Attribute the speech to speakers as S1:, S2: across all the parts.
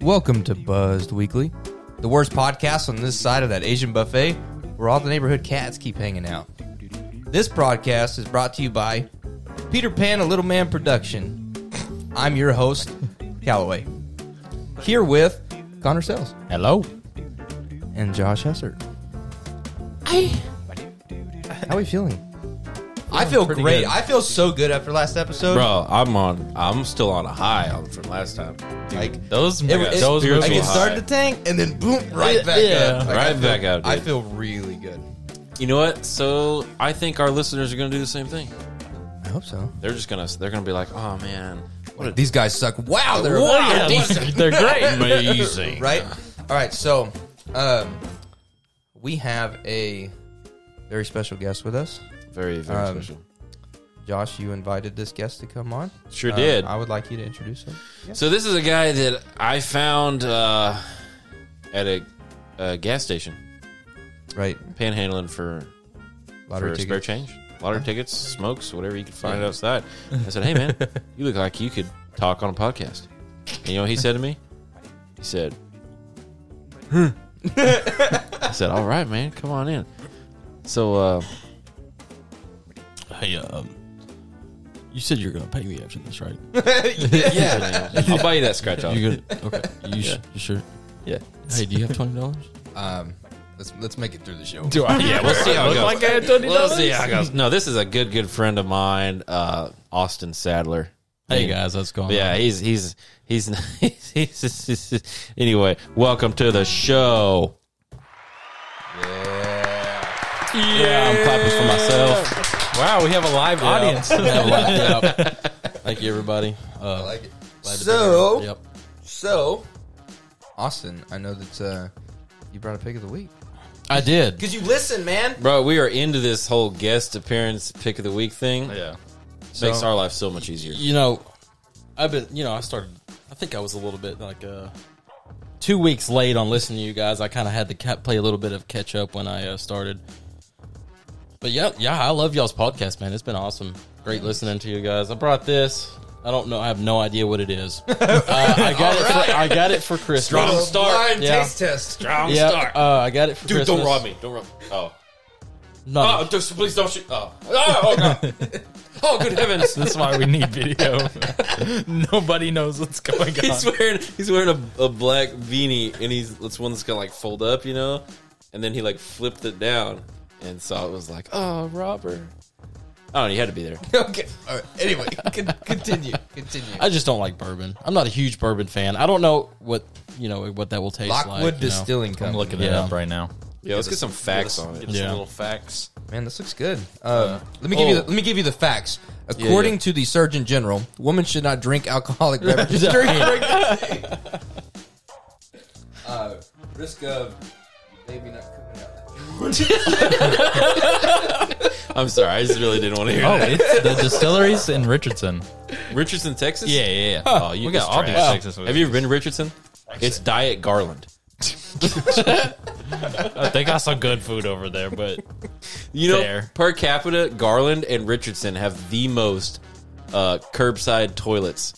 S1: Welcome to Buzzed Weekly, the worst podcast on this side of that Asian buffet where all the neighborhood cats keep hanging out. This broadcast is brought to you by Peter Pan, a Little Man production. I'm your host, Calloway. Here with Connor Sells
S2: Hello.
S1: and Josh Hessert. How are we feeling? I feel
S2: pretty
S1: great.
S2: good.
S1: I feel so good after last episode.
S2: Bro, I'm on. I'm still on a high on from last time.
S1: Like
S3: Those,
S1: It, it,
S3: Oh those
S2: spiritual
S3: were
S1: like it
S2: high.
S1: started to tank and then boom, right back
S3: yeah.
S1: up. Like, I
S2: Right
S1: feel-
S2: back up, dude.
S1: I feel really good.
S3: You know what? So I think our listeners are going to do the same thing.
S1: I hope so.
S3: They're just going to they're going to be like, "Oh man, what a
S1: These guys suck. Wow, they're wow,
S3: Yeah,
S1: they're
S3: look, they're great, amazing,
S1: right? All right, so um, we have a very special guest with us.
S3: Very very
S1: Um,
S3: special.
S1: Josh, you invited this guest to come on.
S3: Sure
S1: Um,
S3: did.
S1: I would like you to introduce him.
S3: So this is a guy that I found uh, at a, a gas station,
S1: Right,
S3: panhandling for
S1: lottery
S3: for
S1: ticket.
S3: spare change, lottery tickets, smokes, whatever you could find
S1: Yeah.
S3: outside. I said, "Hey man, you look like you could talk on a podcast." And you know what he said to me? He said, "Huh." I said, "All right, man, come on in." So, uh,
S4: Hey, um, you said you're gonna pay me after this, right?
S3: yeah, I'll buy you that scratch off.
S4: You gonna okay? You, sh- you sure?
S3: Yeah.
S4: Hey, do you have twenty dollars?
S1: Um, let's let's make it through the show.
S3: Do I? Yeah, we'll see how it goes.
S4: I had twenty
S3: We'll see how it goes. No, this is a good, good friend of mine, uh, Austin Sadler.
S4: Hey guys, how's it going?
S3: Yeah, he's he's he's he's, he's, anyway. Welcome to the show.
S1: Yeah.
S4: yeah, I'm clapping for myself.
S2: Wow, we have a live audience.
S4: Have a laugh. Yep. Thank you, everybody.
S1: I
S4: Uh,
S1: like it.
S4: glad to be
S1: So,
S4: here. yep.
S1: so Austin, I know that uh, you brought a pick of the week
S4: I did.
S1: because you listen, man.
S3: Bro, we are into this whole guest appearance pick of the week thing.
S4: Yeah.
S3: Makes our life so much easier.
S4: You know, I've been. You know, I started. I think I was a little bit like uh, two weeks late on listening to you guys. I kind of had to ca- play a little bit of catch up when I uh, started. But yeah, yeah, I love y'all's podcast, man. It's been awesome. Great listening to you guys. I brought this. I don't know. I have no idea what it is. Uh, I got it. For, I got it for Christmas.
S3: Strong start.
S1: Blind
S4: Yeah.
S1: taste test.
S3: Strong
S4: Yeah, uh, I got it for
S3: Dude,
S4: Christmas.
S3: don't rob me. Don't rob me. Oh.
S4: No,
S3: Oh, just, please don't shoot. Oh. Oh, oh, God. oh good heavens.
S2: That's why we need video. Nobody knows what's going on.
S3: He's wearing he's wearing a, a black beanie and he's it's one that's gonna like fold up, you know? And then he like flipped it down and so it was like, Oh robber. Oh, he had to be there.
S1: Okay. All right. Anyway, con- continue. Continue.
S4: I just don't like bourbon. I'm not a huge bourbon fan. I don't know what you know what that will taste like.
S1: Lockwood
S4: you know.
S1: Distilling Company.
S2: I'm looking it
S4: Yeah.
S2: up right now.
S3: Yeah, let's get some facts on it.
S4: us some Yeah.
S3: little
S4: little
S3: facts.
S1: Man, this looks good. Um, let me give you. The,
S3: oh.
S1: let me give you the facts. According
S3: yeah.
S1: to the Surgeon General, women should not drink alcoholic beverages during pregnancy. uh, risk of baby not coming out.
S3: I'm sorry, I just really didn't want to hear
S2: Oh,
S3: that.
S2: it's the distilleries in Richardson.
S3: Richardson, Texas?
S2: yeah, yeah.
S3: Oh, you
S2: we
S3: got
S2: got all these Texas.
S3: Have you ever been to Richardson? It's Diet Garland.
S2: Uh, They got some good food over there, but
S3: You know,
S2: Fair.
S3: per capita, Garland and Richardson have the most uh, curbside toilets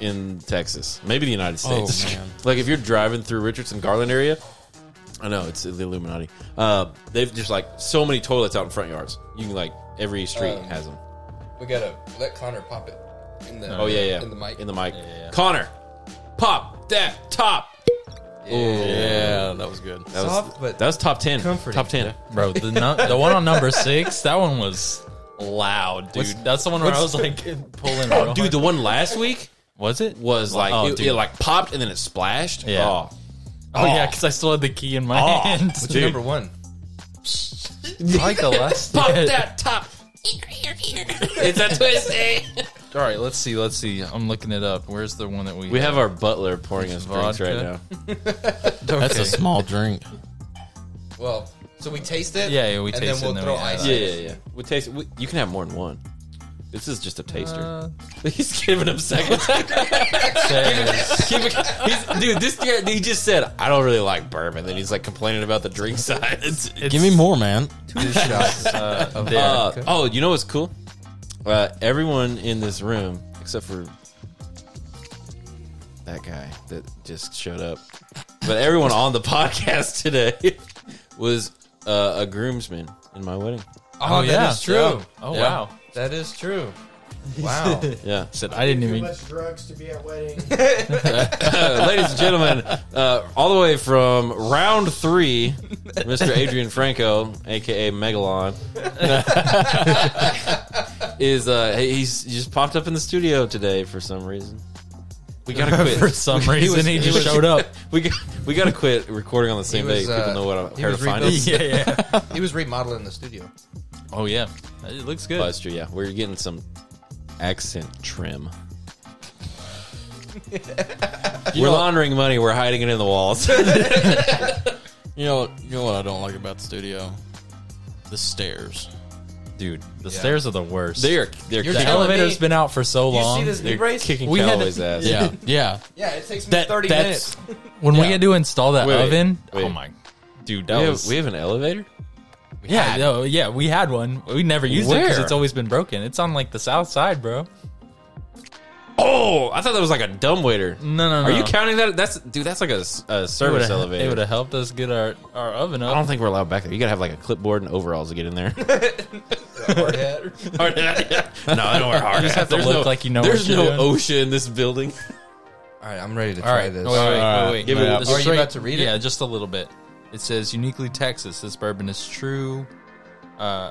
S3: in Texas, maybe the United
S4: Oh,
S3: States.
S4: man.
S3: like if you're driving through Richardson Garland area, I know it's the Illuminati. Uh, they've just like so many toilets out in front yards. You can like every street
S1: Um,
S3: has them.
S1: We gotta let Connor pop it in the.
S3: Oh yeah, yeah.
S1: In the mic.
S3: In the mic. Connor, pop that top.
S4: Yeah, that was good.
S3: That was,
S1: Soft, but
S3: that was top ten.
S1: comforting.
S3: Top ten.
S2: bro, the nu- the one on number six, that one was loud, dude. That's the one where I was like pulling. real
S3: Dude,
S2: hard.
S3: the one last week
S2: was it?
S3: was like
S2: Oh,
S3: it,
S2: dude.
S3: it like popped and then it splashed.
S2: Yeah.
S3: Oh.
S2: Oh, yeah, because I still had the key in my hand.
S1: What's
S3: Dude.
S1: number one?
S2: I like the last.
S3: Pop that top. it's a twisty.
S2: All right, let's see. Let's see. I'm looking it up. Where's the one that we?
S3: We have our butler pouring us drinks right now.
S2: Vodka.
S4: That's a small drink.
S1: Well, so we taste it.
S2: Yeah, yeah, we
S1: and then
S2: taste it
S1: we'll
S2: and then
S1: throw
S2: we add
S1: ice.
S3: Yeah, yeah, yeah. We taste. We, you can have more than one. This is just a taster.
S2: Uh,
S3: he's giving him seconds. Keep it- he's- dude, this guy, he just said, "I don't really like bourbon." Then he's like complaining about the drink size.
S2: it's-
S4: Give me more, man.
S1: Two shots.
S2: Uh, there.
S3: Uh, oh, you know what's cool? Uh, everyone in this room, except for that guy that just showed up. But everyone on the podcast today was uh, a groomsman in my wedding.
S1: Oh,
S2: yeah.
S1: that is true.
S2: Oh
S3: Yeah.
S2: wow.
S1: That is true. Wow.
S3: Yeah.
S2: Said I didn't
S5: Too
S2: even.
S5: much drugs to be at weddings.
S3: Ladies and gentlemen, uh, all the way from round three, Mr. Adrian Franco, aka Megalon, is uh, he's he just popped up in the studio today for some reason. We gotta quit.
S2: For some reason, he, just
S3: was-
S2: showed up.
S3: We got, we gotta quit recording on the same
S1: was,
S3: day.
S1: uh,
S3: People know what I'm
S1: he
S3: here to
S1: was
S3: find
S1: rebuilding-
S3: us.
S2: yeah, yeah.
S1: he was remodeling the studio.
S2: Oh yeah, it looks good.
S3: Oh, that's true. Yeah, we're getting some accent trim. we're laundering money. We're hiding it in the walls.
S4: You know, you know what I don't like about the studio? The stairs.
S3: dude.
S2: the stairs are the worst.
S3: They are. They're
S1: You're
S2: the
S3: kicking-
S1: telling me-
S2: elevator's been out for so
S1: You
S2: long.
S1: see this knee
S3: they're
S1: brace?
S3: kicking
S2: We had to-
S3: Callaway's ass.
S4: Yeah, yeah.
S1: Yeah, it takes me
S4: That-
S1: 30
S4: that's-
S1: minutes.
S2: when we
S4: Yeah.
S2: had to install that
S3: Wait, wait,
S2: oven,
S3: wait.
S2: oh my, dude, that
S3: We have,
S2: was
S3: we have an elevator.
S2: yeah, no, yeah, we had one. We never used it because
S3: Where?
S2: it's always been broken. It's on like the south side, bro.
S3: Oh, I thought that was like a dumb waiter.
S2: No, no, no.
S3: Are you counting that? That's dude. That's like a, s- a service
S2: It would
S3: elevator.
S2: have helped us get our our oven
S3: I
S2: up.
S3: don't think we're allowed back there. You gotta have like a clipboard and overalls to get in there.
S1: Hard hat.
S3: no, I don't wear hard.
S2: You just have to
S3: There's
S2: look
S3: no-
S2: like you know.
S3: There's
S2: what
S3: no
S2: you're doing.
S3: OSHA in this building.
S1: All right, I'm ready to try
S2: All right,
S1: this.
S2: wait, wait,
S4: All right.
S2: wait, wait.
S3: Give
S4: it
S2: No,
S4: a-
S2: the
S1: Are you
S2: straight-
S1: about to read it?
S2: Yeah, just a little bit. It says uniquely Texas. This bourbon is true uh,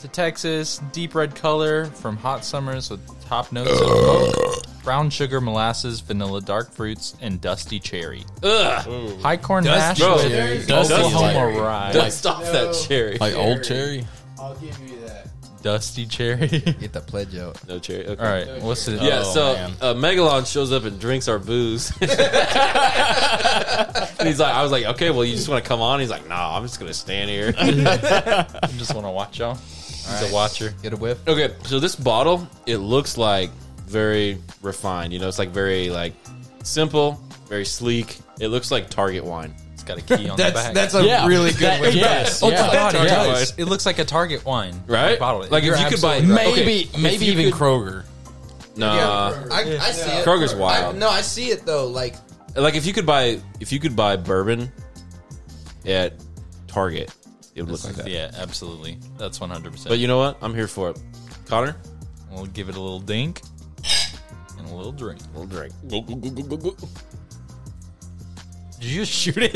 S2: to Texas. Deep red color from hot summers with top notes of oak, brown sugar, molasses, vanilla, dark fruits, and dusty cherry.
S3: Ugh,
S2: High corn
S3: Dust-
S2: mash
S3: bro,
S2: with
S5: cherry.
S4: Dusty is
S2: Oklahoma
S4: like-
S2: rye.
S3: dust off that
S5: No.
S3: cherry.
S4: Like old cherry.
S5: I'll give you that.
S2: Dusty cherry.
S1: Get the pledge out.
S3: No cherry. Okay.
S2: All right, what's it?
S3: Yeah,
S4: Oh,
S3: so
S4: man.
S3: uh, Megalon shows up and drinks our booze. and he's like, I was like, okay, well, you just want to come on? He's like, nah, I'm just going to stand here.
S2: I just want to watch y'all. He's a watcher.
S1: Get a whiff.
S3: okay, so this bottle, it looks like very refined. You know, it's like very like simple, very sleek. It looks like Target wine.
S2: It's got a key on the
S1: That's
S2: back.
S1: that's a
S4: Yeah.
S1: really good
S4: That-
S1: way.
S4: yes.
S2: Oh,
S4: Yeah.
S2: God, it
S3: Target
S2: does.
S3: wine.
S2: It looks like a Target wine,
S3: Right?
S2: Bottle.
S3: Like, if
S2: You're
S3: you could buy-
S2: absolutely right.
S4: Maybe,
S3: Okay,
S4: maybe
S3: if you
S4: even
S3: could-
S4: Kroger.
S3: Nah.
S1: I, I see it.
S3: Kroger's
S1: I,
S3: wild.
S1: no, I see it though. Like
S3: Like if you could buy if you could buy bourbon at Target, it would look like that.
S2: Yeah, absolutely. That's one hundred percent.
S3: But you know what? I'm here for it. Connor,
S2: We'll give it a little dink and a little drink.
S3: we'll drink.
S2: Did you just shoot it?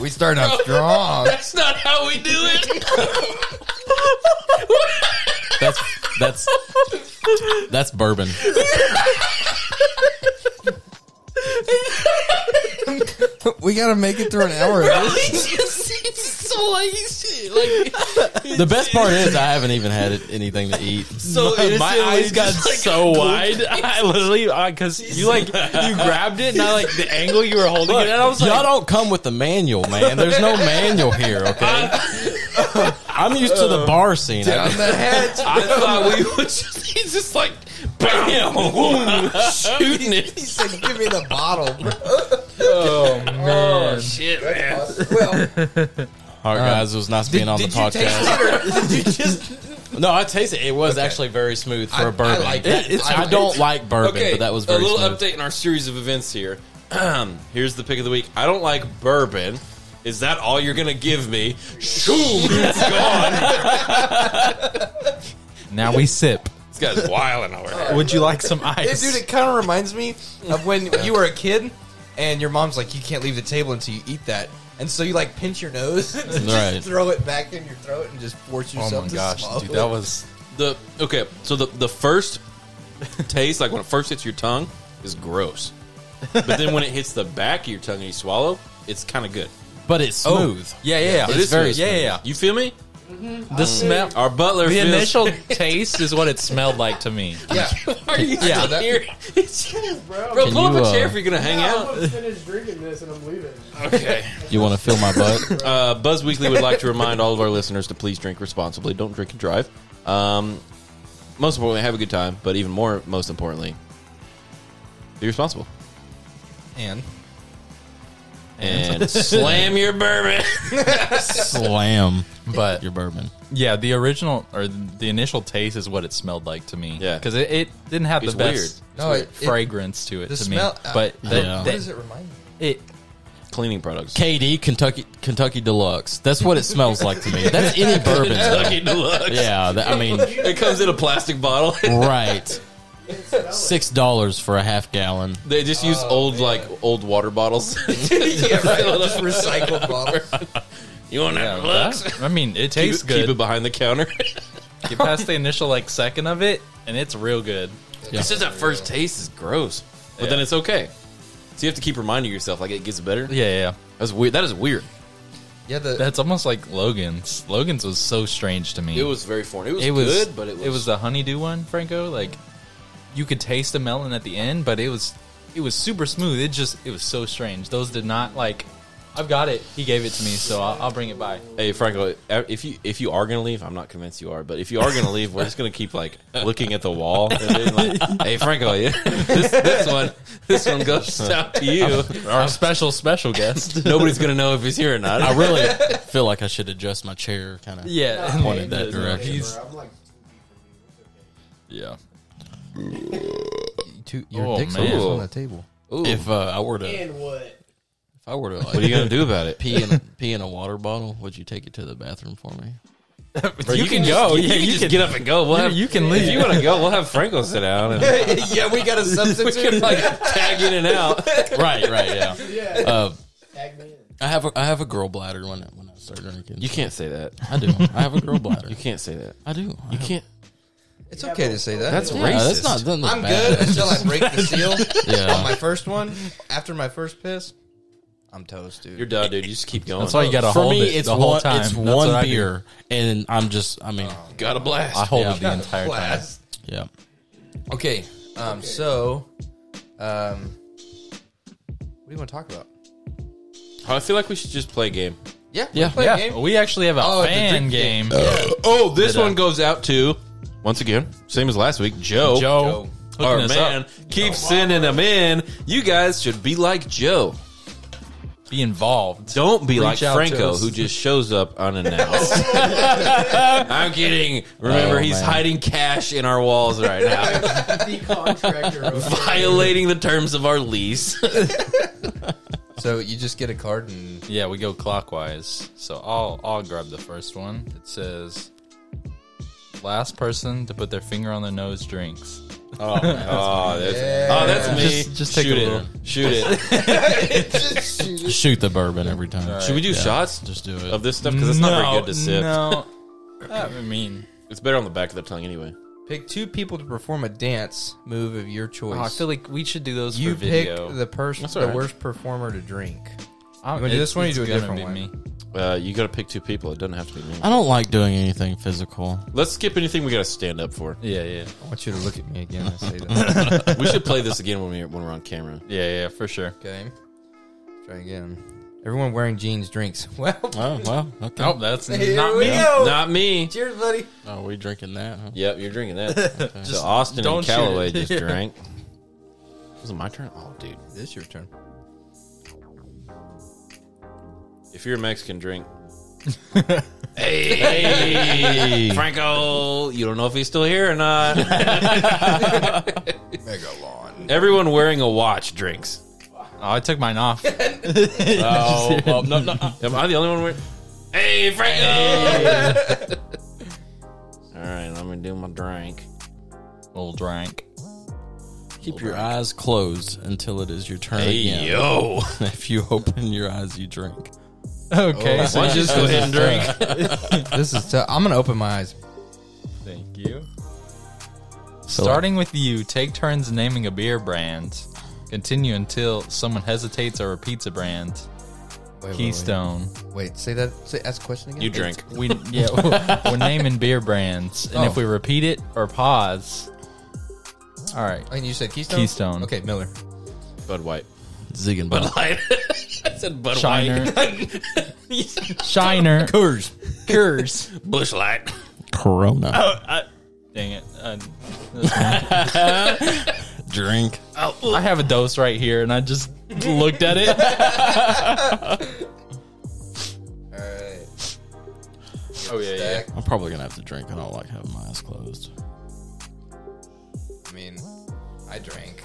S1: we started off strong.
S3: That's not how we do it.
S4: That's that's that's bourbon.
S1: we got to make it through an hour. of this.
S4: The best part is I haven't even had it- anything to eat.
S3: So
S2: My eyes got so wide. I literally, because you like, you grabbed it and I like the angle you were holding it at. I was
S4: Y'all
S2: like,
S4: don't come with the manual, man. There's no manual here, okay? I'm used to the bar scene.
S1: On
S4: I,
S1: the head.
S3: I thought we would just, he's just like, bam, boom, shooting
S1: He
S3: it.
S1: said, "Give me the bottle." bro."
S2: oh man.
S3: Shit, man.
S1: Well,
S4: All right, guys, it was nice being on
S1: did
S4: the
S1: you taste
S4: podcast.
S1: it or did you just?
S4: No, I tasted it. It was actually very smooth for
S1: I-
S4: a
S1: I
S4: bourbon.
S1: like that.
S4: it, it's,
S1: I-
S4: I, don't like bourbon,
S3: Okay,
S4: but that was very
S3: a little
S4: smooth.
S3: update in our series of events here. Here's the pick of the week. I don't like bourbon. Is that all you're gonna give me? Shoom, it's gone.
S2: Now we sip.
S3: this guy's wilding over here.
S2: Would you like some
S1: Yeah,
S2: ice?
S1: dude, it kind of reminds me of when you were a kid and your mom's like, "You can't leave the table until you eat that," and so you like pinch your nose, and just
S4: Right.
S1: throw it back in your throat, and just force
S2: oh
S1: yourself.
S2: my
S1: to
S2: gosh,
S1: swallow
S2: dude,
S1: it.
S2: that was
S3: The okay, so the the first taste, like when it first hits your tongue, is gross. But then when it hits the back of your tongue and you swallow, it's kind of good.
S4: But it's
S3: Oh.
S4: smooth.
S2: Yeah, yeah, yeah.
S3: It is
S2: very
S3: smooth.
S2: yeah, yeah, yeah.
S3: You feel me?
S2: The smell,
S3: Our butler.
S2: the
S3: feels,
S2: initial taste is what it smelled like to me.
S1: yeah.
S3: Are you
S2: Yeah.
S3: still
S1: That-
S3: here?
S5: Bro,
S3: Bro,
S4: Can
S3: pull
S4: you,
S3: up a chair
S4: uh,
S3: if you're gonna hang
S5: I'm
S3: out.
S5: gonna finish drinking this and I'm leaving.
S3: Okay.
S4: You want to feel my butt?
S3: Uh, Buzz Weekly would like to remind all of our listeners to please drink responsibly. Don't drink and drive. Um, most importantly, have a good time. But even more, most importantly, be responsible
S1: and
S3: and slam your bourbon.
S4: Slam.
S2: But
S4: Your bourbon.
S2: yeah, the original or the initial taste is what it smelled like to me.
S3: Yeah.
S2: because it, it didn't have
S3: It's
S2: the
S3: weird.
S2: best
S1: No, it, it-
S2: fragrance to it
S1: the
S2: to
S1: smell.
S3: uh,
S2: me. But
S1: I,
S2: the-
S1: I don't know.
S2: the-
S1: what does it remind me?
S2: it
S3: Cleaning products.
S4: KD Kentucky Kentucky Deluxe. That's what it smells like to me. That's any bourbon. though.
S3: Deluxe.
S4: Yeah, that, I mean,
S3: It comes in a plastic bottle.
S4: right.
S5: You can smell it.
S4: Six dollars for a half gallon.
S3: they just use old like old water bottles.
S1: yeah, right. Just recycled bottle.
S3: you want to
S2: yeah,
S3: have Deluxe?
S2: that- I mean, it
S3: Keep,
S2: tastes
S3: it-
S2: good.
S3: keep it behind the counter.
S2: Get past the initial like second of it, and it's real good.
S3: It's just that first taste is gross, but then
S2: Yeah.
S3: it's okay. So you have to keep reminding yourself like it gets better.
S2: Yeah, yeah.
S3: That's weird. That is weird.
S1: Yeah, the
S2: That's almost like Logan's. Logan's was so strange to me.
S3: It was very foreign. It was,
S2: it was
S3: good, but it was,
S2: the honeydew one, Franco. Like you could taste the melon at the end, but it was it was super smooth. It just it was so strange. Those did not like. I've got it. He gave it to me, so I'll, I'll bring it by.
S3: Hey Franco, e- if you if you are gonna leave, I'm not convinced you are, but if you are gonna leave, we're just gonna keep like looking at the wall. And being like, hey Franco, yeah, this, this one this one goes out to you.
S2: Our special special guest.
S3: Nobody's gonna know if he's here or not.
S4: I really feel like I should adjust my chair, kind of.
S2: yeah,
S5: No,
S4: pointed that
S5: it's okay,
S4: direction.
S5: bro. I'm like two feet from you. It's okay.
S2: yeah.
S1: two, your
S2: Oh,
S1: dick's
S2: man.
S1: almost on the table.
S3: Ooh.
S4: If uh, I were to, if
S5: And what?
S4: I were to, like,
S3: what are you gonna do about it?
S4: pee in pee in a water bottle, would you take it to the bathroom for me?
S3: Bro, you, can, go.
S2: just-
S3: yeah, you, can just get up and go. We'll have,
S2: you can
S3: If
S2: leave.
S3: you want to go, we'll have Franco sit down and
S1: yeah, we got a
S3: we
S1: substitute.
S3: can like tag in and out.
S4: Right, right, yeah.
S5: Yeah.
S4: Uh,
S5: Tag me in.
S4: I have a, I have a girl bladder when I, when I start drinking.
S3: You can't say that.
S4: I do. I have a girl bladder.
S3: You can't say that.
S4: I do. I
S3: You
S4: have-
S3: can't.
S1: It's okay to say that.
S3: That's
S4: Yeah,
S3: racist.
S4: that's not. That's
S1: I'm good until I break the seal
S4: Yeah.
S1: on my first one. After my first piss, I'm toast, dude.
S3: You're done, dude. You just keep going.
S2: That's why you got to
S4: For
S2: hold
S4: me,
S2: it
S4: it's
S2: the whole
S4: one.
S2: time.
S4: It's
S2: That's what I
S4: one
S2: do.
S4: beer, and I'm just. I mean,
S3: got a blast.
S2: I hold
S4: Oh, Yeah.
S2: it the entire time.
S1: Blast.
S4: yeah.
S1: Okay, um, so, um, what do you want to talk about?
S3: I feel like we should just play a game.
S1: Yeah,
S4: Yeah.
S1: play a
S2: Yeah,
S1: game.
S2: we actually have a
S1: Oh, the
S2: fan
S1: drink
S2: game.
S1: game.
S3: Oh, this
S2: Did, uh,
S3: one goes out to once again, same as last week. Joe,
S2: Joe, hooking
S3: our
S2: us
S3: man,
S2: up.
S3: keeps sending them in. You guys should be like Joe.
S2: Be involved.
S3: Don't be like
S2: Reach out to
S3: Franco,
S2: us.
S3: who just shows up unannounced. I'm kidding. Remember,
S4: Oh,
S3: he's
S4: man.
S3: hiding cash in our walls right now,
S5: The contractor. over there.
S3: violating the terms of our lease.
S1: So you just get a card and
S2: Yeah, we go clockwise. So I'll I'll grab the first one. It says last person to put their finger on their nose drinks.
S3: Oh, that's,
S1: Yeah.
S3: oh, that's me.
S2: Just- just take
S3: Shoot
S2: a
S3: it.
S2: little.
S3: Shoot it.
S4: Shoot the bourbon every time.
S3: Should we do shots
S4: Just do
S3: of
S4: it.
S3: this stuff? Because it's not very good to sip.
S2: No. I mean,
S3: It's better on the back of the tongue anyway.
S1: pick two people to perform a dance move of your choice.
S2: Oh, I feel like we should do those
S1: you
S2: for
S1: pick
S2: video.
S1: the person,
S3: That's
S1: the
S3: all right.
S1: worst performer to drink.
S2: I'm,
S1: wanna do
S2: it's-
S1: this one or you
S2: it's
S1: do a
S2: gonna
S1: different
S2: be
S1: one?
S2: me.
S3: Uh, you got to pick two people. It doesn't have to be me.
S4: I don't like doing anything physical.
S3: Let's skip anything we got to stand up for.
S2: Yeah, yeah,
S1: I want you to look at me again. and say that.
S3: We should play this again when we're when we're on camera.
S2: yeah, yeah, for sure.
S1: Okay, try again. Everyone wearing jeans drinks. Well,
S4: Oh well, okay.
S2: Nope, that's
S1: Here
S2: not
S1: we
S2: me.
S1: go.
S3: Not me.
S1: Cheers, buddy.
S4: Oh, we drinking that? Huh?
S3: Yep, you're drinking that. so Austin
S2: don't
S3: and
S2: shoot
S3: Callaway
S2: it.
S3: just drank. Was it my turn? Oh, dude.
S1: It's your turn.
S3: If you're a Mexican, drink. hey, Franco. You don't know if he's still here or not.
S1: Megalon.
S3: Everyone wearing a watch drinks.
S2: Oh, I took mine off.
S3: Oh, well, no, no. Am I the only one? Wearing... Hey, Franco. All right, I'm gonna do my drink.
S2: Little drink.
S4: Keep your eyes closed until it is your turn again.
S3: yo.
S4: If you open your eyes, you drink.
S2: Okay,
S1: Oh,
S2: so
S3: Why don't you just go ahead and drink?
S1: This is tough. I'm gonna open my eyes.
S2: Thank you. Starting with you, take turns naming a beer brand. Continue until someone hesitates or repeats a brand.
S1: Wait, wait,
S2: Keystone.
S1: Wait, wait, say that. Say, ask a question again.
S3: You drink.
S2: We yeah, we're naming beer brands, and if
S1: Oh.
S2: we repeat it or pause, all right.
S1: Oh, And you said Keystone.
S2: Keystone.
S1: Okay, Miller.
S3: Bud White.
S4: Zig and Bud.
S3: I said Bud
S2: Shiner,
S3: White.
S2: Shiner, Coors, Coors.
S3: Bush Light.
S4: Corona.
S2: Dang it! Uh,
S4: Drink.
S2: I have a dose right here, and I just looked at it.
S1: All right.
S2: Oh yeah, yeah.
S4: I'm probably gonna have to drink. I don't like having my eyes closed.
S1: I mean, I drank.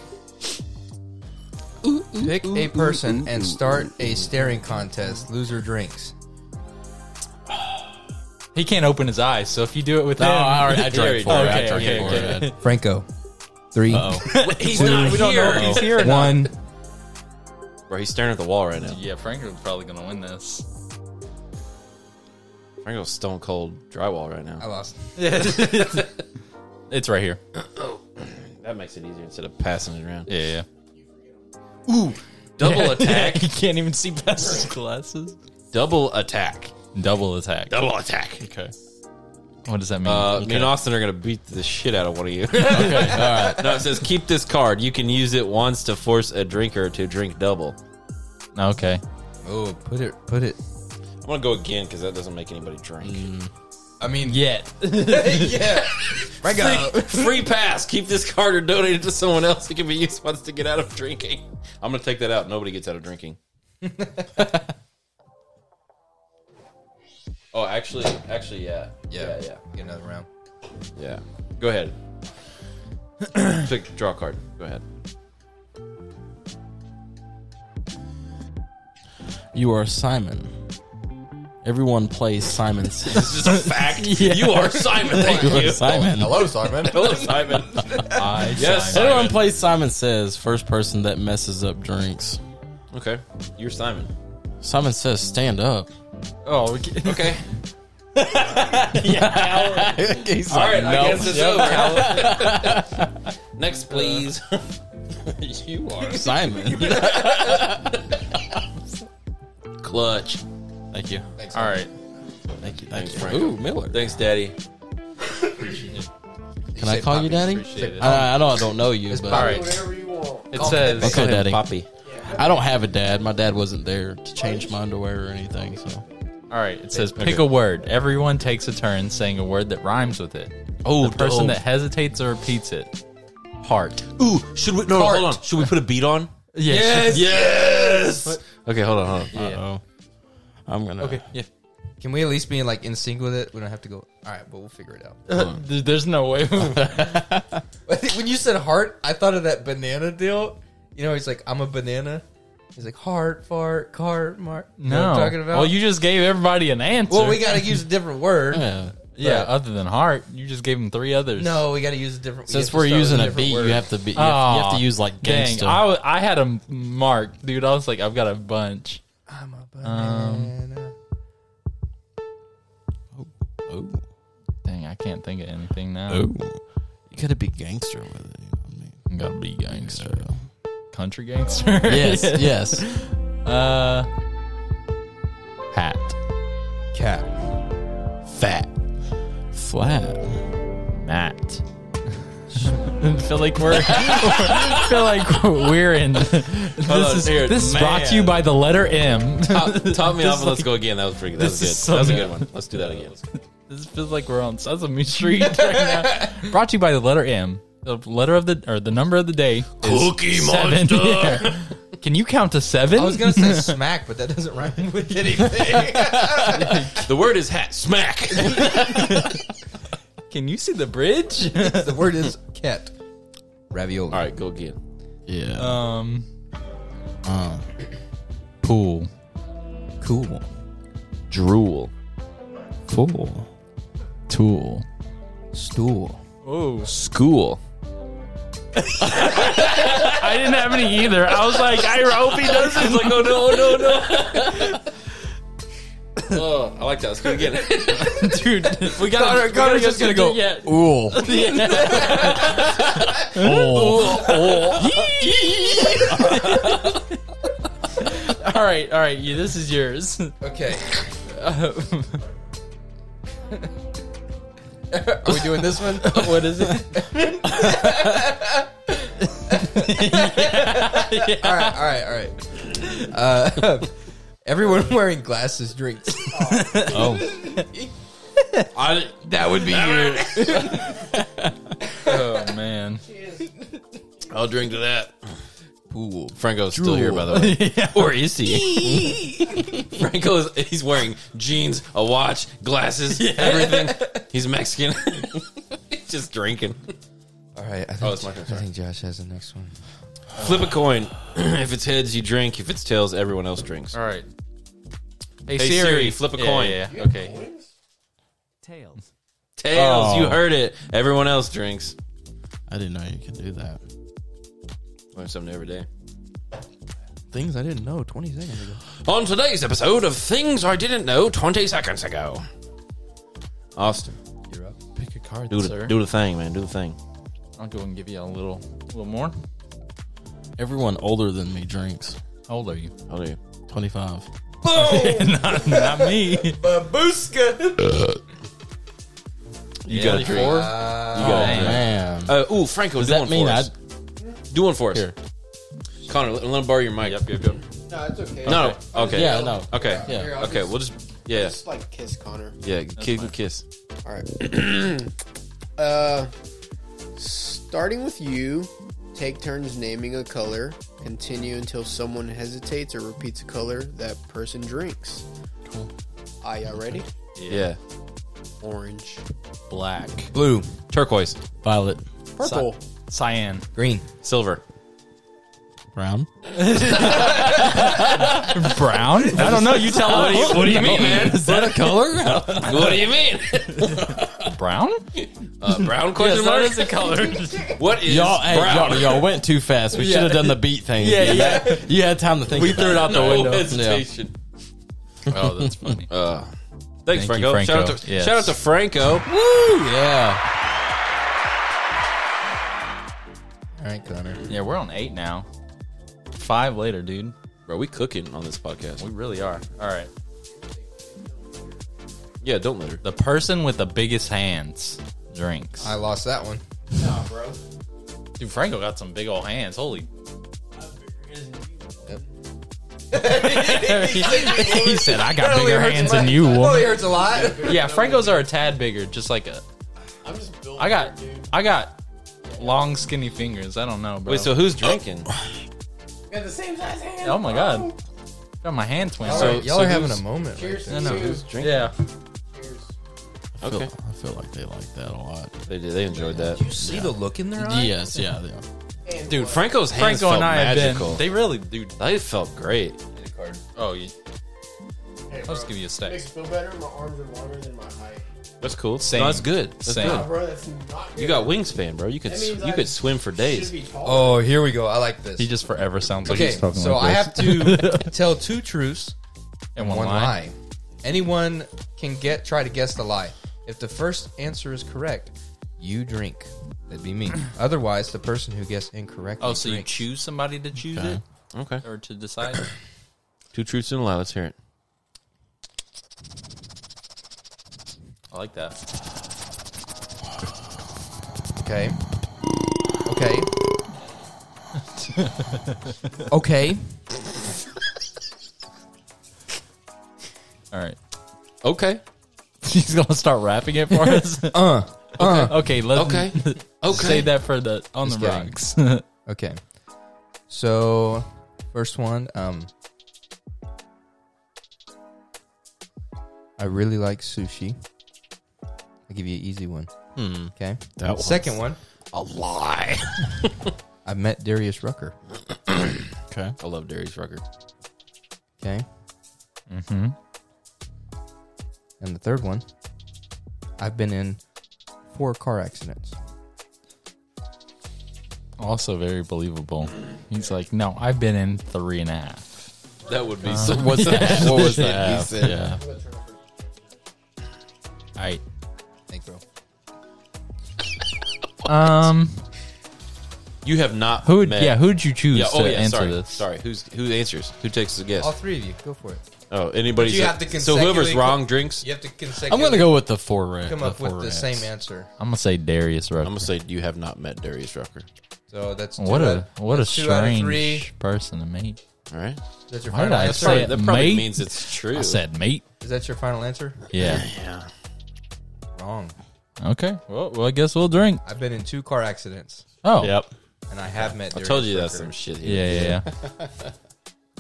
S1: Pick a person and start a staring contest. Loser drinks.
S2: He can't open his eyes, so if you do it with
S4: No,
S2: him,
S4: I already I
S2: There we
S4: drank
S2: go.
S4: for it. I
S2: Okay,
S4: drank
S2: okay,
S4: for
S2: okay.
S4: it.
S1: Franco. Three, one.
S4: Oh,
S3: He's not
S2: We don't know if he's here or not.
S3: Bro, he's staring at the wall right now.
S2: Yeah, Franklin's probably gonna win this.
S3: Franco's stone cold drywall right
S1: I
S3: now.
S1: lost.
S2: It's right here.
S3: That makes it easier instead of passing it around.
S2: Yeah, yeah.
S3: Double attack.
S2: he can't even see past his glasses.
S3: Double attack.
S2: Double attack.
S3: Double attack.
S2: Okay. What does that mean?
S3: Uh,
S2: okay.
S3: Me and Austin are gonna beat the shit out of one of you.
S4: okay, all right.
S3: no, it says keep this card. You can use it once to force a drinker to drink double.
S2: okay.
S1: Oh, put it, put it.
S3: I'm gonna go again because that doesn't make anybody drink.
S1: I mean,
S2: Yet.
S1: yeah. Franco.
S3: Free pass. Keep this card or donate it to someone else. It can be used once to get out of drinking. I'm gonna take that out. Nobody gets out of drinking. oh, actually, actually, yeah,
S1: Yeah,
S3: yeah, yeah,
S1: Get another round.
S3: yeah. Go ahead. Pick draw a card. Go ahead.
S4: You are Simon. Everyone plays Simon says.
S3: This is a fact. You are Simon. Thank
S4: You
S3: you.
S4: are Simon.
S1: Hello, Simon.
S3: Hello, Simon.
S2: I
S3: Yes.
S2: Simon.
S4: Everyone plays Simon says. First person that messes up drinks.
S3: Okay, you're Simon.
S4: Simon says, stand up.
S2: Oh, we can-
S3: Okay.
S4: He's
S3: All right, I
S4: like,
S3: guess it's over. Next, please. you are
S4: "Nope, Simon.
S3: clutch.
S4: Thank you.
S2: all right.
S4: Thank you. Thank
S3: Thanks,
S4: you.
S3: Franco.
S4: Ooh, Miller.
S3: Thanks, Daddy.
S4: Can I call you daddy?
S2: Appreciate it.
S4: I, I know I don't know you, but
S2: All right.
S5: Whatever you want.
S2: It says
S4: Okay,
S3: Call him
S4: Daddy.
S3: Poppy.
S4: I don't have a dad. My dad wasn't there to change my underwear or anything. So,
S2: All right, it says pick a word. Everyone takes a turn saying a word that rhymes with it.
S3: Oh,
S2: The person
S3: oh.
S2: that hesitates or repeats it. Heart.
S3: Ooh, should we? No,
S2: Fart.
S3: hold on. Should we put a beat on?
S2: Yes.
S3: Yes. Okay, hold on, hold on.
S4: oh, I'm gonna. Okay.
S2: Yeah.
S1: Can we at least be like in sync with it? We don't have to go. All right, but we'll figure it out.
S2: Th- There's no way.
S1: when you said heart, I thought of that banana deal. You know, he's like, I'm a banana. He's like, heart, fart, cart, mark. You know what
S2: no.
S1: I'm talking about?
S2: Well, you just gave everybody an answer.
S1: Well, we got to use a different word.
S4: Yeah.
S2: yeah.
S1: but-
S2: Other than heart, you just gave them three others.
S1: No, we got to use a different.
S4: Since
S1: we
S4: we're
S1: have to
S4: using
S1: start
S4: a
S1: with
S4: beat,
S1: different
S4: you
S1: word.
S4: have to be. You, have, you have
S2: Aw,
S4: to use like
S2: Dang,
S4: gangster.
S2: I, w- I had them marked, dude. I was like, I've got a bunch.
S1: I'm a banana.
S4: oh,
S2: Dang, I can't think of anything now.
S4: oh, you gotta be gangster with it. You know what I mean?
S2: I'm Gotta be gangster. Country gangster.
S4: Yes, yes.
S2: Uh, hat.
S1: Cat.
S4: Fat, flat.
S2: Matt. feel like we're feel like we're in. This
S3: on,
S2: is
S3: dude,
S2: this is brought to you
S3: man.
S2: by the letter M.
S3: Top, top me off and let's go again. That was pretty. That was
S2: this
S3: good.
S2: is
S3: that was a
S2: so
S3: good one. Let's do that again.
S2: this feels like we're on Sesame Street right now. Brought to you by the letter M. The letter of the or the number of the day.
S3: Cookie
S2: Seven. Yeah. Can you count to seven?
S1: I was gonna say smack, but that doesn't rhyme with anything.
S3: The word is hat. Smack.
S2: Can you see the bridge?
S1: the word is cat. Ravioli.
S3: All right, go again.
S4: Yeah.
S2: um. Pool.
S4: cool.
S3: Drool.
S4: Cool.
S2: Tool.
S1: Stool.
S2: Oh.
S3: School.
S2: I didn't have any either. I was like, I hope he doesn't.
S3: like, oh no, no, no. oh, I like that. Let's go again.
S2: Dude, we got
S1: Connor-
S2: we gotta
S1: Connor's just gonna go,
S2: Yeah.
S4: Ooh.
S2: Oh. all right, all right. Yeah, this is yours.
S1: Okay.
S2: what
S1: Are we doing this one?
S2: is it?
S1: all right. All right. All right. Uh, everyone wearing glasses drinks.
S4: Oh,
S3: I,
S1: That would be your.
S2: Oh man.
S3: I'll drink to that.
S1: pool.
S3: Franco's still here, by the way. Or is he? Franco is he's wearing jeans, a watch, glasses, everything. He's Mexican. he's just drinking.
S1: All right. I think,
S3: Oh, it's my turn,
S1: I
S3: sorry.
S1: think Josh has the next one.
S3: Flip a coin. if it's heads, you drink. If it's tails, everyone else drinks.
S2: All right. Hey,
S3: Siri, flip a
S2: Yeah,
S3: coin.
S2: Yeah, yeah. Okay.
S6: Tails.
S3: Tails,
S4: Oh.
S3: you heard it. Everyone else drinks.
S4: I didn't know you could do that.
S3: Learn something every day.
S1: Things I didn't know 20 seconds ago.
S3: On today's episode of Things I Didn't Know 20 Seconds Ago. Austin.
S2: Pick a card,
S3: Do
S2: sir.
S3: the, do the thing, man. Do the thing.
S2: I'll go and give you a little, little more.
S4: Everyone older than me drinks.
S2: How old are you?
S3: How do you?
S4: 25.
S2: not, not me.
S3: You got a drink. You got a drink.
S4: Oh, Man.
S3: Uh, ooh, Franco,
S4: Does
S3: do one
S4: that mean
S3: for
S4: I.
S3: us. Do one for us.
S4: Here.
S3: Connor, let, let him borrow your mic. Yep, yep, yep.
S5: No, it's okay.
S3: No, no. Okay.
S4: Yeah, no.
S3: Okay.
S4: Yeah.
S5: Here, I'll
S3: Okay,
S5: just-
S3: we'll just. Yeah.
S5: Just like kiss Connor.
S3: Yeah, kiss, kiss.
S5: All right. uh, starting with you, take turns naming a color. Continue until someone hesitates or repeats a color that person drinks. Cool. Are y'all ready?
S3: Yeah.
S5: Orange,
S2: Black,
S1: Blue,
S3: Turquoise.
S4: Violet.
S5: purple,
S2: cyan,
S1: green,
S3: Silver.
S4: Brown.
S2: brown. I don't know. You tell us. What do you, mean, man?
S4: Is that a color?
S3: what do you mean?
S2: Brown?
S3: Uh, brown question mark?
S2: What is the color?
S3: What is
S4: y'all, hey,
S3: brown?
S4: y'all, y'all went too fast. We should have done the beat thing.
S2: Yeah,
S4: yeah. You had time to think.
S2: We threw it out the
S3: no
S2: window.
S3: hesitation.
S2: Oh, that's funny.
S3: Uh, thanks,
S2: Thank
S3: Franco. Shout,
S2: you, Franco.
S3: out to,
S2: Yes.
S3: shout out to Franco.
S4: Yeah.
S1: All right, Connor.
S2: Yeah, we're on eight now. Five later, dude.
S3: Bro, we cooking on this podcast.
S2: We really are. All right.
S3: Yeah, don't let her.
S2: The person with the biggest hands drinks.
S1: I lost that one.
S5: bro.
S2: Dude, Franco got some big old hands. Holy. he said, "I got bigger hands than you."
S1: Probably
S2: Woman.
S1: Oh, hurts a lot.
S2: Yeah, Franco's are a tad bigger, just like a.
S5: I'm just building.
S2: I got, I got long, skinny fingers. I don't know, bro.
S3: Wait, so who's drinking?
S5: got the same size hand.
S2: oh my god, got my hand twins.
S1: All
S3: So-
S1: right, y'all
S3: so
S1: are having a
S3: who's-
S1: moment. Right
S5: Cheers
S1: there.
S5: to
S2: No, no.
S5: you.
S2: yeah,
S5: Cheers.
S4: I feel,
S3: Okay.
S4: I feel like they like that a lot.
S3: They did. They enjoyed that.
S1: You see the look in their eye?
S4: Yes, yeah. They are.
S5: And
S3: Dude,
S5: one.
S3: Franco's hands
S2: Franco
S3: felt
S2: and I
S3: magical.
S2: have been. They really, dude.
S3: They felt great.
S2: Oh, you,
S5: Hey,
S2: I'll
S5: bro.
S2: just give you a stack.
S5: Makes me feel better. My arms are longer than my height.
S3: That's cool.
S2: Same.
S3: No, that's good. That's
S2: Same.
S5: Nah,
S3: good.
S5: bro, that's not good.
S3: You got wingspan, bro. You could
S5: That
S3: sw-
S5: means
S3: you
S5: I
S3: could swim for
S5: Should
S3: days.
S5: be taller.
S1: Oh, here we go. I like this.
S2: He just forever sounds like
S1: okay,
S2: he's talking
S1: so
S2: like
S1: I
S2: this.
S1: have to tell two truths
S2: and
S1: one lie. Anyone can get try to guess the lie. If the first answer is correct, you drink. That'd be me. Otherwise, the person who gets incorrect.
S2: Oh, so you choose somebody to choose
S4: Okay.
S3: Okay.
S2: it or to decide?
S3: Two truths and a lie. Let's hear it.
S2: I like that.
S1: Okay. Okay. okay.
S2: All right,
S3: Okay.
S2: he's gonna start rapping it for us.
S1: Uh. Uh.
S2: okay, let's
S3: Okay. Okay.
S2: say that for the on
S1: Just
S2: the
S1: kidding.
S2: rocks.
S1: Okay. So, first one. Um. I really like sushi. I'll give you an easy one.
S3: Hmm.
S1: Okay.
S4: That one's-
S1: Second one.
S3: A lie.
S1: I met Darius Rucker.
S4: Okay.
S3: I love Darius Rucker.
S1: Okay.
S2: mm-hmm.
S1: And the third one, I've been in four car accidents.
S2: Also very believable. He's like, no, I've been in three and a half.
S3: That would be so.
S4: What's that? What was that?
S1: said-
S4: Yeah.
S2: All right.
S1: Thanks, bro.
S2: Um,
S3: You have not.
S2: who? would
S3: met-
S2: Yeah, who'd you choose
S3: Yeah, oh
S2: to
S3: yeah.
S2: answer
S3: sorry.
S2: this?
S3: Sorry. Who's who answers? Who takes the
S1: All
S3: guess?
S1: three of you, go for it.
S3: Oh, anybody.
S1: But you have to
S3: so whoever's
S1: consecutively-
S3: wrong drinks.
S1: You have to
S4: I'm
S1: consecutively
S4: going to go with the four red.
S1: come
S4: the
S1: up with
S4: four
S1: the
S4: reds.
S1: same answer.
S2: I'm gonna say Darius Rucker.
S3: I'm gonna say you have not met Darius Rucker.
S1: So that's two
S2: what
S1: out,
S2: a what a
S1: that's two out of three.
S2: strange person to meet.
S3: All right.
S1: That's your
S2: Why did
S1: final
S2: I
S1: answer.
S2: say it?
S3: that probably
S2: mate?
S3: means it's true.
S2: I said mate.
S1: Is that your final answer?
S2: Yeah.
S3: Yeah.
S1: Wrong.
S2: Okay. Well, well, I guess we'll drink.
S1: I've been in two car accidents.
S2: Oh,
S3: Yep.
S1: and I have met.
S3: I
S1: Darius
S3: told you that's
S1: Rucker.
S3: some shit. Here.
S2: Yeah, yeah, yeah.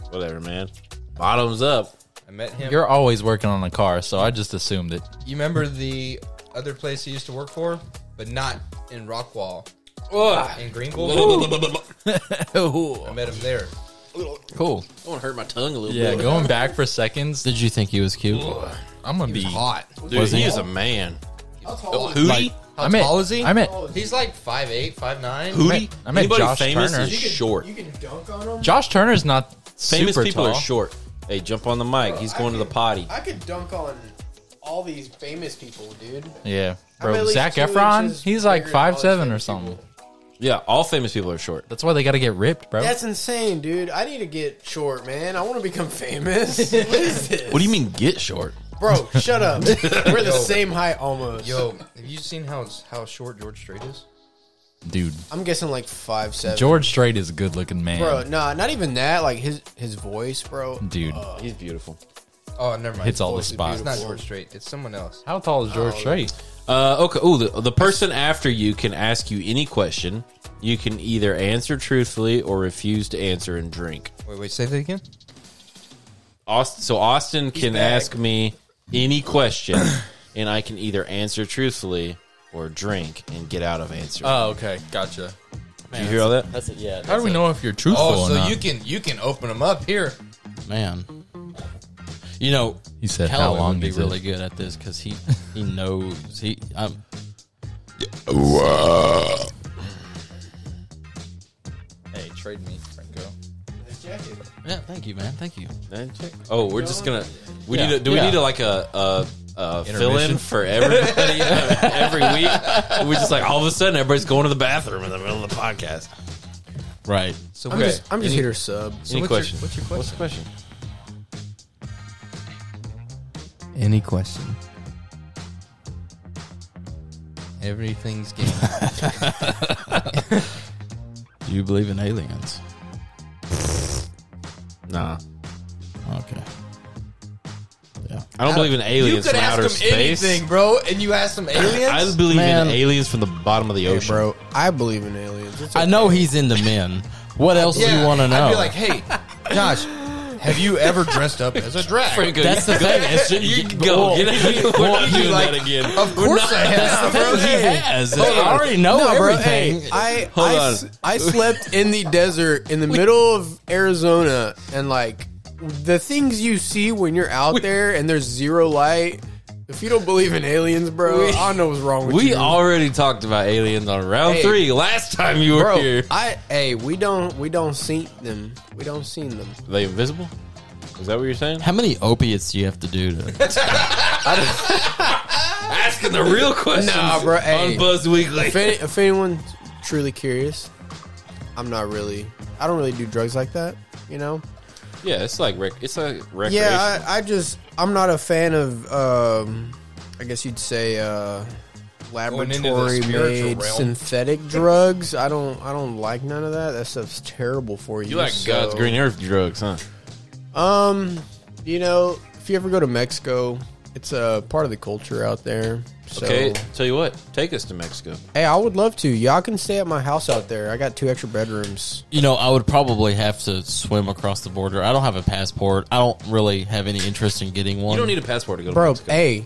S3: Whatever, man. Bottoms up.
S1: I met him.
S2: You're always working on a car, so I just assumed it.
S1: you remember the other place he used to work for, but not in Rockwall,
S3: Ugh.
S1: in Greenville. I
S2: cool.
S1: met him there.
S3: I want to hurt my tongue a little
S2: Yeah,
S3: bit.
S2: going back for seconds.
S4: Did you think he was cute?
S2: I'm gonna be.
S1: Hot.
S3: Dude, he is a man.
S2: Oh,
S1: Hootie?
S2: Like,
S1: How
S2: I met-
S1: tall is he?
S2: I met-
S1: He's like 5'8", 5'9".
S3: Hootie?
S2: I met
S3: Anybody
S2: Josh
S3: famous
S2: Turner.
S3: is short.
S5: You can dunk on him.
S2: Josh Turner's not
S3: Famous
S2: super
S3: people
S2: tall.
S3: are short. Hey, jump on the mic. He's going to the potty.
S5: I could dunk on all these famous people, dude.
S2: Yeah,
S5: I'm at
S2: bro.
S5: least
S2: Zach
S5: two
S2: Efron,
S5: inches
S2: he's like
S5: bigger than all
S2: five
S5: these
S2: seven or
S5: famous
S2: something.
S5: people.
S3: Yeah, all famous people are short.
S2: That's why they got to get ripped, bro.
S5: That's insane, dude. I need to get short, man. I want to become famous. what is this?
S3: What do you mean get short?
S5: Bro, shut up. We're the
S1: Yo.
S5: same height almost.
S1: Yo, have you seen how how short George Strait is?
S2: Dude,
S5: I'm guessing like five seven.
S2: George Strait is a good-looking man.
S5: Bro, nah, not even that. Like his his voice, bro. Uh,
S2: Dude,
S3: He's beautiful.
S1: Oh, never mind.
S2: Hits all the
S1: It's
S2: spots.
S1: not George Strait. It's someone else.
S2: how tall is
S5: Oh,
S2: George Strait?
S3: Uh, okay. Oh, the, the person after you can ask you any question. You can either answer truthfully or refuse to answer and drink.
S1: Wait, wait, say that again.
S3: Austin, so Austin can
S5: back.
S3: ask me any question, and I can either answer truthfully or drink and get out of answering.
S2: Oh, okay, gotcha.
S3: Did you hear all that?
S4: That's it. Yeah.
S2: How do we know if you're truthful
S1: Oh,
S2: or
S1: so
S2: not?
S1: you can you can open them up here.
S4: man. You know,
S2: He said, "How
S4: Callum
S2: long
S4: would be
S2: is
S4: really
S2: it?"
S4: good at this because he he knows he. um, I'm,
S2: hey, trade me, Franco.
S4: yeah, thank you, man. Thank you.
S3: Oh, we're just gonna. We
S4: Yeah.
S3: need. A, do we
S4: Yeah.
S3: need a, like a, a, a fill in
S2: Intermission.
S3: for everybody uh, every week? We're just like all of a sudden everybody's going to the bathroom in the middle of the podcast.
S4: Right.
S1: So
S5: I'm
S1: what's-
S5: just I'm just here to sub.
S1: so
S3: any
S1: what's
S3: question?
S1: Your, what's your question?
S3: the question?
S1: Any question? Everything's game.
S4: Do you believe in aliens?
S3: Nah,
S4: Okay. Yeah.
S3: I don't believe in aliens from outer space.
S1: bro, and you asked them
S3: I
S1: aliens.
S3: believe
S4: Man.
S3: in aliens from the bottom of the ocean.
S5: Bro, I believe in aliens. It's
S4: I know he's into men. What else do you want to know?
S1: I'd be like, hey, Josh, have you ever dressed up as a drag?
S3: Franco,
S4: That's the thing. It's just,
S3: you can go. Get out. We're not
S1: you
S3: doing
S1: like-
S3: that again.
S1: Of course I have, bro.
S4: he has. I already know
S5: No, bro.
S4: everything.
S5: Hey, I
S3: Hold
S5: I,
S3: on.
S5: s- I slept in the desert in the middle of Arizona, and like the things you see when you're out there and there's zero light. If you don't believe in aliens, bro, I don't know what's wrong with
S3: We
S5: you.
S3: already talked about aliens on round
S5: Hey.
S3: three last time you were
S5: bro.
S3: here.
S5: I hey, we don't we don't see them. We don't see them.
S3: Are they invisible? Is that what you're saying?
S4: How many opiates do you have to do to?
S3: Asking the real questions.
S5: Nah, bro, hey.
S3: On Buzz Weekly.
S5: If, any, if anyone's truly curious, I'm not really. I don't really do drugs like that. You know.
S3: Yeah, it's like rec- it's like recreation.
S5: Yeah, I, I just I'm not a fan of um, I guess you'd say uh,
S1: Going into the
S5: laboratory
S1: spiritual
S5: made
S1: realm.
S5: synthetic drugs. I don't I don't like none of that. That stuff's terrible for you.
S3: you like
S5: so-
S3: God's green earth drugs, huh?
S5: Um, you know, if you ever go to Mexico, it's a part of the culture out there. So,
S3: Okay, tell you what, take us to Mexico.
S5: Hey, I would love to. Y'all can stay at my house out there. I got two extra bedrooms.
S4: You know, I would probably have to swim across the border. I don't have a passport. I don't really have any interest in getting one.
S3: You don't need a passport to go to
S5: Bro,
S3: Mexico.
S5: hey,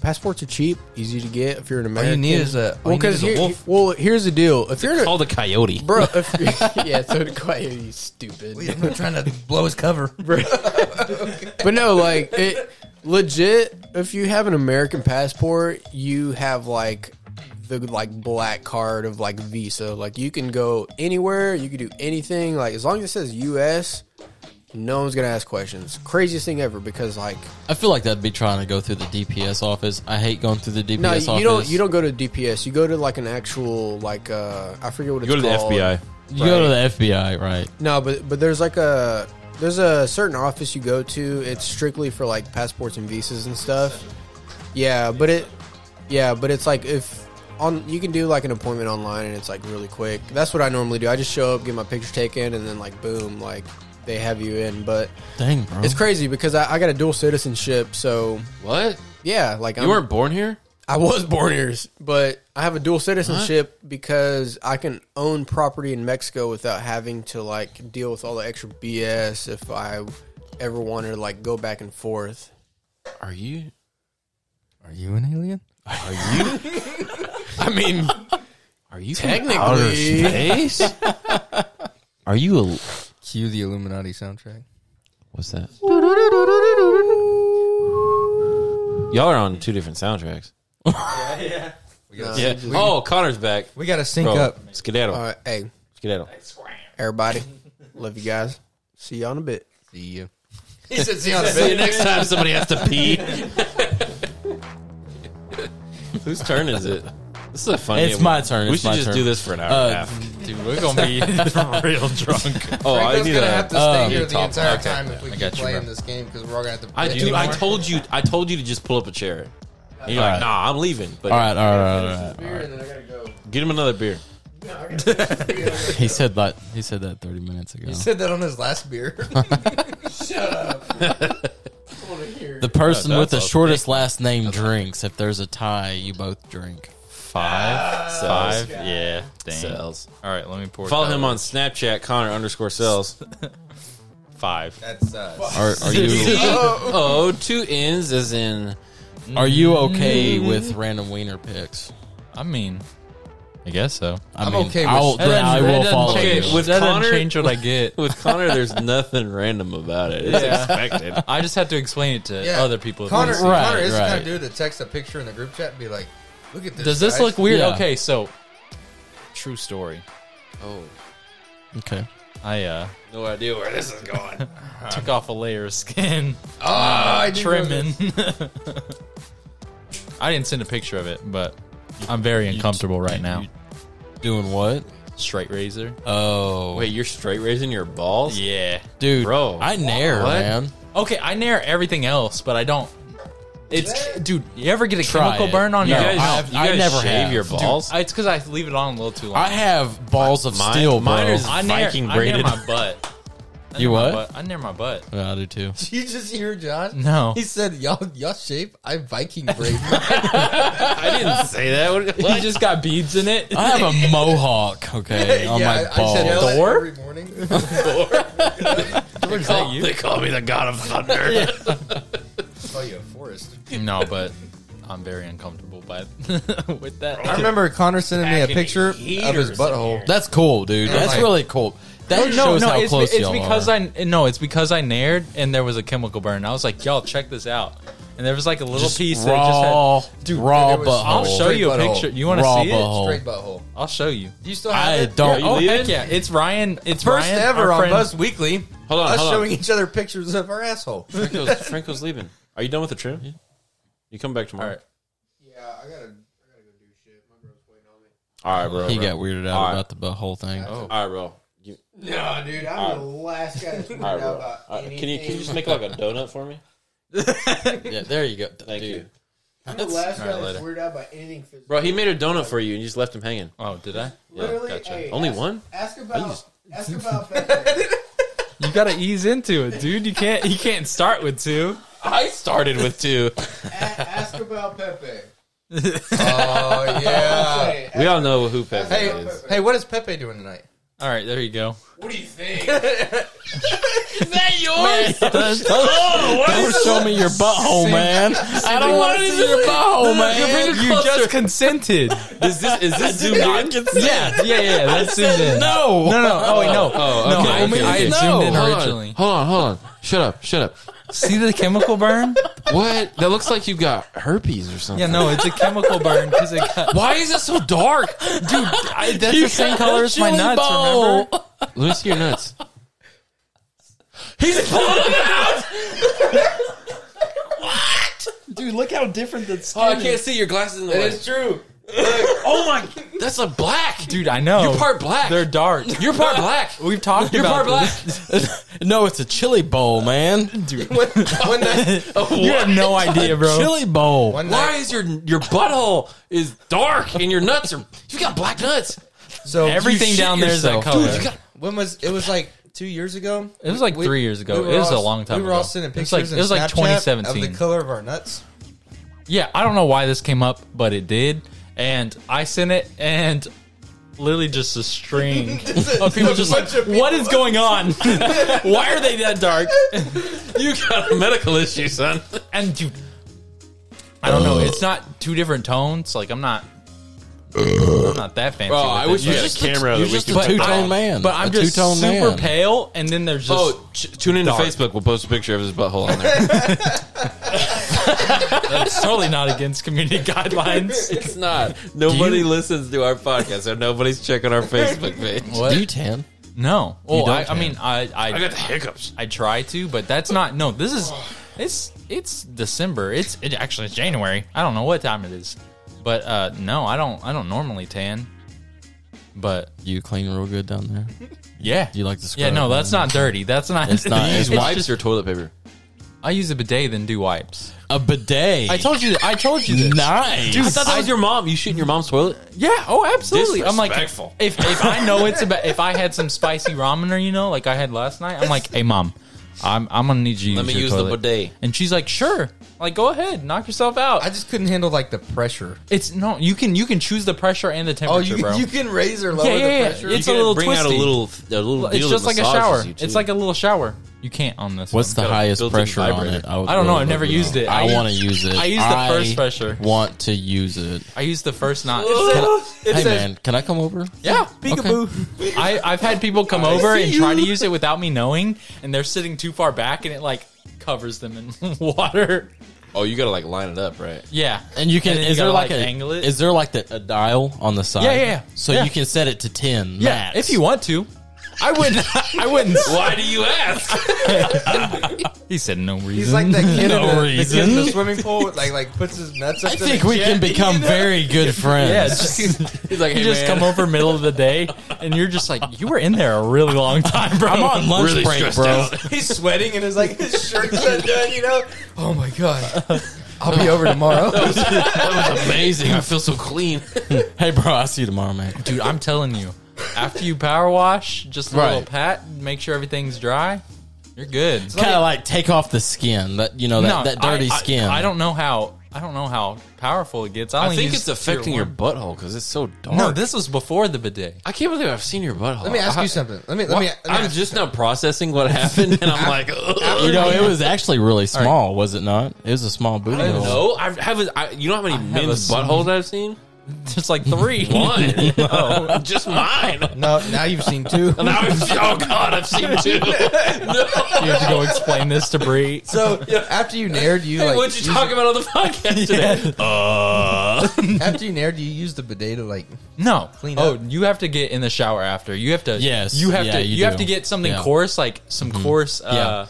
S5: passports are cheap, easy to get if you're an American.
S1: you need is a- all
S5: well,
S1: you need is
S5: because
S1: a wolf.
S5: well, here's the deal. If you're
S3: Call the coyote.
S5: Bro, if, yeah, so do quiet you stupid.
S1: I'm not trying to blow his cover.
S5: But no, like it legit if you have an American passport, you have like the like black card of like visa. Like you can go anywhere, you can do anything, like as long as it says US, no one's gonna ask questions. Craziest thing ever because like
S4: I feel like that'd be trying to go through the DPS office. I hate going through the DPS
S5: no,
S4: office.
S5: you don't you don't go to DPS, you go to like an actual like uh I forget what it's
S3: Go to the
S5: called.
S3: FBI.
S4: You go to the FBI, right?
S5: No, but but there's like a there's a certain office you go to. It's strictly for like passports and visas and stuff. Yeah, but it yeah, but it's like if on you can do like an appointment online and it's like really quick. That's what I normally do. I just show up, get my picture taken, and then like boom, like they have you in. But
S4: Dang, bro.
S3: Oh.
S5: it's crazy because I, I got a dual citizenship, so
S3: What?
S5: yeah, like
S3: You
S5: I'm,
S3: weren't born here?
S5: I was born ears, but I have a dual citizenship because I can own property in Mexico without having to like deal with all the extra BS if I ever wanted to like go back and forth.
S3: Are you?
S1: Are you an alien?
S5: I mean,
S3: Are you
S5: Technically.
S3: space? are you a?
S1: Cue the Illuminati soundtrack.
S3: What's that? Y'all are on two different soundtracks. yeah, yeah. Oh, Connor's back.
S1: We got to sync
S3: Bro,
S1: up.
S3: skedaddle,
S5: all right, uh, hey,
S3: skedaddle.
S5: everybody, love you guys. See you on a bit.
S1: See you.
S3: See you next time somebody has to pee. Whose turn is it? This is a funny.
S4: It's my turn,
S3: We
S4: it's
S3: should
S4: my
S3: just
S4: turn.
S3: do this for an hour and a
S4: Uh,
S3: half.
S2: Dude, we're gonna be real drunk.
S3: Oh, I need a.
S1: to
S4: uh,
S1: here
S2: top- okay, I got you, bro.
S1: this game because we're all gonna have to.
S3: I,
S1: play
S3: dude, I
S1: anymore.
S3: told you, I told you to just pull up a chair. And you're like,
S4: Alright.
S3: nah, I'm leaving. But
S4: All right, all right, all right, all right.
S3: get him another beer.
S4: He said that. He said that thirty minutes ago.
S1: said that on his last beer.
S4: The person
S3: No,
S4: with
S3: that's
S4: the
S3: okay.
S4: shortest last name drinks. If there's a tie, you both drink.
S2: Five,
S3: Sells.
S2: five, yeah, dang.
S3: Sells.
S2: All right, let me pour.
S3: Follow
S2: that
S3: him
S2: one.
S3: on Snapchat, Connor underscore sells.
S2: five.
S1: That's uh,
S4: Are, are you
S3: oh, two N's as in.
S4: are you okay
S3: Mm-hmm.
S4: with random wiener picks?
S2: I mean, I guess so.
S4: I
S1: I'm okay with-
S4: I'll,
S1: That
S4: then I will follow
S3: okay,
S4: you.
S3: with
S2: that doesn't
S3: Connor-
S2: change what I get.
S3: With Connor, there's nothing random about it. It's expected.
S2: I just have to explain it to
S1: yeah.
S2: other people. if
S1: Connor,
S2: they see it.
S4: Right,
S1: Connor is the kind
S4: right.
S1: of dude that texts a picture in the group chat and be like, "Look at this."
S2: Does this
S1: guys."
S2: look weird?
S4: Yeah.
S2: Okay, so true story.
S4: Okay.
S2: I uh
S1: Uh-huh.
S3: No idea where this is going.
S2: took off a layer of skin,
S1: Oh, I do know
S2: trimming. I didn't send a picture of it, but I'm very uncomfortable right now.
S4: Doing what?
S2: Straight razor.
S4: Oh,
S3: Wait, you're straight raising your balls?
S2: Yeah.
S4: dude,
S3: bro.
S4: I nair,
S3: What?
S4: man.
S2: Okay, I nair everything else, but I don't. It's dude. You ever get a
S4: Try
S2: chemical
S4: it.
S2: burn on
S4: You
S2: your?
S4: guys-
S2: I-
S4: I've- I never
S3: shave
S4: have.
S3: your
S4: Dude,
S3: balls.
S2: I- it's because I leave it on a little too long.
S4: I have balls of
S3: Mine-
S4: steel, bro.
S3: mine is-
S2: I nair,
S3: Viking
S2: I nair
S3: braided.
S2: my butt. I
S4: You
S2: nair my
S4: what?
S2: butt. I nair my butt.
S4: Yeah, I do too.
S1: Did you just hear Josh?
S2: No.
S1: He said, "Y'all, y'all shape. I Viking braid."
S3: I didn't say that. What-
S2: He just got beads in it.
S4: I have a mohawk, okay,
S2: Oh
S4: on
S1: yeah,
S4: my
S1: I, I said
S4: balls.
S1: that
S2: Thor?
S1: every morning.
S2: Is that you?
S3: They call me the god of thunder.
S1: call you a forest.
S2: No, but I'm very uncomfortable by with that.
S1: I remember Connor sending me a picture of his butthole.
S4: That's cool, dude.
S1: Yeah,
S4: That's
S1: like-
S4: really cool. That
S2: no,
S4: shows
S2: no,
S4: how
S2: it's,
S4: close
S2: it's
S4: y'all
S2: because
S4: are.
S2: I no, it's because I nared and there was a chemical burn. I was like, y'all, check this out. And there was like a little
S4: just
S2: piece that
S4: raw,
S1: it
S4: raw
S1: was-
S2: just had. I'll
S4: butthole.
S2: show you a
S1: Straight butthole.
S2: picture. You want to
S4: Raw
S2: see
S4: butthole.
S2: it?
S1: Straight butthole.
S2: I'll show you.
S1: Do you still have
S4: I
S1: it?
S4: don't.
S3: You
S2: Oh
S3: leave
S2: heck
S3: it?
S2: yeah! It's Ryan. It's
S1: First
S2: Ryan,
S1: ever
S2: our
S1: on
S2: friend-
S1: Buzz Weekly.
S3: Hold on,
S1: us
S3: hold on.
S1: showing each other pictures of our asshole.
S3: Franco's, Franco's leaving. Are you done with the trim? You come back
S2: All
S3: tomorrow.
S2: right.
S5: Yeah, I gotta, I gotta go do shit. My girl's waiting on me.
S3: All right, bro.
S4: He
S3: bro.
S4: got weirded out
S3: All right. Oh.
S4: about the whole thing.
S3: All right, bro. You-
S5: No, dude, I'm the last guy that's worried
S3: all right,
S5: out
S3: bro.
S5: about
S1: uh,
S3: All right,
S5: anything.
S3: Can you can you just make like a donut for me?
S4: Yeah, there you go.
S3: Thank
S4: dude.
S3: you,
S5: I'm the last guy that's
S2: later.
S5: weirded out by anything physical.
S3: bro. He made a donut for you and you just left him hanging.
S2: Oh, did I?
S5: Literally,
S3: gotcha.
S5: hey,
S3: Only
S5: ask-
S3: one?
S5: Ask about, ask about that.
S2: You gotta ease into it, dude. You can't. You can't start with two.
S3: I started with two.
S5: ask about Pepe.
S1: Oh yeah.
S5: Hey,
S3: we all know who Pepe
S1: hey,
S3: is.
S1: hey, what is Pepe doing tonight?
S2: All right, there you go.
S5: what do you think?
S4: Don't show me your butthole, man. I don't want to see your butthole, man.
S2: You just consented.
S3: Is this is this zoomed in?
S2: yeah, yeah, yeah. That's zoomed in.
S4: No,
S2: No, no. Oh, wait, no.
S3: Oh,
S2: no,
S3: okay,
S2: I,
S3: okay,
S2: I
S3: okay.
S2: had zoomed in
S3: No, hold on.
S2: originally.
S3: Hold on, hold on. Shut up, shut up.
S2: See the chemical burn?
S3: What? That looks like you got herpes or something.
S2: Yeah, no, it's a chemical burn because it got.
S3: Why is it so dark? Dude,
S2: I, that's the same color as my
S4: chili
S2: nuts.
S4: bowl.
S2: Remember?
S3: let me see your nuts.
S2: Dude, look how different that's.
S3: Oh, I can't see your glasses in the way.
S1: true.
S3: Oh my, that's a black.
S2: Dude, I know.
S3: You're part black.
S2: They're dark.
S3: You're part black.
S2: We've talked
S3: You're part
S2: about
S3: black.
S2: this.
S4: no, it's a chili bowl, man.
S1: When, when that,
S2: You have no idea, bro.
S4: Chili bowl.
S1: one
S3: Why
S1: night,
S3: is your your butthole is dark and your nuts are you got black nuts?
S1: so
S2: Everything
S1: you shit
S2: down there is that
S1: yourself.
S2: color.
S3: You got
S1: When was it? Was like two years ago.
S2: It was like
S1: We-
S2: three years ago.
S1: we were
S2: it was
S1: all-
S2: a long time
S1: We were
S2: ago.
S1: all sending
S2: It was
S1: pictures.
S2: like-
S1: in
S2: it was like
S1: Snapchat
S2: 2017.
S1: of the color of our nuts.
S2: yeah, I don't know why this came up, but it did, and I sent it, and literally just a string of people just like, what is going on? why are they that dark?
S3: You got a medical issue, son.
S2: And dude, I don't know. It's not two different tones. Like I'm not, I'm not that fancy.
S3: Bro,
S2: with
S3: I
S2: it.
S3: wish you
S2: But-
S3: had a camera.
S4: You're
S3: that we
S4: just
S3: could
S4: a
S3: put-
S4: two tone
S2: I-
S4: man.
S2: But I'm
S4: a
S2: just
S4: two-tone
S2: super
S4: man.
S2: pale, and then there's just
S3: Oh, t- tune into
S2: Dark.
S3: Facebook. We'll post a picture of his butthole on there.
S2: that's totally not against community guidelines.
S3: it's not. Nobody listens to our podcast, so nobody's checking our Facebook page.
S4: Do you tan?
S2: No. Oh,
S4: don't
S2: I, I
S4: tan.
S2: mean, I, I,
S3: I got the hiccups.
S2: I try to, but that's not. No, this is it's it's December. It's it actually it's January. I don't know what time it is, but uh no, I don't. I don't normally tan. But
S4: You clean real good down there.
S2: yeah,
S4: You like to scrub.
S2: yeah. No, that's not dirty. That's not.
S4: It's not.
S3: Use
S4: It's
S3: wipes or toilet paper.
S2: I use a bidet than do wipes.
S4: a bidet.
S2: I told you. I told you this.
S4: Nice.
S3: I thought that was your mom. You shit in your mom's toilet?
S2: Yeah. Oh, absolutely. I'm like, if,
S3: Disrespectful.
S2: if I know it's about, if I had some spicy ramen or you know, like I had last night, I'm like, hey mom, I'm I'm gonna need you. To
S3: Let
S2: use
S3: me
S2: your
S3: use the
S2: toilet."
S3: bidet.
S2: And she's like, sure. Like, go ahead, knock yourself out.
S1: I just couldn't handle like the pressure.
S2: it's no, you can you can choose the pressure and the
S1: Oh,
S2: temperature,
S1: you,
S2: bro.
S1: you can raise or lower
S2: yeah, yeah, yeah.
S1: the pressure.
S2: It's
S3: You
S2: a
S3: gotta
S2: little
S3: bring out a
S2: twisty.
S3: little, a little
S2: It's
S3: deal
S2: just
S3: that
S2: like a
S3: massages
S2: shower.
S3: you, too.
S2: It's like a little shower. You can't on this.
S4: What's
S2: one.
S4: the highest
S3: built-in
S4: pressure on
S3: vibrator.
S4: it? would
S2: I don't know.
S4: really
S2: I've never
S4: love to
S2: used
S4: know.
S2: it. I
S4: I want to
S2: used-
S4: use it.
S2: I used the first pressure.
S4: Want to use it?
S2: I use the first knot.
S4: Can I-
S1: It
S4: hey
S1: says-
S4: man, can I come over?
S2: Yeah,
S4: peekaboo.
S2: I, I've had people come over and try to use it without me knowing, and they're sitting too far back, and it like covers them in water.
S3: oh, you gotta like line it up, right?
S2: Yeah,
S4: And you can.
S2: then
S4: is there
S2: gotta,
S4: like, a?
S2: angle it?
S4: Is there like the, a dial on the side?
S2: Yeah, yeah, yeah.
S4: So
S2: Yeah.
S4: you can set it to ten.
S2: yeah,
S4: max.
S2: if you want to. I wouldn't. I wouldn't.
S3: Why do you ask?
S2: He said no reason.
S1: He's like that kid,
S4: No
S1: in, the, the kid in the
S4: reason.
S1: swimming pool. With, like, like puts his nuts up.
S4: I
S1: to
S4: think
S1: the
S4: we
S1: jet,
S4: can become
S1: you know?
S4: very good
S2: yeah,
S4: friends.
S2: it's just,
S3: He's like,
S2: you
S3: hey
S2: just
S3: man,
S2: come over middle of the day, and you're just like, you were in there a really long time, bro.
S4: I'm on lunch
S3: Really
S4: break,
S3: stressed
S4: bro.
S3: out.
S1: He's sweating and his like his shirt's undone. You know? Oh my god! I'll be over tomorrow.
S3: that was amazing. I feel so clean.
S4: Hey, bro, I'll see you tomorrow, man.
S2: dude. I'm telling you, after you power wash, just a little
S4: Right.
S2: pat, make sure everything's dry. You're good.
S4: Kind of like take off the skin, that you know, that, that dirty
S2: I- I-
S4: skin.
S2: I, don't know how. I don't know how powerful it gets. I,
S3: I
S2: only
S3: think
S2: use
S3: it's affecting
S2: pure
S3: your butthole because it's so dark.
S2: warm. No, this was before the bidet.
S3: I can't believe I've seen your butthole.
S1: Let me ask
S3: I-
S1: you something. Let me. Let
S3: What?
S1: me. Let me
S3: I'm just now processing what happened, and I'm like,
S4: You
S3: Ugh.
S4: know, it was actually really small, was it not? It was a small booty hole.
S3: no, I have. A, I, you know how many men's buttholes I've seen?
S2: Just like three.
S3: One, no, just mine.
S1: no, now you've seen two.
S3: And I was, oh god, I've seen two. No.
S2: You have to go explain this to Bree.
S1: So after you nared, you
S3: Hey,
S1: like
S3: what'd you
S1: use-
S3: talk about on the podcast today?
S1: after you nared, you use the bidet to like.
S2: No,
S1: Clean
S2: oh,
S1: up.
S2: you have to get in the shower after. You have to.
S4: Yes.
S2: you have
S4: Yeah,
S2: to.
S4: you
S2: You, have
S4: do.
S2: to get something
S4: Yeah. Mm-hmm.
S2: coarse, like some coarse uh,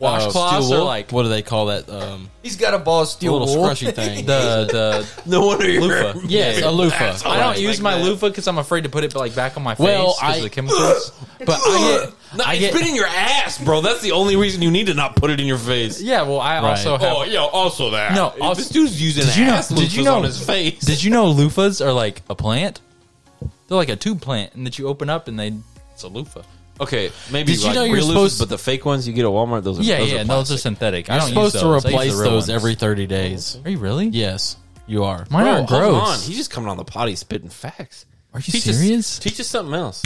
S2: washcloths or like
S4: Uh, what do they call that? Um,
S1: He's got a ball of
S4: the
S1: steel
S4: Oh, little
S1: wool.
S4: scrushy thing.
S2: the
S3: No wonder you're.
S2: the loofah.
S4: yes, a loofah.
S2: I
S3: Right,
S2: don't
S3: like
S2: use my
S3: that.
S2: loofah because I'm afraid to put it like back on my face
S4: Well,
S2: because
S4: I-
S2: of the chemicals. but I get,
S3: No,
S2: I
S3: it's
S2: get-
S3: been in your ass, bro. That's the only reason you need to not put it in your face.
S2: yeah. Well, I also have.
S3: Oh, yeah. Also that.
S2: No, also-
S3: this dude's using
S2: Did you know-
S3: ass
S2: did you
S3: loofahs
S2: know-
S3: on his face.
S2: Did you know loofahs are like a plant? They're like a tube plant, and that you open up and they it's a loofah.
S3: okay, maybe
S4: Did you
S3: like
S4: know you're
S3: real loofahs,
S4: supposed-
S3: but the fake ones you get at Walmart, those are
S2: Yeah,
S3: those
S2: yeah,
S3: Are
S2: those are
S3: plastic.
S2: synthetic.
S4: You're
S2: I don't
S4: supposed
S2: use
S4: to
S2: those. I use
S4: replace
S2: the real
S4: those
S2: ones.
S4: every 30 days.
S2: Are you really?
S4: Yes, you are.
S3: Bro,
S2: Mine are
S3: hold on.
S2: gross.
S3: He's just coming on the potty spitting facts.
S2: Are you
S3: Teach Us,
S2: serious?
S3: teach us something else.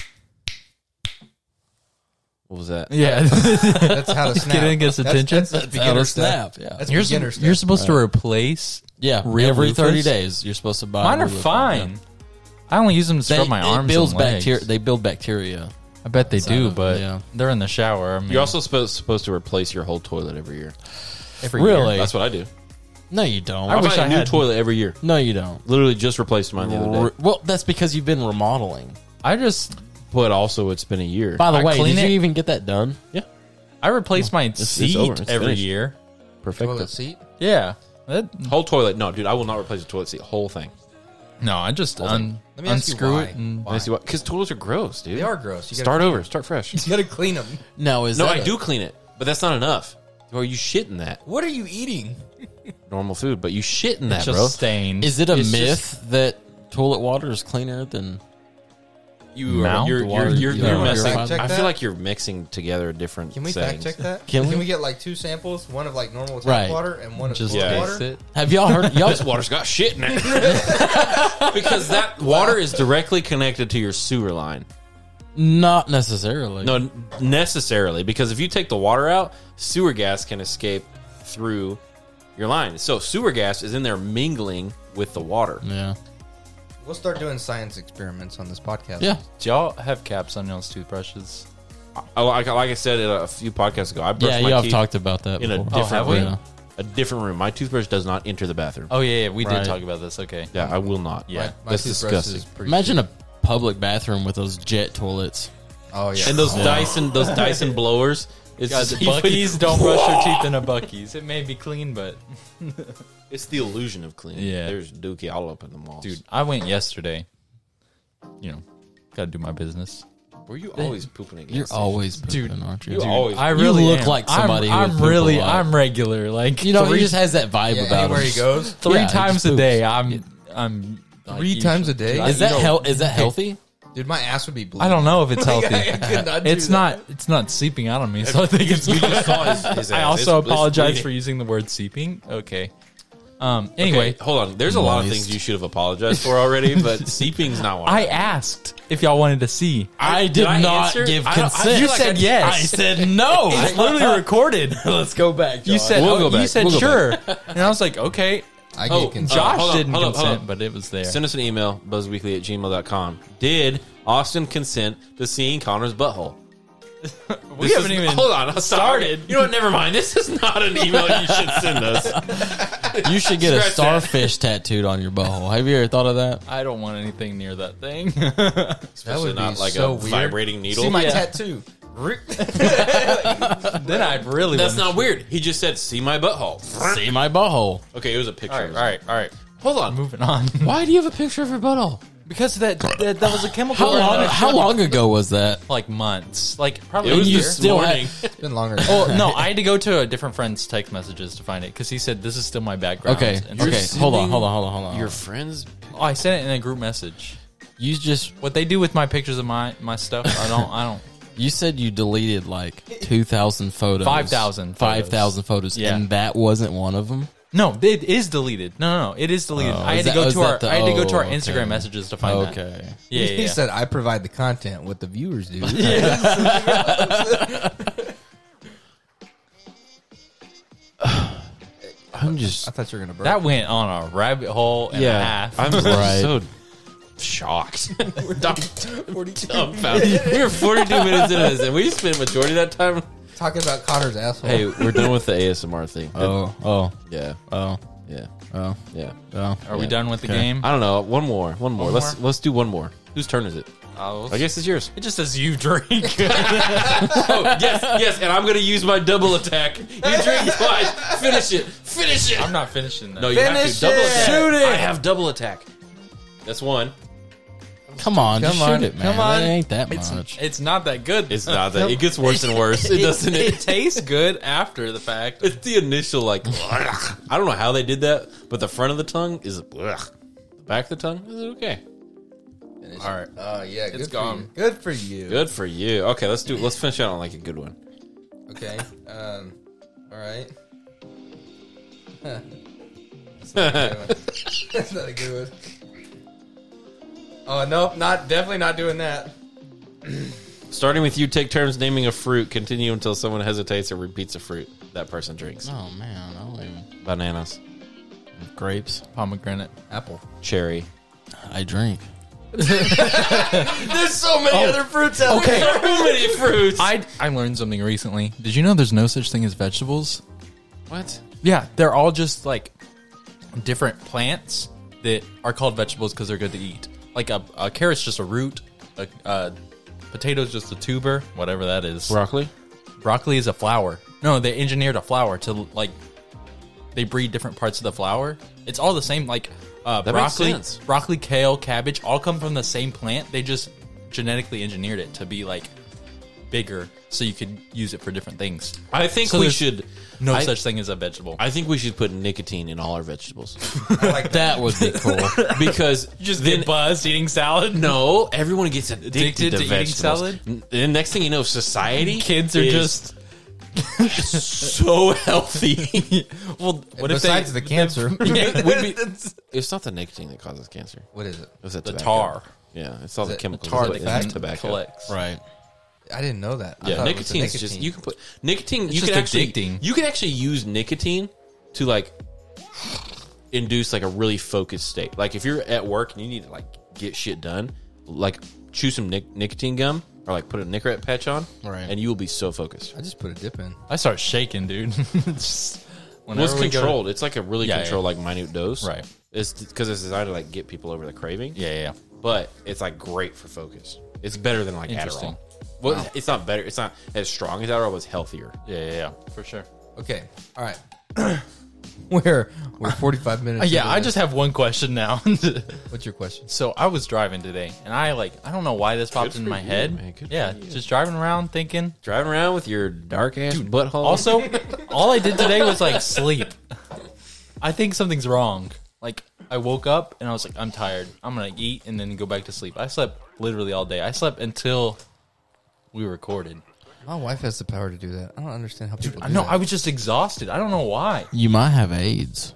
S3: What was that?
S2: yeah,
S1: That's how to snap.
S2: getting his
S1: That's-
S2: attention.
S1: That's, that's,
S4: That's
S1: beginner
S4: how to
S1: stuff.
S4: snap, yeah.
S1: That's
S2: you're,
S1: beginner stuff.
S2: you're supposed to replace.
S4: Yeah,
S2: Real
S4: every
S2: loofahs?
S4: 30 days you're supposed to buy.
S2: Mine
S4: a
S2: are
S4: new loofah, yeah.
S2: fine. I only use them to
S4: They,
S2: scrub my
S4: it
S2: arms.
S4: builds
S2: and legs.
S4: bacteria. They build bacteria.
S2: I bet they do,
S4: of-
S2: but
S4: yeah.
S2: they're in the shower. I mean,
S3: You're also supposed, supposed to replace your whole toilet every year.
S2: every
S4: Really?
S3: That's what I do.
S4: No, you don't.
S3: I,
S2: wish
S3: buy a
S2: I
S3: new
S2: had-
S3: toilet every year.
S4: no, you don't.
S3: Literally just replaced mine the other
S4: Re-
S3: day.
S4: Well, that's because you've been remodeling.
S2: I just
S3: But also, it's been a year.
S4: By the
S2: I
S4: way,
S2: clean
S4: did you
S2: it-
S4: even get that done?
S2: I replace my seat
S3: over. It's
S2: every
S3: finished.
S2: year.
S3: Perfect.
S1: Toilet seat.
S2: Yeah. That-
S3: Whole toilet. No, dude, I will not replace the toilet seat. Whole thing.
S2: no, I just un,
S1: Let me ask you
S2: unscrew
S1: why.
S2: it. And,
S1: Why?
S3: Because toilets are gross, dude.
S1: They are gross. You gotta,
S3: Start over. Start fresh.
S1: You gotta clean them.
S4: No, is
S3: no,
S4: that
S3: I
S4: a-
S3: do clean it, but that's not enough. Are you shitting that?
S1: What are you eating?
S3: Normal food, but you shitting that,
S2: just
S3: bro.
S2: stained.
S4: Is it a
S2: It's
S4: myth
S2: just-
S4: that toilet water is cleaner than
S3: You
S2: Mouth?
S3: are you're
S2: The
S4: water-
S3: you're, you're,
S4: yeah.
S3: you're
S4: Can we
S3: messing.
S1: fact check
S3: I
S1: that?
S3: feel like you're mixing together different.
S1: Can we fact
S3: sayings.
S1: check that?
S4: Can we?
S1: get like two samples, one of like normal tap
S4: Right.
S1: water and one of
S2: Just
S1: cold
S3: Yeah.
S1: water?
S2: taste it.
S4: Have y'all heard? Y'all,
S3: This water's got shit in it because that water is directly connected to your sewer line.
S4: not necessarily.
S3: No, necessarily because if you take the water out, sewer gas can escape through your line. So sewer gas is in there mingling with the water.
S2: Mm.
S4: Yeah.
S1: We'll start doing science experiments on this podcast.
S4: Yeah.
S2: Do y'all have caps on y'all's toothbrushes?
S3: I, Oh, like, like I said uh, a few podcasts ago, I brushed
S4: Yeah.
S3: my
S4: Y'all have
S3: teeth
S4: talked about that
S3: in a
S4: before.
S3: different
S2: Oh, have we?
S3: room. A different room. My toothbrush does not enter the bathroom.
S2: Oh yeah, yeah we
S4: Right.
S2: did talk about this. Okay,
S3: Yeah, I will not. Yeah,
S1: My, my
S3: that's
S1: toothbrush
S3: disgusting.
S1: Is pretty
S4: Imagine a public bathroom with those jet toilets.
S1: Oh yeah.
S3: And those Dyson, those Dyson blowers. It's
S2: guys,
S3: just-
S2: Bucky's don't brush your teeth in a Bucky's. It may be clean, but
S3: It's the illusion of clean.
S2: Yeah.
S3: there's dookie all up in the mall.
S2: dude, I went yesterday. You know, gotta do my business.
S3: were you always pooping against?
S4: You're
S3: it?
S4: always pooping,
S2: Dude,
S4: aren't you?
S3: you always.
S2: I
S4: You
S2: really
S4: look
S2: am.
S4: like somebody who
S2: I'm,
S4: would
S2: I'm
S4: poop a
S2: really,
S4: lot.
S2: I'm regular. Like
S4: you know,
S2: three,
S4: he just has that vibe
S1: yeah,
S4: about
S1: anywhere
S4: him.
S1: he goes.
S2: three
S4: yeah, he
S2: times
S4: just
S2: a
S4: poops.
S2: day. I'm I'm like,
S1: Three times a day?
S4: Is
S2: I-
S4: that
S2: you know,
S4: hel- is that healthy?
S1: Dude, my ass would be blue.
S2: I don't know if it's healthy.
S1: I could not do
S2: it's
S1: that.
S2: not. It's not seeping out on me. So I think it's. I also apologize for using the word seeping. Okay. Um. Anyway,
S3: Anyway, hold on. There's a lot of
S4: Moist.
S3: things you should have apologized for already, but seeping's not one. of
S2: I
S3: them.
S2: asked if y'all wanted to see.
S4: I did,
S3: did I
S4: not
S3: answer?
S4: give
S3: I don't- I
S4: consent.
S3: feel You like said I- yes.
S4: I said no.
S2: It's literally recorded.
S4: Let's go back.
S2: You said.
S3: We'll
S2: oh,
S3: go
S2: You
S3: back.
S2: said
S3: We'll go
S2: sure, and I was like, okay.
S1: I
S3: Oh,
S1: get consent.
S2: Josh
S3: hold on,
S2: didn't
S3: hold on, hold
S2: consent,
S3: on.
S2: but it was there.
S3: Send us an email, buzzweekly at gmail.com. Did Austin consent to seeing Connor's butthole?
S2: we
S3: This
S2: haven't
S3: is-
S2: even.
S3: hold on. I'm sorry.
S2: started.
S3: You know what? Never mind. This is not an email you should send us.
S4: You should get a
S3: Scratch that.
S4: starfish tattooed on your butthole. Have you ever thought of that?
S2: I don't want anything near that thing.
S1: That would
S3: Especially
S1: be
S3: not like
S1: so
S3: a
S1: weird.
S3: vibrating needle.
S1: See my
S2: Oh, Yeah.
S1: tattoo.
S2: then I'd really.
S3: That's
S2: wanna-
S3: not weird. He just said, "See my butthole."
S4: See my butthole.
S3: Okay, it was a picture.
S2: All right. All right. All right.
S3: Hold on.
S2: Moving on.
S4: Why do you have a picture of your butthole?
S2: Because that that, that was a chemical.
S4: How long? How long ago was that?
S2: Like months. Like probably.
S3: It was
S2: a year.
S3: this
S4: still
S3: morning.
S1: It's been longer.
S2: Well, no, I had to go to a different friend's text messages to find it because he said this is still my background.
S4: Okay.
S2: And so-
S4: Okay. Hold on. Hold on. Hold on. Hold on.
S3: Your friends.
S2: Oh, I sent it in a group message.
S4: you just
S2: What they do with my pictures of my my stuff, I don't. I don't.
S4: you said you deleted like two thousand photos,
S2: 5,000 photos.
S4: five thousand photos,
S2: Yeah.
S4: and that wasn't one of them.
S2: No, it is deleted. No, no, no it is deleted. I
S4: is
S2: had to
S4: that-
S2: go
S4: is
S2: to our.
S4: that the-
S2: I had to go to our
S4: oh,
S2: Instagram
S4: okay.
S2: messages to find that.
S4: Okay.
S2: Yeah,
S1: he
S2: yeah. yeah.
S1: said I provide the content, what the viewers do.
S4: I'm just
S1: I thought you were gonna burn.
S2: That went on a rabbit hole and a half.
S3: I'm
S4: Right.
S3: so shocked. We're dumb, dumbfounded. We were 42 minutes into this, and we spent majority of that time.
S1: talking about Connor's asshole.
S3: Hey, we're done with the ASMR thing.
S4: oh oh
S3: Yeah,
S4: oh
S3: yeah,
S4: oh
S3: yeah.
S4: oh.
S2: Are we done with the game?
S3: I don't know. One more. One more. Uh, let's let's do one more. Whose turn is it?
S2: I'll-
S3: I guess it's yours.
S2: it just says you drink.
S3: Oh yes, yes. And I'm gonna use my double attack. You drink twice. Finish it. Finish it.
S2: I'm not finishing that.
S3: No, you have
S1: Finish
S3: to double
S1: it.
S3: attack.
S1: Shoot
S3: it. I have double attack. That's one.
S4: Come on, just
S1: Come on,
S4: shoot it, man.
S1: come on.
S4: It ain't that
S2: it's,
S4: much.
S2: it's not that good.
S3: It's not that. It gets worse and worse. It
S2: it,
S3: doesn't.
S2: it tastes good after the fact.
S3: It's the initial like. I don't know how they did that, but the front of the tongue is. The back of the tongue is okay.
S1: All right. Uh, yeah, good
S2: gone.
S1: For you. Good for you.
S3: Good for you. Okay, let's do. Let's finish out on like a good one.
S1: Okay. Um. All right. That's not a good one. Oh nope, not definitely not doing that.
S3: Starting with you, take turns naming a fruit. Continue until someone hesitates or repeats a fruit that person drinks.
S4: oh man, I don't even
S3: Bananas,
S4: grapes.
S2: Pomegranate.
S1: Apple.
S3: cherry.
S4: I drink.
S1: There's so many other fruits out okay. there.
S3: How many fruits?
S2: I I learned something recently. Did you know there's no such thing as vegetables?
S3: what?
S2: Yeah, they're all just like different plants that are called vegetables because they're good to eat. Like a, a carrot's just a root, a, a potato's just a tuber, whatever that is.
S3: Broccoli.
S2: Broccoli is a flower. No, they engineered a flower to like they breed different parts of the flower. It's all the same. Like uh,
S3: That makes
S2: broccoli,
S3: sense.
S2: broccoli, kale, cabbage, all come from the same plant. They just genetically engineered it to be like bigger, so you could use it for different things.
S3: I think
S2: So
S3: we
S2: there's
S3: should.
S2: No
S3: I-
S2: such thing as a vegetable.
S3: I think we should put nicotine in all our vegetables
S4: That would be cool.
S3: because
S2: just
S3: then
S2: get buzzed eating salad.
S3: no, everyone gets addicted,
S2: Addicted
S3: to,
S2: to eating
S3: vegetables.
S2: salad?
S3: N- The next thing you know, society
S2: kids are
S3: is
S2: just
S3: so healthy.
S2: well. What if they,
S1: Besides the cancer,
S3: It would be- it's not the nicotine that causes cancer.
S1: what is it?
S3: It's the,
S2: the
S3: tobacco.
S2: tar
S3: Yeah, it's all the,
S1: it the
S3: chemicals
S1: tar
S3: that
S1: that
S3: is in
S1: fact-
S3: tobacco.
S2: collects?
S4: right.
S1: I didn't know that. I
S3: Yeah,
S1: thought it was the
S3: nicotine's just you can put nicotine. you
S2: just
S3: can actually
S2: addicting.
S3: you can actually use nicotine to like induce like a really focused state. Like if you're at work and you need to like get shit done, like chew some nic- nicotine gum or like put a nicotine patch on,
S4: Right.
S3: And you will be so focused.
S1: I just put a dip in.
S2: I start shaking, dude. It's just-
S3: Well, it's
S2: whenever we go to-
S3: controlled. It's like a really
S2: Yeah,
S3: controlled, like minute dose,
S2: Right.
S3: It's because it's designed to like get people over the craving.
S2: Yeah, yeah, yeah.
S3: but it's like great for focus. It's better than like
S2: Interesting.
S3: Adderall. Well, it's not better. It's not as strong as Adderall, but it's healthier.
S2: yeah, yeah, yeah, for sure.
S1: Okay, all right. we're we're forty five minutes.
S2: Uh, yeah,
S1: into
S2: I
S1: this.
S2: just have one question now.
S1: What's your question?
S2: so I was driving today, and I like I don't know why this popped
S3: Good
S2: in
S3: for
S2: my
S3: you,
S2: head.
S3: man. Good for
S2: yeah,
S3: you.
S2: just driving around thinking.
S3: Driving around with your dark ass butthole.
S2: Also, all I did today was like sleep. I think something's wrong. Like I woke up and I was like, I'm tired. I'm gonna eat and then go back to sleep. I slept literally all day. I slept until we recorded.
S1: My wife has the power to do that. I don't understand how people.
S2: I
S1: do
S2: know
S1: that.
S2: I was just exhausted. I don't know why.
S4: You might have AIDS.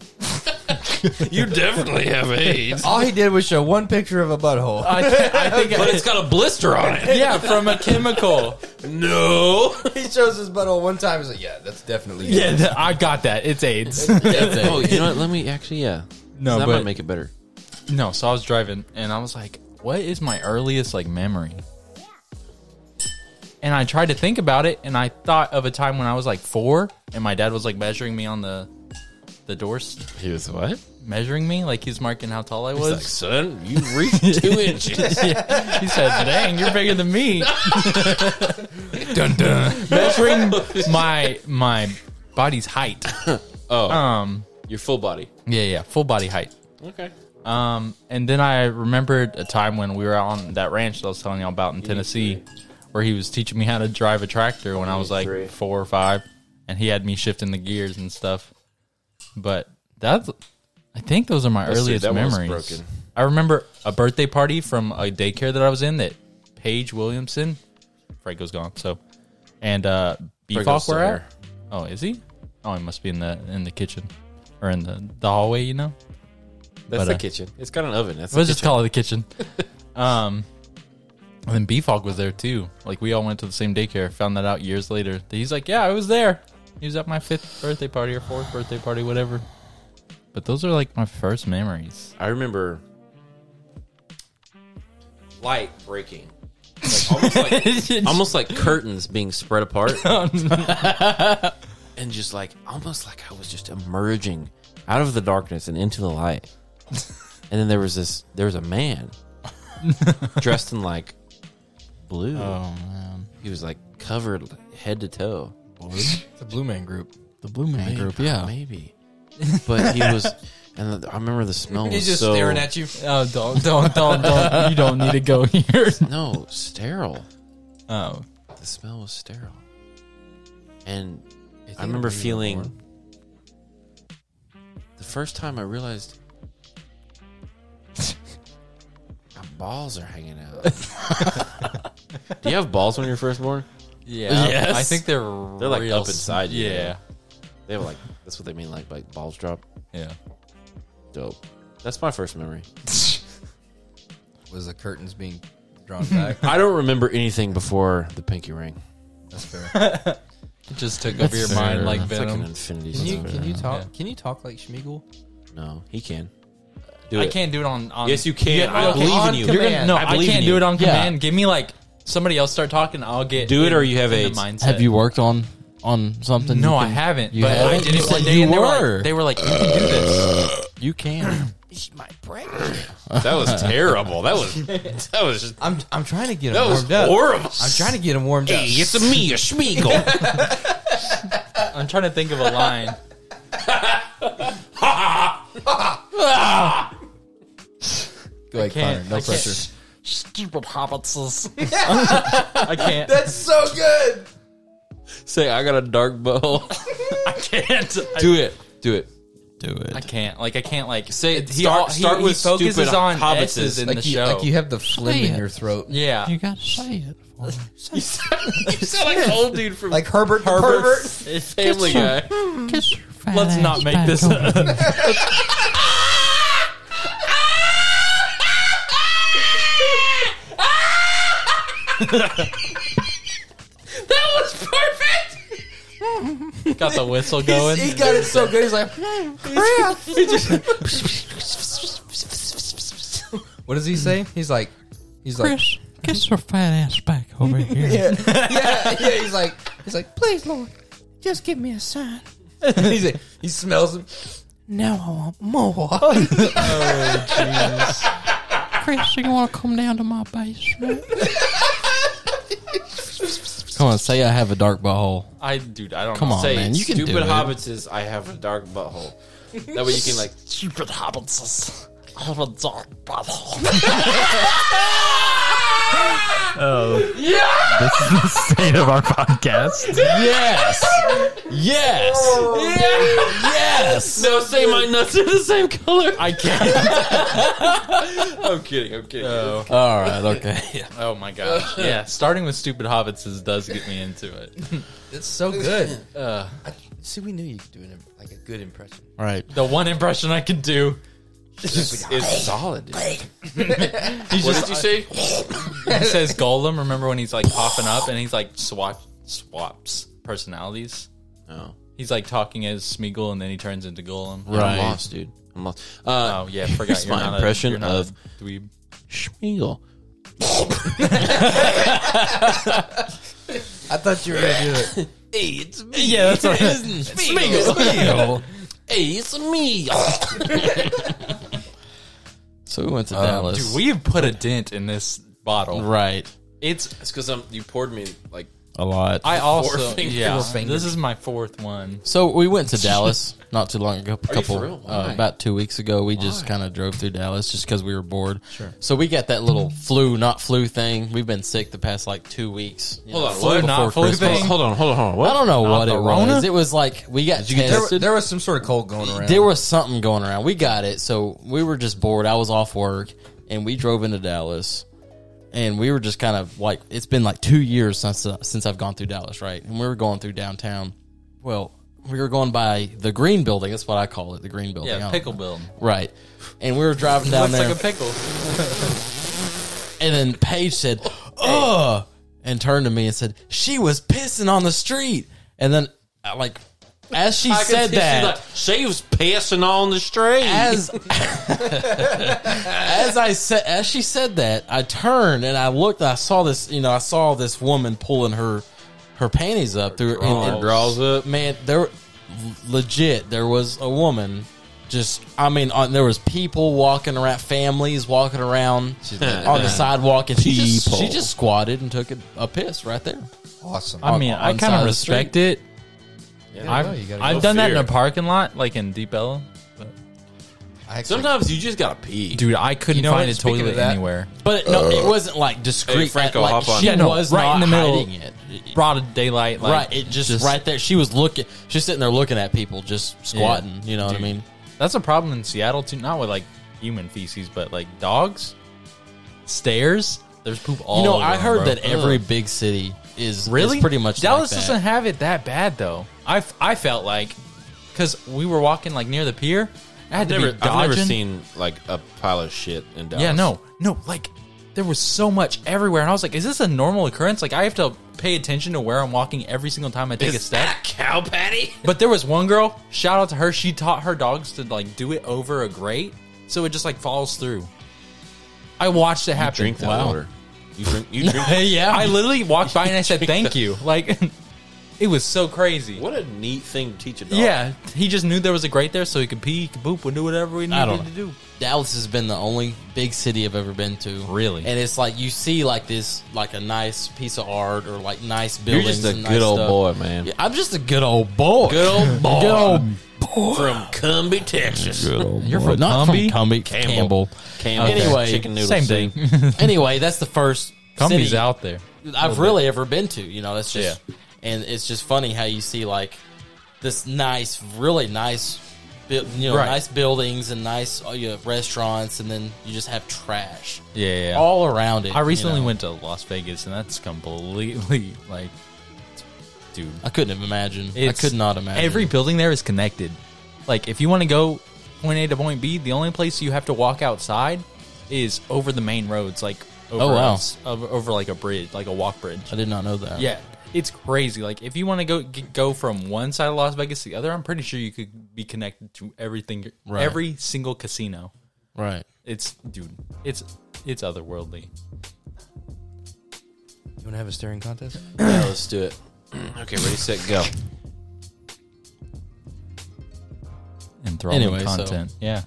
S3: you definitely have AIDS,
S1: All he did was show one picture of a butthole.
S2: I, th- I think
S3: but it's got a blister on it.
S2: yeah, from a chemical.
S3: No,
S1: he shows his butthole one time. He's like, "Yeah, that's definitely."
S2: Yeah, th- I got that. It's AIDS.
S3: oh, you know what? Let me actually, yeah,
S2: No,
S3: that
S2: but-
S3: might make it better.
S2: no, so I was driving and I was like, what is my earliest like memory? And I tried to think about it and I thought of a time when I was like 4 and my dad was like measuring me on the the doors,
S3: He was what?
S2: measuring me like he's marking how tall I
S3: Like,
S2: was.
S3: son, you reached two inches.
S2: he said, "Dang, you're bigger than me." dun dun. Measuring my my body's height.
S3: Oh,
S2: Um
S3: your full body.
S2: yeah, yeah, full body height.
S3: Okay.
S2: Um, and then I remembered a time when we were out on that ranch that I was telling y'all
S3: E
S2: about in Tennessee, where he was teaching me how to drive a tractor when I was like
S3: E three.
S2: four or five, and he had me shifting the gears and stuff. But that's, I think those are my
S3: Let's see,
S2: earliest
S3: that one was
S2: memories.
S3: broken.
S2: I remember a birthday party from a daycare that I was in that Paige Williamson, Franco's gone, so, and uh,
S3: Franco's
S2: Beefhawk
S3: still
S2: were
S3: here.
S2: at. Oh, is he? Oh, he must be in the in the kitchen or in the, the hallway, you know.
S3: That's
S2: But,
S3: the
S2: uh,
S3: kitchen. It's got an oven. That's the
S2: Let's just
S3: kitchen.
S2: call it the kitchen. um, and then Beefhawk was there too. Like we all went to the same daycare. Found that out years later. He's like, "Yeah, I was there. He was at my fifth birthday party or fourth birthday party, whatever." But those are like my first memories.
S3: I remember light breaking. Like, almost, like, almost like curtains being spread apart. and just like almost like I was just emerging out of the darkness and into the light. And then there was this there was a man dressed in like blue.
S4: Oh man,
S3: He was like covered head to toe.
S1: It's a Blue Man Group.
S4: the Blue Man
S3: Maybe-
S4: Group. Yeah,
S3: Maybe. But he was and I remember the smell was
S1: He's just
S3: so
S1: staring at you.
S2: Oh, don't, don't, don't, don't. You don't need to go here.
S3: No, sterile.
S2: Oh,
S3: The smell was sterile. And I remember feeling the first time I realized my balls are hanging out. Do you have balls when you're first born?
S2: yeah.
S4: Yes.
S2: I think they're
S3: They're like
S2: real
S3: up inside you.
S2: Yeah,
S3: They have like that's what they mean like like balls drop.
S2: yeah.
S3: Dope. That's my first memory.
S1: Was the curtains being drawn back?
S3: I don't remember anything before the pinky ring.
S1: That's fair.
S2: It just took over your
S4: fair
S2: mind like
S4: enough.
S3: It's like an
S2: venom.
S3: infinity.
S1: Can you
S3: stone.
S1: can you talk?
S2: Yeah.
S1: Can you talk like Schmiegel?
S3: No, he can. Do
S2: I
S3: it.
S2: can't do it on. on
S3: Yes, you can. I
S2: okay.
S3: believe in
S2: On
S3: you.
S2: command.
S3: You're gonna-
S2: no,
S3: I
S2: I,
S3: believe
S2: can't
S3: in
S2: do
S3: you.
S2: it on
S4: Yeah.
S2: command. Give me like somebody else start talking. I'll get
S3: Do it or you have
S2: in the
S3: AIDS.
S2: mindset.
S4: Have you worked on on something?
S2: No,
S4: you
S2: I
S4: can-
S2: haven't.
S4: You
S2: but I
S4: haven't?
S2: did
S4: You
S2: it one
S4: said
S2: day
S4: you
S2: and they were
S4: were.
S2: like, they were like, you can do this.
S4: You can.
S3: That was terrible. That was that was just,
S1: I'm I'm trying to get
S3: that
S1: him
S3: was
S1: warmed up.
S3: horrible.
S1: I'm trying to get him warmed up.
S3: Hey, it's a me, a Schmiegel.
S2: I'm trying to think of a line.
S1: Go ahead,
S2: can't-
S1: Connor. No
S2: I can't.
S1: pressure.
S2: stupid hobbitses. I can't.
S1: That's so good.
S3: Say, I got a dark bowl.
S2: I can't. I,
S3: Oh. Do it. Do it.
S4: Do
S2: I
S4: it.
S2: can't. Like I can't. Like
S3: Say
S2: It's-
S3: he
S2: start-
S3: all-
S2: start
S3: he-
S2: with
S3: he focuses
S2: stupid
S3: on
S2: hobbitses
S3: S's.
S2: in
S3: Like,
S2: the
S1: you,
S2: show.
S1: like you have the phlegm in your throat.
S2: yeah.
S4: You gotta say it.
S3: you sound like an old dude from
S1: Like Herbert the Pervert.
S3: Family Guy.
S4: Kiss your fat
S2: Let's not make this. Got the whistle going.
S1: He got it so good. He's like, what does he say? He's like, he's like,
S4: Chris, kiss your fat ass back over here.
S1: yeah, yeah, yeah. He's like, he's like, please, Lord, just give me a sign. he's like, he smells him.
S4: Now I want more.
S3: Oh,
S4: Chris, you want to come down to my basement? come on, say I have a dark butthole.
S2: I, dude, I don't
S4: Come
S2: know.
S4: on,
S3: Say,
S4: man. You can do
S3: stupid
S4: it.
S3: hobbits is I have a dark butthole. That way you can like
S2: Stupid hobbitses. I have a dark butthole.
S7: This is the state of our podcast.
S4: Yes! Yes!
S2: Oh,
S4: Yes!
S3: No, say my nuts are the same color.
S2: I can't.
S3: I'm kidding, I'm kidding.
S4: All right, okay.
S2: Oh my gosh. Yeah, starting with stupid hobbitses does get me into it.
S1: It's so good. I- see, we knew you could do an, im- like a good impression.
S4: All right.
S2: The one impression I can do.
S3: It's, it's solid. Dude.
S2: He's
S3: What
S2: just,
S3: did you say?
S2: He says Golem. Remember when he's like popping up and he's like swap swaps personalities.
S3: Oh,
S2: He's like talking as Smeagol and then he turns into Golem.
S3: I'm lost, dude. I'm lost. Uh,
S2: Oh yeah, I forgot.
S3: Here's my
S2: not a-
S3: impression
S2: you're not a
S3: of-
S2: dweeb.
S3: Schmiegel.
S1: I thought you were gonna do it.
S2: Yeah, that's what
S3: Hey, it's me.
S4: So we went to Dallas.
S2: Dude, we have put a dent in this bottle.
S4: Uh, right.
S2: It's
S3: It's because I'm. You poured me like
S4: A lot.
S2: I also
S3: fingers.
S2: yeah.
S1: Four fingers.
S2: This is my fourth one.
S4: So we went to Dallas not too long ago, a
S3: you
S4: couple
S3: for real?
S4: uh,
S3: Why?
S4: about two weeks ago. We just kind of drove through Dallas just because we were bored. Sure. So we got that little flu, not flu thing. We've been sick the past like two weeks. You know,
S3: on,
S4: flu
S3: what?
S4: before
S2: Not flu
S4: Christmas.
S2: thing?
S3: Hold on, hold on, hold on.
S4: I don't know what it
S2: Rona?
S4: was. It was like we got
S1: There,
S4: tested.
S1: there was some sort of cold going around.
S4: There was something going around. We got it, so we were just bored. I was off work, and we drove into Dallas, and we were just kind of like, it's been like two years since uh, since I've gone through Dallas, right? And we were going through downtown. Well, we were going by the Green Building. That's what I call it, the Green Building. I
S2: Yeah,
S4: don't
S2: pickle
S4: know.
S2: build.
S4: Right, and we were driving down
S2: Looks
S4: there,
S2: like a pickle.
S4: and then Paige said, "Ugh," and turned to me and said, "She was pissing on the street," and then I, like. As she said that,
S3: she was passing on the street.
S4: as as I said, as she said that, I turned and I looked. I saw this, you know, I saw this woman pulling her her panties up through and, and
S3: draws up.
S4: Man, there legit there was a woman. Just, I mean, on, there was people walking around, families walking around on the sidewalk, and she just, she
S3: People.
S4: just squatted and took a, a piss right there.
S1: awesome.
S2: I mean,
S4: on
S2: I
S4: side
S2: kind
S4: of
S2: of
S4: the
S2: respect it.
S1: no,
S2: I've,
S1: you gotta
S2: I've
S1: go
S2: done that in
S3: fear.
S2: a parking lot, like in Deep Ellum.
S1: I actually-
S3: Sometimes you just gotta pee.
S2: Dude, I couldn't
S1: know
S2: find
S1: what?
S2: a
S1: Speaking of
S2: toilet
S1: that-
S2: anywhere.
S4: But no, it wasn't like discreet.
S3: Hey, Franco,
S4: like,
S3: hop on.
S4: She
S2: Yeah, no,
S4: was
S2: right
S4: not
S2: in the middle.
S4: hiding it.
S2: Broad daylight, like,
S4: right, it just, right there. She was looking. She's sitting there looking at people, just squatting. You know what I
S2: Dude.
S4: mean?
S2: That's a problem in Seattle too. Not with like human feces, but like dogs, stairs. There's poop all.
S4: you know,
S2: over
S4: I
S2: them,
S4: heard
S2: bro.
S4: that every
S2: Ugh.
S4: big city is
S2: really
S4: is pretty much like
S2: Dallas
S4: that.
S2: doesn't have it that bad though. I, f- I felt like because we were walking like near the pier. I had
S3: I've
S2: to
S3: never,
S2: be dodging.
S3: I've never seen like a pile of shit in Dallas.
S2: Yeah, no, no, like there was so much everywhere, and I was like, is this a normal occurrence? Like I have to pay attention to where I'm walking every single time I take a step.
S3: Ah, cow patty.
S2: But there was one girl. Shout out to her. She taught her dogs to like do it over a grate, so it just like falls through. I watched it happen.
S3: Drink that water. You drink. You drink.
S4: Hey, yeah,
S2: I literally walked by and I said thank you. Like, it was so crazy.
S3: what a neat thing to teach a dog.
S2: Yeah, he just knew there was a grate there, so he could pee, he could poop, and do whatever we
S4: I
S2: needed
S4: don't
S2: to do.
S4: Dallas has been the only big city I've ever been to.
S2: Really?
S4: and it's like you see like this, like a nice piece of art or like nice
S3: You're
S4: buildings.
S3: just a
S4: and
S3: good
S4: nice
S3: old
S4: stuff.
S3: boy, man.
S4: Yeah, I'm just a good old boy.
S3: Good old boy.
S4: Good old boy.
S3: from Cumbie, Texas.
S4: You're from not
S2: Cumbie?
S4: from Cumbie, Campbell.
S3: Campbell
S4: Anyway,
S3: chicken noodle
S2: Same
S3: soup.
S2: thing.
S4: anyway, that's the first
S2: Cumbie's
S4: city
S2: out there.
S4: I've really ever been to. You know, that's just and it's just funny how you see like this nice, really nice, bu- you know,
S2: Right.
S4: nice buildings and nice uh, you know, restaurants, and then you just have trash
S2: Yeah, yeah, yeah.
S4: all around it.
S2: I recently
S4: you know.
S2: went to Las Vegas, and that's completely like, dude.
S4: I couldn't have imagined.
S2: It's-
S4: I could not imagine
S2: Every building there is connected. Like, if you want to go point A to point B, the only place you have to walk outside is over the main roads, like over
S4: Oh, wow.
S2: us- over, over like a bridge, like a walk bridge.
S4: I did not know that.
S2: Yeah, it's crazy. Like, if you want to go g- go from one side of Las Vegas to the other, I'm pretty sure you could be connected to everything,
S4: Right.
S2: every single casino.
S4: Right.
S2: It's dude, it's it's otherworldly.
S1: You want to have a staring contest?
S3: Yeah, let's do it. Okay, ready, set, go.
S2: Enthralling
S4: Anyway, so-
S2: content. yeah,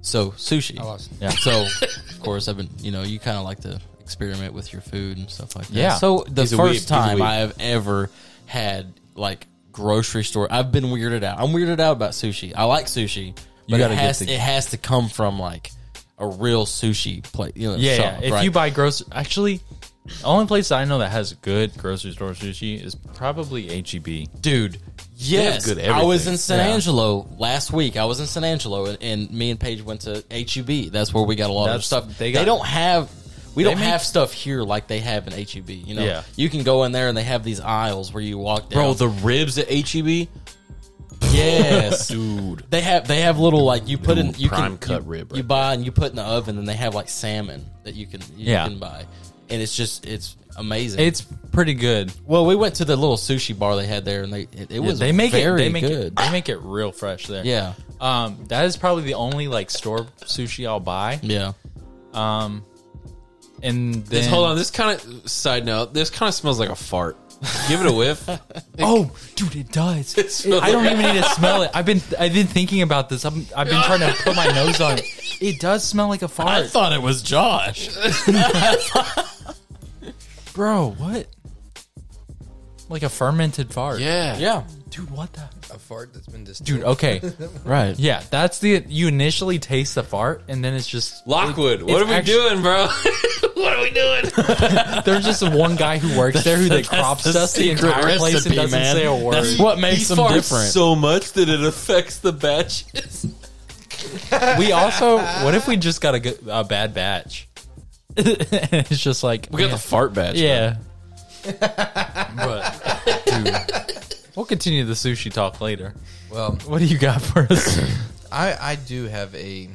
S4: So sushi.
S1: lost.
S4: Yeah. So of course I've been you know, you kinda like to experiment with your food and stuff like that.
S2: Yeah.
S4: So the
S3: He's a weeb. He's
S4: first
S3: a
S4: time
S3: weeb.
S4: I have ever had like grocery store I've been weirded out. I'm weirded out about sushi. I like sushi, but it
S2: gotta get
S4: has
S2: the-
S4: it has to come from like a real sushi place. You know,
S2: yeah. yeah.
S4: shop,
S2: If
S4: right?
S2: you buy grocery, actually, the only place I know that has good grocery store sushi is probably E HEB.
S4: dude. Yes,
S3: good
S4: I was
S3: everything.
S4: in San
S2: Yeah.
S4: Angelo last week. I was in San Angelo, and, and me and Paige went to HEB. That's where we got a lot of
S2: That's-
S4: stuff. They,
S2: they got-
S4: don't have. We
S2: They
S4: don't
S2: make-
S4: have stuff here like they have in HEB. You know,
S2: Yeah.
S4: you can go in there and they have these aisles where you walk down.
S3: Bro, the ribs at HEB,
S4: yes,
S3: dude.
S4: they have they have little like you put in
S3: Ooh,
S4: you
S3: prime
S4: can
S3: cut
S4: you,
S3: rib right
S4: you buy and you put in the oven, and they have like salmon that you can you
S2: Yeah.
S4: can buy, and it's just it's amazing.
S2: It's pretty good.
S4: well, we went to the little sushi bar they had there, and they it, it was
S2: they make
S4: very
S2: it. They make
S4: good.
S2: it. They make it real fresh there.
S4: yeah,
S2: Um, that is probably the only like store sushi I'll buy.
S4: yeah.
S2: And then
S3: This, hold on, this kind of side note. This kind of smells like a fart. Give it a whiff.
S2: Oh, dude, it does.
S3: It smells
S2: I don't
S3: like-
S2: even need to smell it. I've been I've been thinking about this. I'm, I've been trying to put my nose on it. It does smell like a fart,
S4: thought it was Josh.
S2: bro. What? Like a fermented fart.
S3: Yeah.
S4: Yeah.
S2: dude. What the?
S1: A fart that's been distilled.
S2: Dude. Okay.
S4: Right.
S2: Yeah, that's the you initially taste the fart, and then it's just
S3: Lockwood, what
S2: It's
S3: are we
S2: actu-
S3: doing, bro? what are we doing?
S2: there's just one guy who works there who that crops us the entire place and doesn't say a word.
S4: That's what makes them different.
S3: so much that it affects the batches.
S2: we also what if we just got a, good, a bad batch? it's just like
S3: We got the fart batch.
S2: Yeah. but dude, we'll continue the sushi talk later.
S1: Well,
S2: What do you got for us?
S1: I, I do have a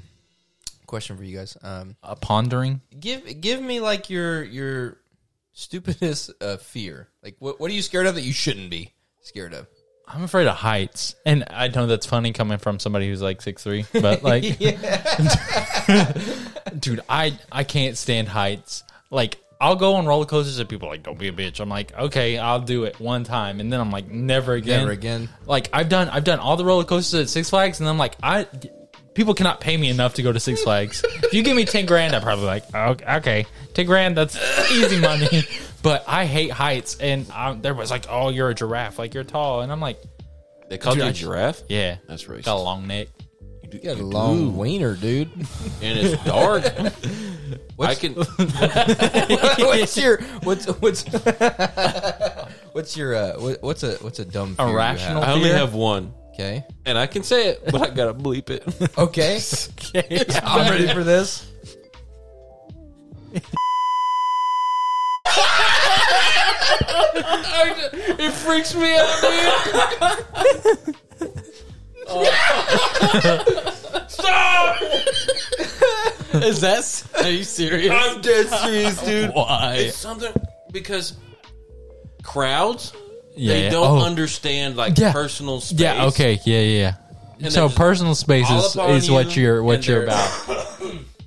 S1: question for you guys. Um,
S2: Uh, pondering.
S1: give give me like your your stupidest uh, fear. Like what what are you scared of that you shouldn't be scared of?
S2: I'm afraid of heights, and I know that's funny coming from somebody who's like six three, but like, dude, I I can't stand heights. Like, I'll go on roller coasters, and people are like, "Don't be a bitch." I'm like, "Okay, I'll do it one time," and then I'm like, "Never again."
S1: Never again.
S2: Like, I've done I've done all the roller coasters at Six Flags, and I'm like, I people cannot pay me enough to go to Six Flags. if you give me ten grand, I'm probably like, okay, okay, ten grand, that's easy money. But I hate heights, and um, there was like, "Oh, you're a giraffe, like you're tall," and I'm like.
S3: They called
S2: Dude,
S3: you a
S2: I-
S3: giraffe?
S2: Yeah.
S3: That's racist.
S2: Got a long neck.
S1: You got a long wiener, dude.
S3: And it's dark. I can
S1: what's your what's what's what's your uh, what, what's a what's a dumb fear you have?
S2: Irrational.
S3: I only
S2: Fear?
S3: have one.
S1: Okay,
S3: And I can say it, but I gotta bleep it.
S1: okay. I'm ready for this.
S3: it freaks me out, dude.
S4: Is that? Are you serious?
S3: I'm dead serious, dude.
S4: Why?
S3: It's something because crowds
S2: Yeah.
S3: they
S2: yeah.
S3: don't
S2: Oh,
S3: understand like
S2: Yeah.
S3: personal space.
S2: Yeah. Okay. Yeah. Yeah. yeah.
S3: And
S2: So
S3: they're just
S2: personal space
S3: all
S2: is,
S3: up on
S2: is what
S3: you,
S2: you're what
S3: and
S2: you're
S3: they're-
S2: about.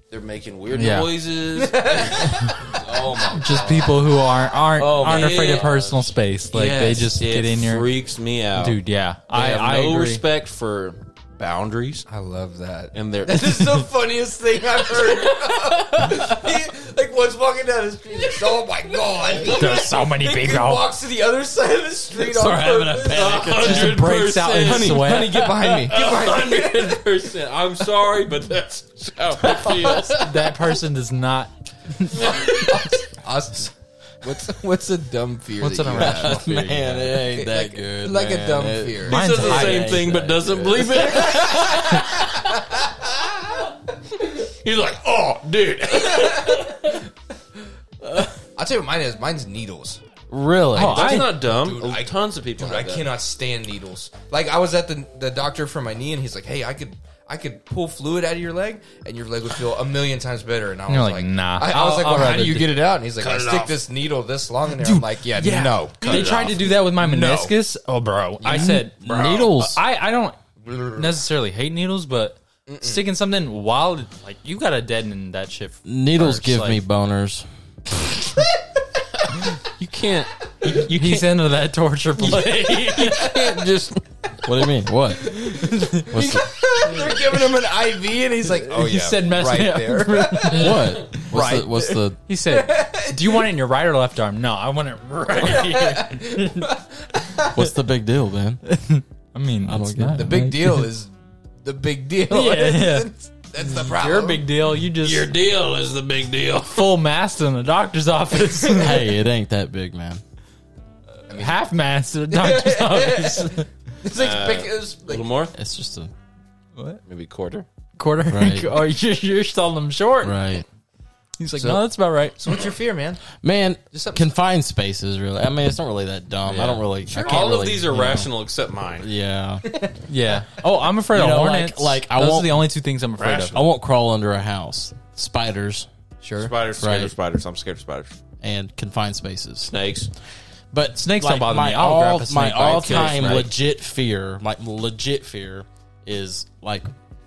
S3: They're making weird
S2: Yeah.
S3: noises. oh my! Oh,
S2: Just people who aren't aren't aren't
S3: man.
S2: afraid of personal space. Like they
S3: Yes,
S2: just
S3: it
S2: get in your
S3: freaks me out,
S2: dude. Yeah.
S3: I,
S2: I
S3: have
S2: I
S3: no
S2: agree.
S3: respect for boundaries,
S1: I love that.
S3: and they're
S1: This is the funniest thing I've heard. He- like was walking down the street. Oh my god!
S7: There's so many
S1: He
S7: people.
S1: walks to the other side of the street.
S4: Sorry,
S1: on
S4: having a
S1: purpose.
S4: panic attack.
S1: Just breaks out in
S3: Honey,
S1: sweat. Honey, get behind me! Get behind me!
S3: Hundred percent. I'm sorry, but that's how it feels.
S2: that person does not.
S1: Us- What's what's a dumb fear?
S2: What's
S1: that
S2: an
S1: you
S2: irrational
S1: have?
S2: fear?
S4: Man, it ain't that
S1: Like-
S4: good.
S1: like a
S4: man.
S1: dumb
S4: It-
S1: fear.
S3: He
S7: Mine's
S3: says the
S7: high.
S3: same thing, but doesn't believe it. He's like, oh, dude.
S1: I'll tell you what mine is. Mine's needles. uh,
S4: Really?
S3: That's not dumb.
S1: Dude, I-
S3: Tons of people.
S1: Dude,
S3: have
S1: I
S3: that.
S1: cannot stand needles. Like I was at the the doctor for my knee, and he's like, "Hey, I could." I could pull fluid out of your leg, and your leg would feel a million times better. And I was
S2: You're
S1: like,
S2: like, nah.
S1: I, I was
S2: I'll-
S1: like,
S2: I'll
S1: well, how
S2: rather
S1: do you
S2: do-
S1: get it out? And he's like, I
S5: it
S1: stick
S5: off.
S1: this needle this long in there. I'm like, yeah, no.
S2: They tried to do that with my meniscus. Oh, bro. I said
S4: Needles.
S2: I, I don't necessarily hate needles, but sticking something while like you gotta deaden that shit.
S4: Needles
S2: first,
S4: give
S2: like-
S4: me boners.
S3: You can't.
S2: You He's into that torture play.
S4: Just what do you mean? What? What's the,
S1: They're giving him an IV, and he's like, oh yeah,
S2: He said, mess
S1: right
S2: it up.
S1: there.
S4: what? What's
S1: Right.
S4: the what's the
S2: he said, "Do you want it in your right or left arm?" No, I want it right here.
S4: what's the big deal, man?
S2: I mean,
S4: I
S2: it's
S4: don't get
S2: not-
S4: it.
S1: The big deal is the big deal.
S2: Yeah, yeah.
S1: That's the problem.
S2: You're a big deal. You just
S3: Your deal is the big deal.
S2: full mast in the doctor's office,
S4: Hey, it ain't that big, man.
S2: half mast in the doctor's office.
S1: It's like, pick- it's
S3: A
S1: like-
S3: little more?
S4: It's just a
S3: Maybe a quarter?
S2: Quarter.
S4: Right.
S2: Oh, you're, you're selling them short.
S4: right.
S2: He's like,
S1: So-
S2: "No, that's about right."
S1: so what's your fear, man?
S4: Man,
S1: Just something-
S4: confined spaces really. I mean, it's not really that dumb. I don't really. I can't
S3: All of
S4: really,
S3: these are
S4: you know.
S3: rational except mine.
S4: Yeah,
S2: Yeah. Oh, I'm afraid of
S4: know, like-
S2: hornets.
S4: like, I
S2: those
S4: won't-
S2: are the only two things I'm afraid
S4: I
S2: of.
S4: won't crawl under a house. Spiders
S2: Sure.
S3: Spiders, scared
S4: Right.
S3: of spiders. I'm scared of spiders.
S4: and confined spaces.
S3: Snakes.
S4: But
S2: Snakes don't bother
S4: my
S2: me. I'll grab
S4: all,
S2: a snake
S4: my
S2: by its
S4: all-time
S2: tail, right?
S4: legit fear, my legit fear, is like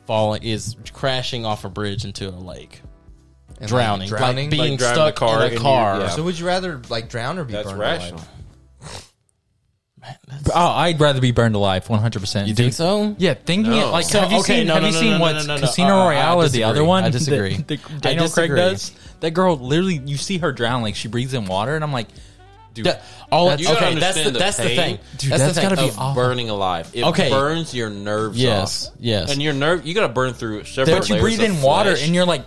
S4: falling, is crashing off a bridge into a lake, drowning,
S1: drowning?
S4: like being
S3: Like driving
S4: stuck
S3: the car
S4: in
S3: and
S4: a
S3: you-
S4: car.
S3: yeah.
S1: So would you rather like drown or be
S3: That's
S1: burned
S3: rational.
S1: alive?
S2: Oh, I'd rather be burned alive, 100. percent
S4: You think so?
S2: Yeah, thinking it like
S4: So,
S2: have you
S4: okay,
S2: seen
S4: no,
S2: have
S4: no,
S2: you
S4: no,
S2: seen
S4: no, no,
S2: what
S4: no, no, no.
S2: Casino
S4: Uh, I
S2: Royale is the
S4: disagree.
S2: other one?
S4: I disagree.
S2: that- that
S4: I
S2: Daniel Craig
S4: disagree.
S2: does. That girl literally, you see her drown, like she breathes in water, and I'm like, dude,
S4: Yeah. All,
S2: That's-
S3: You gotta
S4: okay, that's the,
S3: understand the
S4: that's the
S3: pain.
S4: thing.
S2: Dude,
S4: that's
S2: that's
S4: the thing.
S2: gotta be
S4: of-
S2: awful.
S3: Burning alive. It
S4: Okay.
S3: burns your nerves
S4: Yes,
S3: off.
S4: yes.
S3: And your nerve, you got to burn through several
S2: but you
S3: layers
S2: breathe
S3: of
S2: in water,
S3: flesh.
S2: and you're like,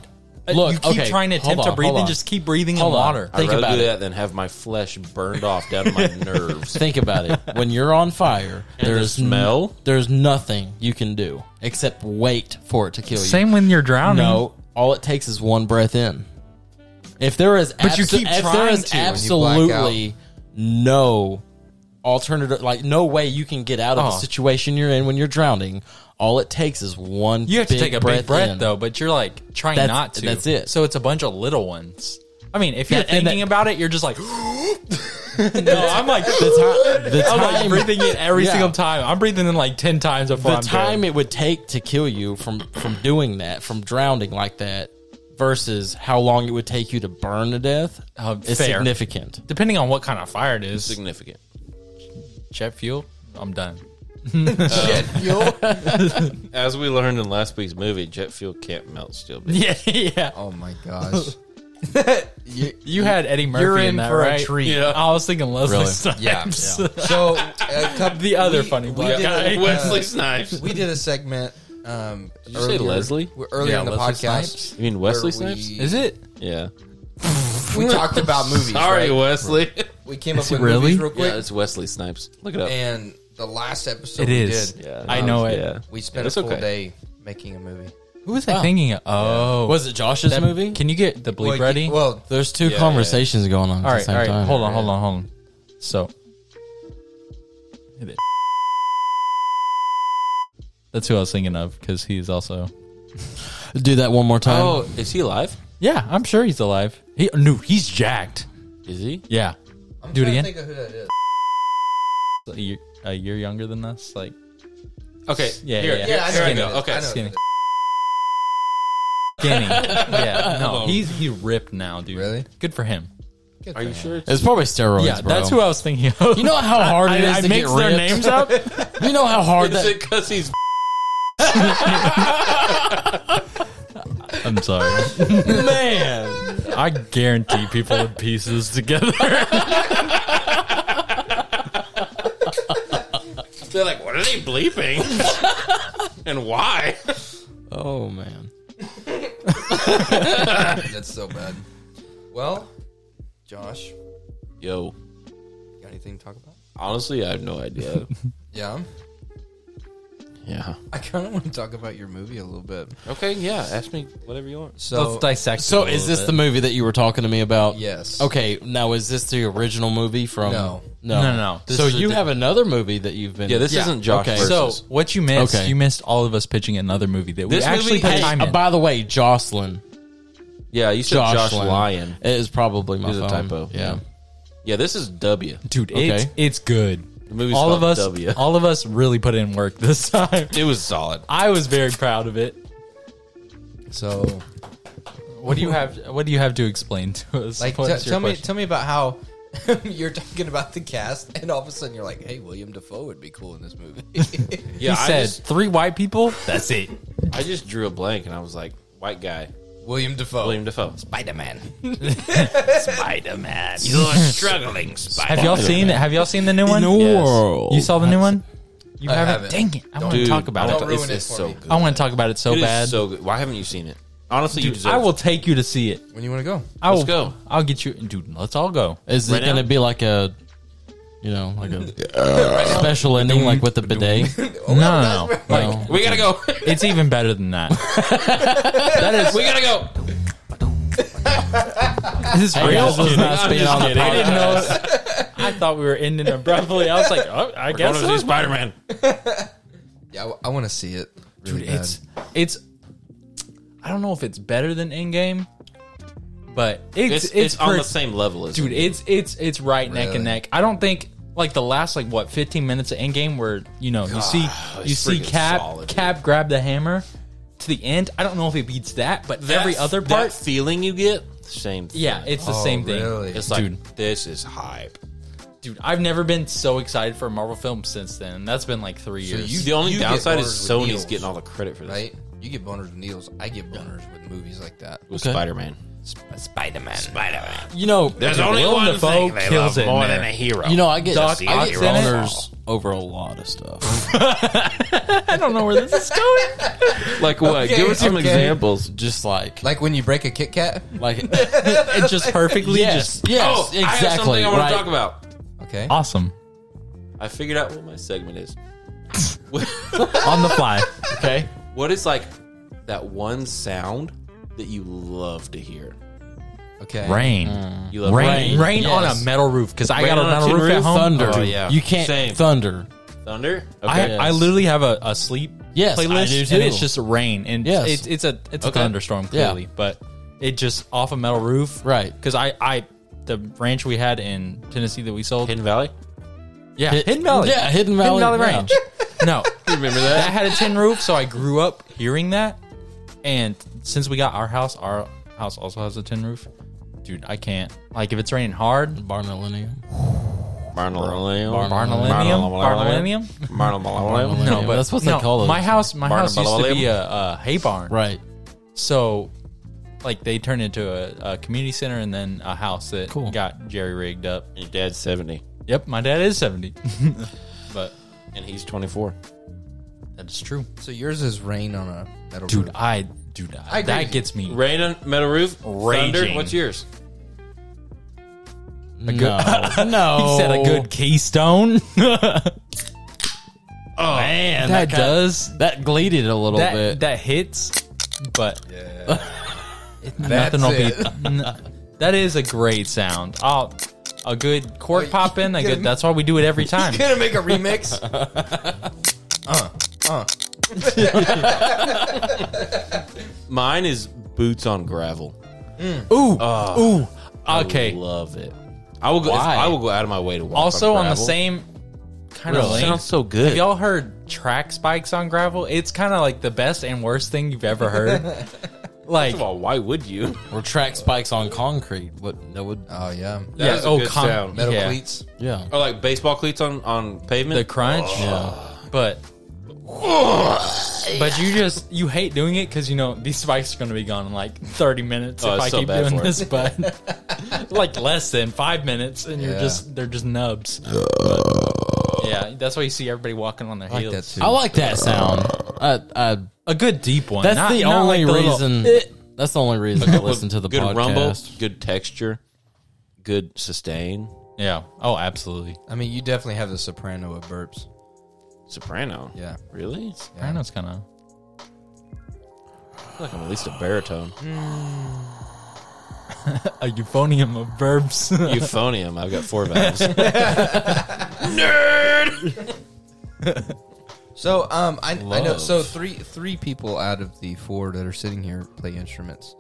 S2: uh,
S4: Look,
S2: you keep
S4: okay,
S2: trying to
S4: hold
S2: attempt
S4: on,
S2: to breathe,
S4: hold
S2: and
S4: on.
S2: just keep breathing in
S4: Hold on.
S2: water.
S4: Think
S3: I'd rather
S4: about
S3: do
S4: it.
S3: that than have my flesh burned off down to my nerves.
S4: Think about it. When you're on fire,
S3: the
S4: there's n-
S3: smell?
S4: there's nothing you can do except wait for it to kill you.
S2: Same when you're drowning.
S4: No, all it takes is one breath in. If there is,
S2: But you keep
S4: if there
S2: trying
S4: is
S2: to when
S1: you black
S4: absolutely no alternative, like no way you can get out of the
S2: Oh.
S4: situation you're in when you're drowning. All it takes is one.
S2: You have to
S4: big
S2: take a
S4: breath
S2: big breath
S4: in.
S2: though, but you're like trying
S4: That's-
S2: not to.
S4: that's it.
S2: So it's a bunch of little ones. I mean, if you're
S4: That- and
S2: thinking
S4: that-
S2: about it, you're just like, no, I'm like, the
S4: The
S2: I'm like
S4: time-
S2: breathing in every
S4: Yeah.
S2: single time. I'm breathing in like ten times before
S4: the
S2: I'm
S4: time
S2: Dead.
S4: it would take to kill you from from doing that, from drowning like that, versus how long it would take you to burn to death,
S2: Oh,
S4: is
S2: fair.
S4: significant.
S2: Depending on what kind of fire it is,
S3: Significant.
S2: jet fuel. I'm done.
S1: Jet fuel.
S3: As we learned in last week's movie, jet fuel can't melt steel. bitch.
S2: Yeah, yeah.
S1: Oh my gosh.
S2: You had Eddie Murphy
S1: You're in
S2: that,
S1: for a
S2: right?
S1: treat.
S2: Yeah. I was thinking Leslie
S4: Really?
S2: Snipes.
S1: Yeah. So a couple,
S2: uh, The other
S1: we-
S2: funny
S1: we
S2: black
S1: did
S2: guy.
S1: a-
S3: Wesley Snipes.
S1: we did a segment. Um, did
S3: you say Leslie?
S1: Earlier
S2: Yeah,
S1: in the
S2: Leslie
S1: podcast,
S2: Snipes.
S3: You mean Wesley
S1: where we-
S3: Snipes?
S2: Is it?
S3: Yeah.
S1: We talked about movies.
S3: Sorry,
S1: right?
S3: Wesley.
S1: we came up
S2: it
S1: with
S2: really?
S1: movies real
S3: yeah,
S1: quick,
S3: it's Wesley Snipes. Look it up.
S1: and the last episode
S2: It
S1: we
S2: is.
S1: did,
S3: yeah,
S2: I know it.
S3: Yeah.
S1: we spent
S3: It's
S1: a full
S3: okay.
S1: day making a movie.
S2: Who was I thinking? Of? Oh,
S4: Was it Josh's
S2: that
S4: movie?
S2: Can you get the bleep
S1: Well,
S2: ready?
S1: you- Well,
S4: There's two
S3: Yeah,
S4: conversations going on.
S2: All
S4: at
S2: right,
S4: the same
S2: all right.
S4: time.
S2: Hold on, hold on, hold on. So, Hit it. that's who I was thinking of because he's also.
S4: Do that one more time.
S3: Oh, is he alive?
S2: Yeah, I'm sure he's alive. He no, he's jacked.
S3: Is he?
S2: Yeah,
S1: I'm
S2: do it
S1: trying to
S2: again.
S1: Think of who that is.
S2: a year, a year younger than us. Like,
S3: Okay.
S2: Yeah,
S3: Here,
S2: yeah,
S3: here,
S1: Yeah, I know
S3: here
S1: who
S3: I
S1: it
S3: go.
S1: is.
S3: Okay.
S1: I know who
S2: skinny.
S1: it
S2: skinny. yeah, no, he's he ripped now, dude.
S1: Really?
S2: Good for him.
S1: is.
S3: Are you sure? It's-
S4: it's probably steroids.
S2: yeah,
S4: bro.
S2: that's who I was thinking of.
S4: You know how hard
S2: I,
S4: it is
S2: I
S4: to get
S2: mixed their
S4: ripped?
S2: names up.
S4: You know how hard
S3: Is
S4: that.
S3: it because he's
S2: I'm sorry.
S4: Man,
S2: I guarantee people in pieces together.
S3: They're like, what are they bleeping? and why?
S4: Oh man.
S1: That's so bad. Well, Josh,
S3: Yo,
S1: got anything to talk about?
S3: honestly, I have no idea.
S1: Yeah.
S3: yeah.
S1: I kind of want to talk about your movie a little bit.
S3: Okay, yeah. Ask me whatever you want.
S1: So,
S2: Let's dissect.
S4: So is this the movie that you were talking to me about?
S1: yes.
S4: Okay, now is this the original movie from?
S1: No.
S4: no,
S2: No, no. This
S4: so
S2: is
S4: you
S2: the-
S4: have another movie that you've been.
S3: Yeah, this isn't Josh
S4: Okay.
S3: versus.
S2: So what you missed?
S4: Okay.
S2: You missed all of us pitching another movie that we
S3: This
S2: actually
S3: movie-
S2: put
S4: Hey,
S2: time
S4: uh,
S2: in.
S4: by the way, Jocelyn.
S3: yeah, you said Josh, Lyon.
S4: It is probably my
S3: It is a
S4: phone.
S3: typo.
S4: Yeah.
S3: Yeah, this is W.
S2: Dude, it's
S4: Okay.
S2: it's good.
S3: The movie's
S2: all of
S3: called
S2: us,
S3: W.
S2: all of us really put in work this time.
S3: It was solid.
S2: I was very proud of it.
S1: So,
S2: What do you have? What do you have to explain to us?
S1: like,
S2: What
S1: t-
S2: is your
S1: tell me,
S2: question?
S1: tell me about how you're talking about the cast, and all of a sudden you're like, "Hey, William Defoe would be cool in this movie."
S3: Yeah,
S2: he
S3: I,
S2: said
S3: just,
S2: three white people. That's it.
S3: I just drew a blank and I was like, white guy,
S1: William Defoe,
S3: William Defoe.
S1: Spider Man.
S3: You're struggling, Spider.
S2: Have y'all seen? Have y'all seen the new one? You saw the new one? You
S1: I
S2: haven't?
S1: haven't.
S2: Dang it! I want to
S3: Dude,
S2: talk about
S3: I
S2: it.
S1: Don't
S3: It's-
S1: ruin it
S3: it's
S1: for
S3: so
S1: me.
S3: good.
S2: I want to talk about it so
S3: It is
S2: bad.
S3: so good. Why haven't you seen it? Honestly, you
S2: Dude,
S3: deserve.
S2: I will
S3: it.
S2: take you to see it.
S1: When you want to go?
S2: I
S3: Let's
S2: will,
S3: go.
S2: I'll get you, dude. Let's all go.
S4: Is
S3: Right
S4: it going to
S3: now?
S4: be like a, you know, like a special ending, like with the bidet?
S2: no, no, no. Like
S4: No.
S3: We gotta go.
S2: it's even better than that. that is
S3: we gotta go.
S2: this is
S4: Hey,
S2: real.
S4: guys, let's not
S3: I'm
S4: spit
S3: just
S4: on the
S3: kidding.
S4: podcast.
S3: I
S2: I didn't know. I thought we were ending abruptly. I was like, oh, I guess so.
S3: Spider Man.
S1: Yeah, I, want to see it. Really
S2: Dude,
S1: bad.
S2: it's it's. I don't know if it's better than Endgame, but
S3: It's,
S2: it's it's,
S3: it's, on the
S2: pretty-
S3: same level as
S2: dude.
S3: it.
S2: It's it's it's right neck
S1: Really?
S2: and neck. I don't think like the last like what fifteen minutes of Endgame where you know you see you
S3: it's
S2: see
S3: freaking
S2: Cap
S3: solid, dude.
S2: Cap grab the hammer to the end. I don't know if it beats that, but
S3: That-
S2: every other
S3: that
S2: part,
S3: feeling you get, same. Thing.
S2: yeah, it's the
S1: Oh,
S2: same thing.
S1: really?
S3: it's like
S2: dude.
S3: this is hype.
S2: Dude, I've never been so excited for a Marvel film since then. and That's been like three years.
S1: you-
S3: The only
S1: get
S3: downside is
S1: boners with
S3: Sony's
S1: needles,
S3: getting all the credit for this
S1: right. You get boners with needles. I get boners with movies like that.
S3: with
S4: Okay.
S3: Spider Man.
S1: Spider Man. Spider Man.
S4: You know,
S2: Willem Dafoe kills it, man.
S3: hero.
S4: You know, I get
S2: Doc
S4: I
S2: Ock
S4: get
S2: in it?
S4: boners over a lot of stuff.
S2: I don't know where this is going.
S3: like what?
S1: Give us some
S3: examples.
S4: just like,
S1: Like when you break a Kit Kat.
S4: like it just perfectly.
S2: Yes.
S4: Just, yes,
S3: Oh,
S4: exactly.
S3: I have something I want
S4: right.
S3: to talk about.
S1: Okay.
S2: Awesome.
S3: I figured out what my segment is.
S2: On the fly.
S4: Okay,
S3: What is like that one sound that you love to hear?
S1: Okay.
S2: Rain.
S3: You love
S2: rain. Rain,
S4: Yes.
S2: on a metal roof because I
S3: Rain
S2: got a
S3: on a
S2: metal
S3: tin
S2: roof, at
S3: roof?
S2: home.
S4: thunder.
S3: Oh, yeah.
S4: You can't
S3: Same.
S4: thunder.
S3: thunder.
S2: I,
S3: Okay,
S2: I literally have a, a sleep
S4: Yes, I
S2: playlist
S4: do too.
S2: and it's just rain and
S4: Yes.
S2: it's it's a it's
S3: Okay.
S2: a thunderstorm
S4: Yeah.
S2: clearly, but it just off a metal roof,
S4: Right.
S2: Because I I the ranch we had in Tennessee that we sold,
S3: Hidden Valley.
S2: yeah,
S4: Hid-
S2: Hidden Valley,
S4: Yeah, Hidden Valley, yeah.
S2: Ranch. no, you remember that? That had a tin roof, so I grew up hearing that. And since we got our house, our house also has a tin roof. Dude, I can't. Like if it's raining hard,
S4: Barnalinium.
S3: Barnalillium.
S2: Barnalinium? Barnalinium?
S3: Barnalillium.
S2: No,
S4: Yeah,
S2: but
S4: that's what they
S2: no,
S4: call those.
S2: My house, my
S3: Barn
S2: house used to
S3: above
S2: be
S3: them.
S2: a, a hay barn,
S4: Right.
S2: so like they turned into a, a community center and then a house that got jerry rigged up.
S3: Your dad's 70
S2: Yep, my dad is seventy, but
S3: and he's 24.
S2: that's true,
S1: So yours is rain on a metal
S2: dude.
S1: roof.
S2: I dude, I,
S1: agree with
S2: that
S1: you.
S2: gets me.
S3: Rain on metal roof. Thunder.
S2: Raging.
S3: What's yours?
S4: no, Oh. no.
S2: He said a good keystone. that,
S4: Oh, man, that, kinda-
S2: does
S4: that gleated a little
S2: that
S4: bit.
S2: that hits, but
S1: That's
S2: nothing will
S1: it.
S2: be. n- that is a great sound. I'll, a good cork
S3: Oh,
S1: Wait,
S2: pop in. A
S1: you
S2: good.
S1: gonna-
S2: That's why we do it every time.
S1: gonna make a remix. uh, uh.
S3: Mine is boots on gravel.
S2: Ooh, ooh. Okay.
S3: Oh, Love it. I will go.
S4: Why?
S3: I will go out of my way to walk.
S2: also on the
S3: gravel.
S2: same kind of
S3: It
S2: lane.
S3: sounds so
S2: Have
S3: good.
S2: y'all heard track spikes on gravel? It's kind of like the best and worst thing you've ever heard. like,
S3: First of all, why would you?
S4: or track spikes on concrete. What that would?
S1: Oh yeah.
S2: yeah,
S3: is a
S2: oh,
S3: good
S2: con-
S3: sound.
S1: Metal
S2: yeah,
S1: cleats.
S4: Yeah.
S3: Or like baseball cleats on on pavement.
S2: the crunch.
S4: Yeah.
S2: But But you just you hate doing it because you know these spikes are going to be gone in like thirty minutes
S3: Oh,
S2: if
S3: it's
S2: I
S3: so
S2: keep
S3: bad
S2: doing
S3: for it.
S2: this. But like less than five minutes, and you're just they're just nubs. But, yeah, that's why you see everybody walking on their
S1: I like that
S2: heels.
S1: too.
S4: I like that sound. I, I,
S2: a good deep one.
S4: that's
S2: not-
S4: the
S2: not like
S4: only
S2: the little- eh.
S4: reason. that's the only reason I listen to the
S3: good
S4: podcast.
S3: rumble, good texture, good sustain.
S2: yeah. Oh, absolutely.
S1: I mean, you definitely have the soprano of burps.
S3: Soprano.
S1: Yeah.
S3: Really?
S2: I know it's kind of.
S3: I feel like I'm at least a baritone.
S2: A euphonium of verbs.
S3: Euphonium. I've got four vowels.
S1: So um, I, I know.
S3: Love.
S1: So three three people out of the four that are sitting here play instruments.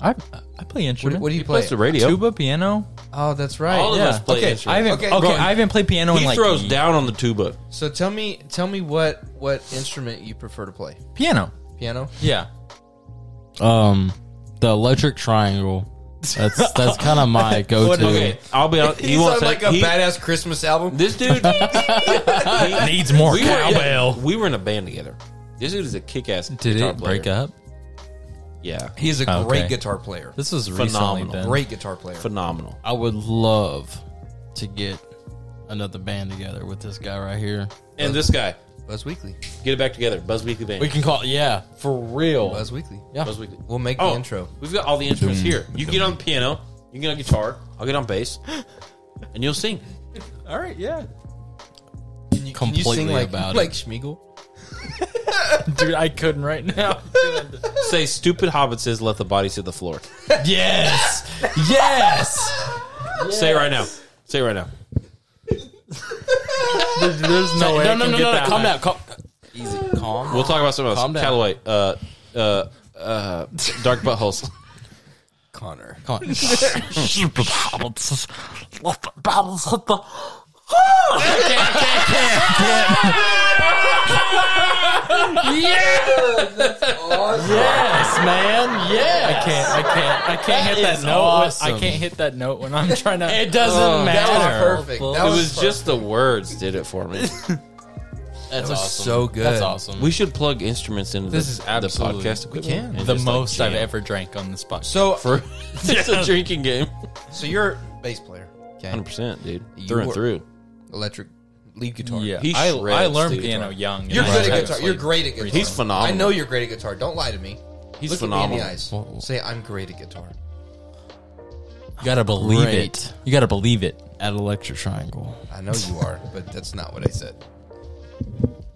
S2: I I play
S1: What, do-
S2: instrument.
S1: what do you play?
S3: Plus the radio.
S2: Tuba, piano.
S1: Oh, that's right.
S3: All of
S1: yeah.
S3: us play
S1: okay.
S3: instruments.
S2: I haven't.
S1: Okay,
S2: Okay,
S1: bro,
S2: I haven't played piano in
S3: he
S2: like
S3: throws down on the tuba.
S1: So tell me, tell me what what instrument you prefer to play?
S2: piano.
S1: Piano.
S2: Yeah.
S4: Um, the electric triangle. That's that's kind of my go to.
S3: Okay, I'll be honest. He
S1: He's
S3: wants
S1: on like
S3: to,
S1: a
S3: he-
S1: badass Christmas album.
S3: This dude
S2: Needs more
S3: we were,
S2: cowbell.
S3: we were in a band together. This dude is a kick-ass.
S2: Did
S3: guitar
S2: it
S3: player.
S2: break up?
S3: Yeah,
S1: He's a
S2: Okay.
S1: great guitar player.
S2: This was
S3: Phenomenal.
S2: recently. Ben.
S1: Great guitar player.
S3: phenomenal.
S4: I would love to get another band together with this guy right here.
S3: And this guy,
S1: Buzz Weekly.
S3: get it back together. Buzz Weekly Band.
S4: We can call, yeah, for real.
S1: Buzz Weekly.
S4: Yeah.
S3: Buzz Weekly.
S1: We'll make
S3: Oh,
S1: the intro.
S3: We've got all the instruments here. You can get on the piano. You can get on guitar. I'll get on bass, and you'll sing.
S2: All right. Yeah.
S1: Can you, can you
S4: completely
S1: sing like,
S4: about it.
S1: like Schmiegel?
S2: Dude, I couldn't right now.
S3: Say, "Stupid hobbit says, let the bodies hit the floor."
S4: Yes, yes.
S3: Say it right now. Say it right now.
S2: There's no way.
S4: No,
S2: I
S4: no,
S2: can
S4: no, no,
S2: get
S4: no.
S2: that
S4: Calm
S2: high.
S4: down. Calm. Easy, calm.
S3: We'll talk about something else.
S4: Calm down.
S3: Callaway, uh, uh, uh, dark buttholes.
S1: Connor.
S4: Come on. Yes, man. Yeah.
S2: I can't. I can't. I can't
S4: That
S2: hit that
S4: is
S2: note.
S4: awesome.
S2: When, I can't hit that note when I'm trying to.
S4: It doesn't matter.
S1: That was perfect. That
S3: It
S1: was,
S3: was just the words did it for me.
S4: That's
S1: was
S4: awesome.
S1: so good.
S4: That's awesome.
S3: We should plug instruments into
S2: This
S3: the,
S2: is
S3: the
S2: absolutely-
S3: podcast equipment.
S1: can.
S3: and
S2: the
S3: just, like,
S2: most I've
S3: jam.
S2: ever drank on this podcast.
S1: So
S3: For it's a drinking game.
S1: so you're a bass player. Okay.
S3: Hundred percent, dude.
S1: You
S3: through and
S1: were-
S3: through.
S1: Electric lead guitar.
S2: yeah,
S3: He
S2: I,
S3: shreds
S2: I learned
S3: the
S2: piano
S3: guitar.
S2: young.
S1: You're
S2: and
S1: good
S2: I
S1: at
S2: was
S1: guitar.
S2: like-
S1: You're great at guitar.
S3: He's phenomenal.
S1: I know you're great at guitar. Don't lie to me.
S3: He's
S1: Look
S3: phenomenal.
S1: At me in the eyes. Say I'm great at guitar.
S2: You gotta believe
S4: Great.
S2: it. You gotta believe it.
S4: At Electric Triangle,
S1: I know you are, but that's not what I said.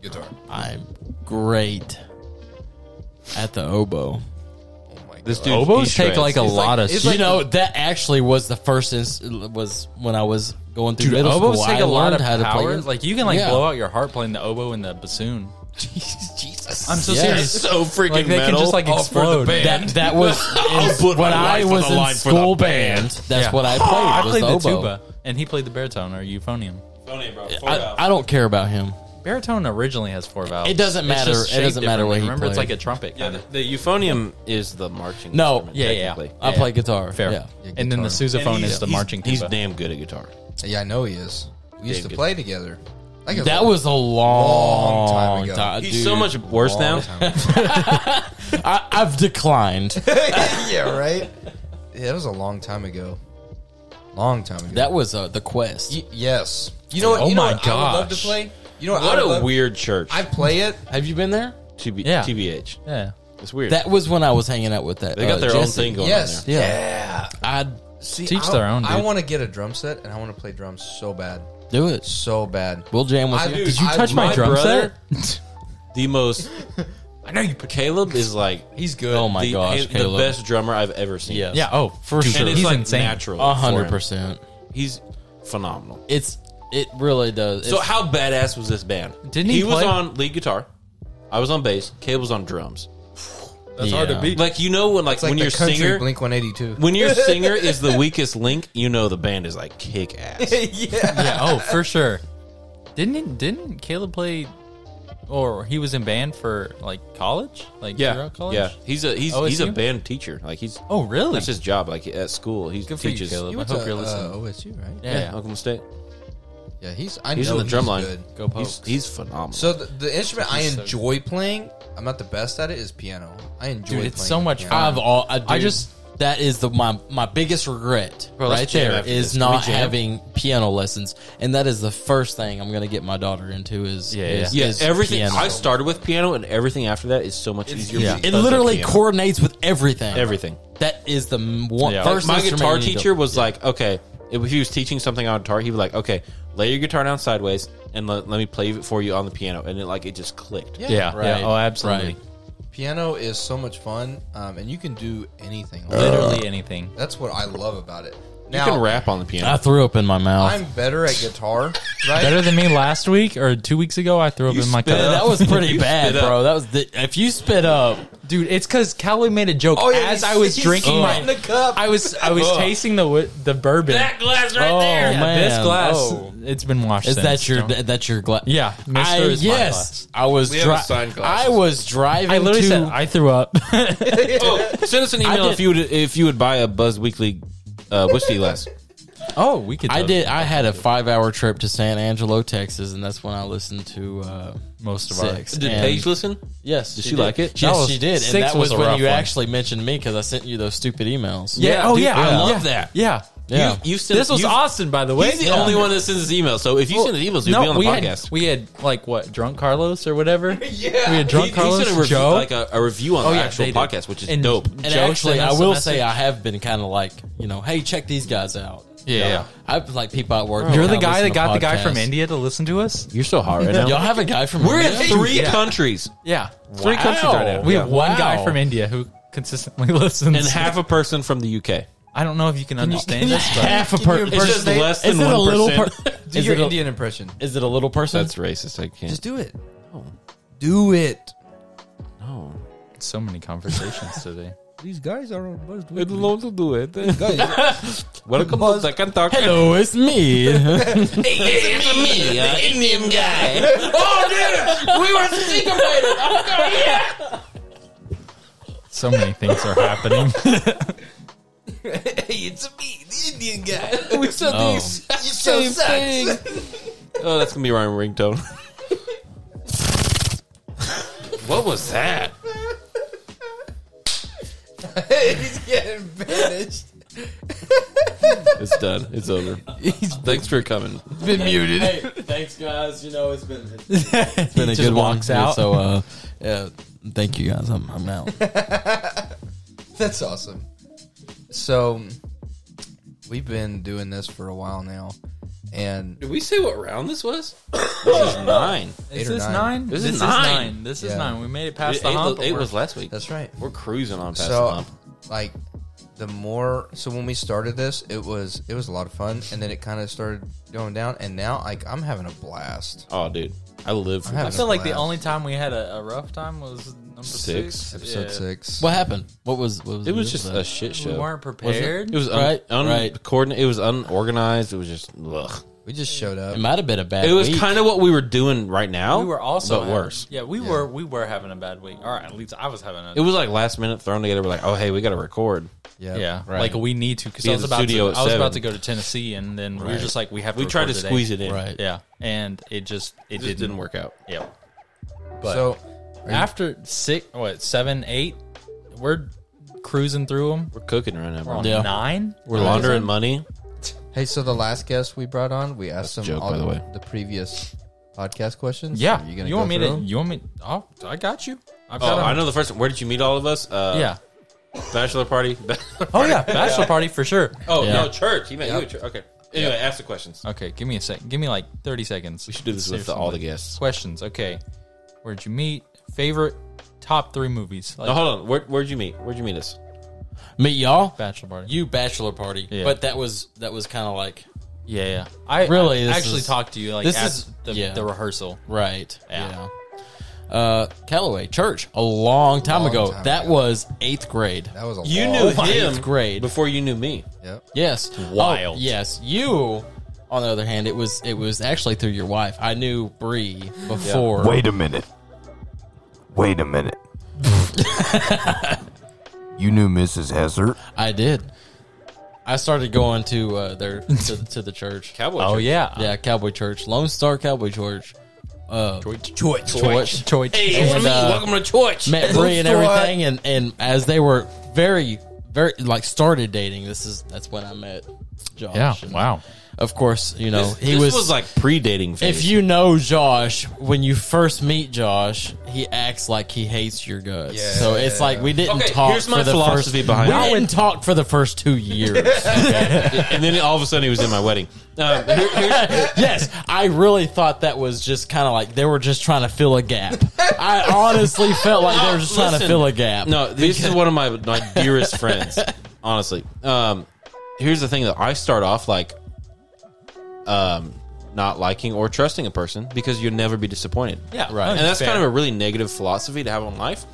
S1: Guitar. Oh
S4: I'm great at the oboe.
S1: Oh my god.
S3: This dude.
S2: Oboes
S3: he
S2: take
S3: shreds.
S2: like a
S1: It's like-
S2: lot of.
S1: it's
S2: shit.
S1: like-
S4: you know, that actually was the first ins- was when I was going through
S2: Dude,
S4: middle
S2: oboes
S4: school.
S2: take
S4: I
S2: a lot of
S4: learned how to
S2: power.
S4: play. it.
S2: Like you can like
S4: Yeah.
S2: blow out your heart playing the oboe and the bassoon.
S1: Jesus.
S2: I'm so
S4: Yes.
S2: serious.
S3: so freaking
S2: Like they can
S3: metal.
S2: just like
S1: All for the
S2: explode.
S1: band.
S4: that that was in-
S3: put
S4: when
S3: my
S4: I
S3: life on
S4: was
S3: the
S4: in
S3: line for the
S4: school
S3: band.
S4: band. That's
S2: Yeah.
S4: what I played.
S2: I
S4: was
S2: played the
S4: oboe.
S2: tuba, and he played the baritone or euphonium.
S3: Phony, bro. Four
S4: I,
S3: vowels.
S4: I don't care about him.
S2: Baritone originally has four vowels.
S4: It doesn't
S2: It's
S4: matter-
S2: just
S4: it
S2: shaped
S4: doesn't matter what
S2: differently.
S4: he
S2: Remember, it's
S4: played.
S2: like a trumpet.
S3: yeah,
S2: Kind
S3: the,
S2: of.
S3: the euphonium is the marching.
S4: No,
S3: instrument,
S2: Yeah, yeah.
S3: technically.
S4: I play guitar.
S2: Fair.
S4: Yeah.
S2: And then the
S3: And
S2: sousaphone
S3: he's-
S2: is the
S3: he's-
S2: marching
S3: He's
S2: tuba.
S3: damn good at guitar.
S1: Yeah, I know he is. We used
S3: Damn
S1: to
S3: good.
S1: play together. Like a
S4: That was a long,
S1: time
S4: time
S1: ago.
S4: ago.
S3: He's so much worse now.
S4: I, I've declined.
S1: yeah, right. Yeah, that was a long time ago. Long time ago.
S4: that was uh, the quest.
S1: Y- yes. You know what?
S2: Oh
S1: you know
S2: my
S1: what I would love to
S2: gosh.
S1: play. You know what?
S3: What
S1: I would
S3: a
S1: love-
S3: weird church.
S1: I play it.
S4: Have you been there?
S3: TB,
S2: Yeah.
S3: TBH.
S2: Yeah.
S3: It's weird.
S4: That was when I was hanging out with that.
S3: they got
S4: uh,
S3: their own
S4: Jesse.
S3: thing going
S1: yes.
S3: on
S1: Yeah.
S4: I'd
S1: See,
S2: Teach
S1: I-
S2: their own,
S1: I
S2: dude.
S1: want to get a drum set, and I want to play drums so bad,
S4: do it.
S1: so bad.
S4: We'll jam with
S1: I-
S4: you.
S1: dude,
S2: Did you
S1: I-
S2: touch my,
S1: my
S2: drum
S3: brother-
S2: set?
S3: there. The most. I know you. Caleb is like
S1: He's good.
S4: Oh my
S3: the,
S4: gosh,
S3: the
S4: Caleb.
S3: best drummer I've ever seen.
S4: Yes.
S2: yeah. Oh, for
S3: and
S2: sure.
S3: it's
S2: He's
S3: like
S2: insane.
S3: natural.
S4: A
S3: for
S4: hundred
S3: him.
S4: percent.
S3: He's phenomenal.
S4: It's it really does. It's,
S3: So how badass was this band?
S2: Didn't he
S3: was
S2: play-
S3: on lead guitar. I was on bass. Caleb was on drums.
S2: That's
S4: hard to Yeah. beat.
S3: Like you know when like,
S1: It's like
S3: when
S1: the
S3: your
S1: country
S3: singer
S1: Blink One Eighty Two.
S3: when your singer is the weakest link, you know the band is like kick ass.
S1: yeah.
S2: yeah. Oh, for sure. Didn't he, didn't Caleb play, or he was in band for like college? Like
S3: Yeah,
S2: throughout college?
S3: yeah. He's a he's he's a
S2: OSU?
S3: band teacher. Like he's
S2: Oh, really?
S3: that's his job. Like at school, he
S2: Good for you,
S3: teaches.
S2: Caleb.
S1: uh, oh, You went
S2: I hope
S1: to
S2: you're listening.
S1: Uh, OSU, right?
S2: yeah.
S3: yeah, Oklahoma State.
S1: Yeah, he's. I
S3: He's
S1: know
S3: on the
S1: he's
S3: drumline.
S1: good.
S4: Go Pokes.
S3: He's, he's phenomenal.
S1: So the, the instrument I
S2: He's so
S1: enjoy playing, I'm not the best at it, is piano. I enjoy.
S2: Dude,
S1: playing
S2: it's so much
S1: the piano.
S4: I've all. I,
S2: I
S4: just
S2: just-
S4: that is the my my biggest regret
S3: let's
S4: right
S3: jam
S4: there
S3: after this.
S4: is
S3: Can we
S4: not
S3: jam?
S4: having piano lessons, and that is the first thing I'm going to get my daughter into is
S3: yeah, yeah.
S4: is,
S3: yeah
S4: is
S3: everything.
S4: piano.
S3: I started with piano, and everything after that is so much easier.
S1: easy.
S3: because
S4: it
S3: of
S4: literally
S3: piano.
S4: coordinates with everything.
S3: everything.
S4: That is the m- one
S2: Yeah.
S4: first.
S3: my
S4: instrument
S3: guitar
S4: you need to-
S3: teacher was like, okay, if he was teaching something on guitar, he was like, okay, lay your guitar down sideways and let, let me play it for you on the piano, and it like it just clicked.
S1: Yeah.
S2: Yeah.
S4: Right.
S2: yeah. Oh, absolutely.
S4: Right.
S1: piano is so much fun, um, and you can do anything.
S2: Literally anything.
S1: That's what I love about it.
S3: Uh. You
S1: Now
S3: can rap on the piano.
S2: Ah.
S4: I threw up in my mouth.
S1: I'm better at guitar, right?
S2: Better than me last week or two weeks ago. I threw up in my cup.
S4: Yeah, that was pretty bad,
S3: up.
S4: bro. That was the, if you spit up,
S2: dude. It's because Cowley made a joke
S1: Oh, yeah,
S2: as
S1: he's-
S2: I was
S1: he's
S2: drinking my.
S1: spitting the cup.
S2: I was I was tasting the wi- the bourbon. Oh, That glass right
S4: there. man.
S2: This glass.
S4: Oh.
S2: It's been washed.
S4: is
S2: since.
S4: that your
S2: Don't-
S4: that's your glass?
S2: Yeah, Mr.
S4: I,
S2: is my
S4: yes, I was.
S3: We have
S4: dri-
S3: assigned glasses.
S4: I was driving.
S2: I literally
S4: to,
S2: said I threw up.
S3: Oh, Send us an
S4: I
S3: email
S4: did-
S3: if you would if you would buy a Buzz Weekly uh, whiskey glass.
S2: oh, we could.
S4: I
S2: totally-
S4: did. I had a five-hour trip to San Angelo, Texas, and that's when I listened to uh,
S2: most of our.
S4: Six.
S3: Did
S4: And-
S3: Paige listen?
S4: Yes,
S3: Did she like it?
S4: Yes,
S2: That was-
S4: she did.
S2: six
S4: And that was,
S2: was a
S4: when
S2: rough
S4: you
S2: one.
S4: actually mentioned me because I sent you those stupid emails.
S2: Yeah. oh
S3: dude,
S2: yeah.
S3: I
S2: yeah.
S3: love that.
S2: Yeah.
S4: yeah.
S3: You, you sent,
S2: This was
S3: you,
S2: Austin, by the way.
S3: He's the
S2: Yeah.
S3: only one that sends us emails. So if you send us emails, we'll be on the
S2: we
S3: podcast.
S2: Had, we had like what drunk Carlos or whatever. yeah, we had
S3: He-
S2: drunk
S3: he
S2: Carlos.
S3: sent a review,
S2: Joe.
S3: like a, a review on
S2: Oh,
S3: the
S2: yeah,
S3: actual
S2: they did.
S3: podcast, which is
S2: And-
S3: dope.
S4: And
S2: Joe
S4: actually,
S2: sent
S4: I
S2: us a
S4: will
S2: message.
S4: say I have been kind of like you know, hey, check these guys out.
S2: yeah, yeah.
S4: I've been like people at work.
S3: Oh,
S2: You're the
S4: I
S2: guy
S4: listen to
S2: that got the guy from
S4: podcasts.
S2: India to listen to us.
S3: You're so hot right now.
S4: Y'all have a guy from
S3: We're in
S4: India?
S3: three countries.
S2: Yeah,
S3: Three countries right now.
S2: We have one
S4: Wow.
S2: guy from India who consistently listens.
S3: and half a person from the UK.
S2: I don't know if you can understand this, but
S4: half a person.
S3: It's just less than
S4: Is it a little? Per-
S1: Do
S4: is,
S1: your
S4: it a,
S1: Indian impression.
S4: is it a little person?
S3: That's racist. I can't.
S1: Just do it. Do it.
S3: no.
S2: so many conversations today.
S1: These guys are on buzzed
S3: to do it.
S1: Guys,
S3: Welcome to Second Talk.
S4: Hello, it's me.
S3: it's me, uh, Indian guy. oh, dude, we were speaking
S2: So many things are happening.
S1: hey, it's me, the Indian guy.
S3: We said
S4: Oh.
S3: these same things. Oh, that's gonna be Ryan ringtone. what was that?
S1: He's getting banished.
S3: It's done. It's over. Thanks for coming.
S1: Been muted.
S4: hey, thanks, guys. You know it's been it's been a
S2: just
S4: good
S2: walks
S4: one.
S2: out.
S4: So, uh, yeah, thank you guys. I'm, I'm out.
S1: That's awesome. So we've been doing this for a while now, and
S3: Did we say what round this was? this is nine.
S1: Eight
S2: is
S1: or
S2: this
S1: nine?
S2: nine?
S3: This is
S2: is
S3: nine.
S2: This
S1: Yeah.
S2: is nine. We made it
S3: It,
S2: past the
S3: eight
S2: hump.
S3: was, eight
S2: but
S3: was last week.
S1: that's right.
S3: We're cruising on past the
S1: so
S3: hump.
S1: like the more so when we started this it was it was a lot of fun and then it kind of started going down and now like i'm having a blast
S3: Oh, dude, I live for
S1: I
S2: I
S1: haven't-
S3: this.
S2: feel like the
S1: Last.
S2: only time we had a, a rough time was number six.
S3: Six.
S1: episode
S2: Yeah.
S1: six
S4: What happened? What was? What was
S3: It was
S4: the
S3: just
S4: deal
S3: a
S4: with
S3: shit
S2: We
S3: show.
S2: weren't
S3: Was it?
S2: prepared.
S3: It was un-
S4: Right, right.
S3: uncoordinated. It was unorganized. It was just ugh.
S1: we just showed
S4: that?
S1: up
S4: It might have been a bad.
S3: It was
S4: week.
S3: kind of what we were doing right now.
S2: we were also
S3: but
S2: having-
S3: worse.
S2: Yeah, we were we were having a bad week. All right, at least I was having a
S3: It was like last minute thrown together. We're like, oh hey, we got to record.
S1: yeah
S2: yeah,
S4: Right.
S2: like we need to because
S3: Be
S2: I
S3: in
S2: was
S3: the
S2: about to
S3: studio
S2: I
S3: at
S2: was about
S3: seven.
S2: to go to Tennessee and then we were
S3: Right.
S2: just like we have.
S3: We tried to squeeze it in.
S4: right.
S2: yeah, and it just it,
S3: It just didn't work out.
S2: Yeah, but
S1: so
S2: after six, what seven, eight, we're cruising through them.
S3: We're cooking right now.
S2: We're
S3: Bro.
S2: on
S4: Yeah.
S2: nine.
S3: We're laundering money.
S1: hey so the last guest we brought on we asked them
S3: a joke,
S1: all
S3: by the
S1: the,
S3: way.
S1: the previous podcast questions
S2: Yeah,
S1: Are
S2: you,
S1: gonna
S2: want
S1: go
S2: me to?
S1: through them?
S2: You want me? Oh, I got you. I've
S3: Oh,
S2: got 'em.
S3: I know the first one. Where did you meet all of us? Uh,
S2: Yeah.
S3: bachelor party.
S2: Oh yeah, bachelor party for sure.
S3: oh
S4: Yeah.
S3: no, church. He met you at church. Okay. Anyway, ask the questions.
S2: Okay, give me a sec. Give me like thirty seconds. We
S3: should do this with all the guests.
S2: Questions. Okay, where'd you meet? Favorite top three movies? Like
S3: No, hold on. Where, where'd you meet? Where'd you meet us?
S4: meet y'all.
S2: bachelor party.
S4: You bachelor party,
S2: Yeah.
S4: but that was that was kind of like
S2: Yeah, yeah. I
S4: Really,
S2: I
S4: this
S2: actually
S4: is-
S2: talked to you like
S4: this
S2: at
S4: is-
S2: the,
S4: yeah.
S2: the rehearsal.
S4: right.
S2: Yeah.
S4: yeah. Uh, Callaway Church a long time
S1: Long
S4: ago.
S1: time
S4: that
S1: ago.
S4: was eighth grade.
S1: that was a
S3: You
S1: long-
S3: knew
S4: my
S3: him
S4: eighth grade.
S3: before you knew me.
S1: yep.
S4: Yes.
S3: Wild.
S4: Oh, yes. You, on the other hand, it was it was actually through your wife. I knew Bree before.
S8: Wait a minute. Wait a minute. you knew Mrs. Hazard?
S4: I did. I started going to uh, their to, to the church.
S3: Cowboy.
S2: Oh
S3: Church.
S2: yeah,
S4: Yeah, Cowboy Church, Lone Star Cowboy Church. Uh,
S1: Choice.
S4: Church.
S2: Choice.
S3: Hey,
S4: And,
S3: it's me.
S4: uh,
S3: Welcome to church.
S4: met Bree and everything, and and as they were very very like started dating, this is that's when I met Josh.
S7: Yeah.
S4: And
S7: Wow.
S4: Of course, you know
S3: This-
S4: he
S3: this
S4: was,
S3: was, like pre-dating phase.
S4: If you know Josh, when you first meet Josh, he acts like he hates your guts.
S1: Yeah.
S4: So it's like we didn't
S3: Okay,
S4: talk.
S3: here's my
S4: for the
S3: philosophy
S4: first,
S3: behind
S4: we
S3: it.
S4: didn't talk for the first two years.
S3: and then all of a sudden he was in my wedding. Um, here- here's-
S4: yes, I really thought that was just kind of like they were just trying to fill a gap. I honestly felt like they were just trying to
S3: Listen,
S4: fill a gap.
S3: No, this is one of my my dearest friends. Honestly, um, here's the thing though. I start off like, um, not liking or trusting a person because you'll never be disappointed.
S2: Yeah,
S4: Right.
S2: No,
S3: and that's
S2: fair.
S3: kind of a really negative philosophy to have on life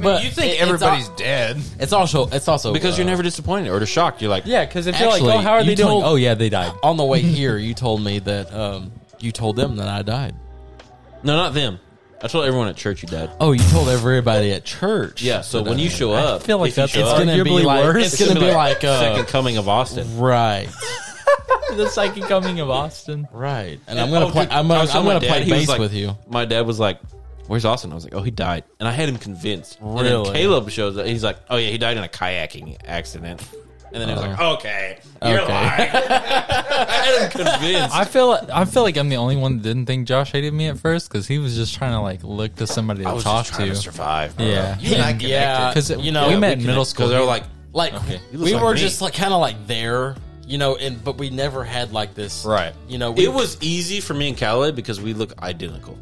S4: but
S1: You think
S4: it- it's
S1: everybody's
S4: al-
S1: dead?
S4: It's, also it's also
S3: because you're
S4: uh,
S3: never disappointed or shocked. You're like,
S2: yeah. Because if you're
S4: Actually,
S2: like, oh, how are
S4: you
S2: they doing?
S4: told-
S2: oh yeah, they died.
S4: on the way here. You told me that um, you told them that I died.
S3: no, not them. I told everyone at church you died.
S4: Oh, you told everybody at church.
S3: Yeah, so when you show
S2: I
S3: up,
S2: feel like
S3: if you
S2: that's
S3: show
S4: it's
S3: up,
S4: gonna be
S2: Arguably
S4: like
S2: worse.
S4: it's gonna be like uh,
S3: second coming of Austin.
S4: right,
S2: the psychic coming of Austin.
S4: right. And I'm gonna
S3: Oh,
S4: play.
S3: dude,
S4: I'm
S3: I
S4: gonna,
S3: was
S4: I'm
S3: telling my
S4: gonna
S3: dad,
S4: play
S3: he was
S4: bass
S3: like-
S4: with you.
S3: My dad was like, "Where's Austin?" I was like, "Oh, he died," and I had him convinced. And
S4: Really?
S3: then Caleb shows up. He's like, "Oh yeah, he died in a kayaking accident." And then he was like, "Okay, you're
S4: Okay.
S3: lying." I had him convinced.
S2: I feel I feel like I'm the only one that didn't think Josh hated me at first because he was just trying to like look to somebody to
S3: I was
S2: talk
S3: just trying to, survive. "Oh, Bro.
S2: yeah,
S1: You and I connected.
S4: Yeah,
S2: because
S4: you know
S2: we met in middle school.
S3: because they're like,
S4: like
S3: you look
S4: we
S3: like
S4: were
S3: me.
S4: just like kind of like there, you know, and but we never had like this,
S2: Right.
S4: You know, we,
S3: it was easy for me and Caleb because we look identical.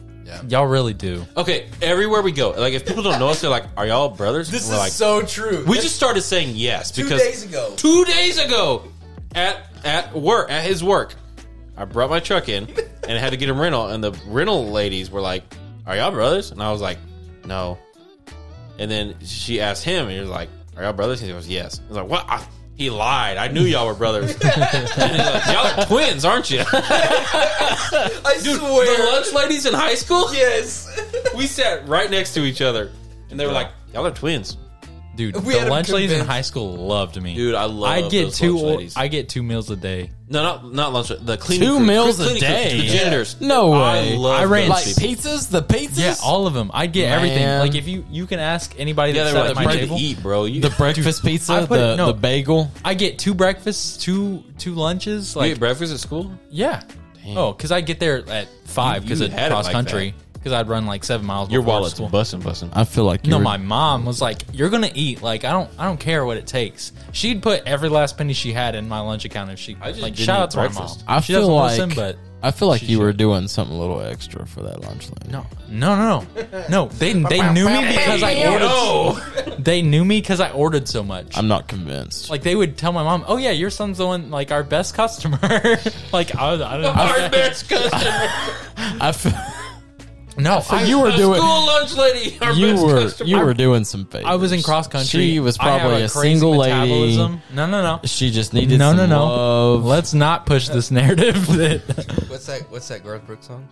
S2: y'all really do.
S3: Okay, everywhere we go, like if people don't know us, they're like, "Are y'all brothers?"
S1: This
S3: We're
S1: is
S3: like,
S1: so true.
S3: We just started saying yes
S1: Two
S3: because
S1: days ago.
S3: Two days ago, at at work, at his work, I brought my truck in and had to get a rental, and the rental ladies were like, "Are y'all brothers?" And I was like, "No." And then she asked him, and he was like, "Are y'all brothers?" And he goes, "Yes." I was like, "What?" I- he lied. I knew y'all were brothers. And he's like, y'all are twins, aren't you?
S1: I
S3: The
S1: swear.
S3: lunch ladies in high school,
S1: Yes.
S3: we sat right next to each other, and they were like, "Y'all are twins."
S2: Dude,
S1: We
S2: the
S1: had him
S2: lunch ladies in
S1: convinced.
S2: high school loved me.
S3: Dude, I love.
S2: I get
S3: those
S2: two
S3: lunch
S2: o-
S3: ladies.
S2: I get two meals a day.
S3: No, not not lunch. The cleaning
S4: two
S3: crew.
S4: meals a
S3: Cleaning crew,
S4: day.
S3: The janitors.
S4: No way.
S3: I love
S2: I ran
S4: like
S3: those people.
S4: pizzas, the pizzas,
S2: Yeah, all of them. I get
S4: Man.
S2: everything. Like if you you can ask anybody
S3: Yeah,
S2: that's
S3: they were
S2: at
S3: like,
S2: my
S3: "You need
S2: table.
S3: to eat, bro. You,
S4: the breakfast
S2: I
S4: pizza,
S2: put it-
S4: the,
S2: no.
S4: the bagel.
S2: I get two breakfasts, two two lunches.
S3: you
S2: Like
S3: eat breakfast at school?
S2: yeah. Oh, because I get there at five
S3: You-
S2: because
S3: you
S2: it's
S3: had it like
S2: cross country. Because I'd run like seven miles.
S3: Your
S2: before
S3: wallet's
S2: school.
S3: busting, busting.
S4: I feel like
S2: No, my mom was like, "You're gonna eat. Like, I don't, I don't care what it takes." She'd put every last penny she had in my lunch account if she
S3: I just
S2: like.
S3: didn't
S2: Shout
S3: eat
S2: out to my mom.
S3: breakfast.
S4: I
S2: she
S4: feel
S2: doesn't
S4: like
S2: listen, but
S4: I feel like
S2: she
S4: you were
S2: should.
S4: doing something a little extra for that lunch lady.
S2: no, no, no, no. no. They they knew me because I ordered. They knew me because I ordered so much.
S4: I'm not convinced.
S2: like they would tell my mom, "Oh yeah, your son's the one like our best customer." like I, I don't know.
S3: Our best customer.
S4: I feel,
S2: no, I,
S4: you were
S3: The
S4: doing
S3: school lunch lady. Our
S4: you
S3: best
S4: were
S3: customer.
S4: you were doing some favors.
S2: I was in cross country.
S4: She was
S2: I have
S4: probably a,
S2: crazy
S4: single lady.
S2: metabolism. No, no, no.
S4: She just needed
S2: no,
S4: some
S2: no, no.
S4: love.
S2: Let's not push this narrative that
S1: What's that? What's that Garth Brooks song?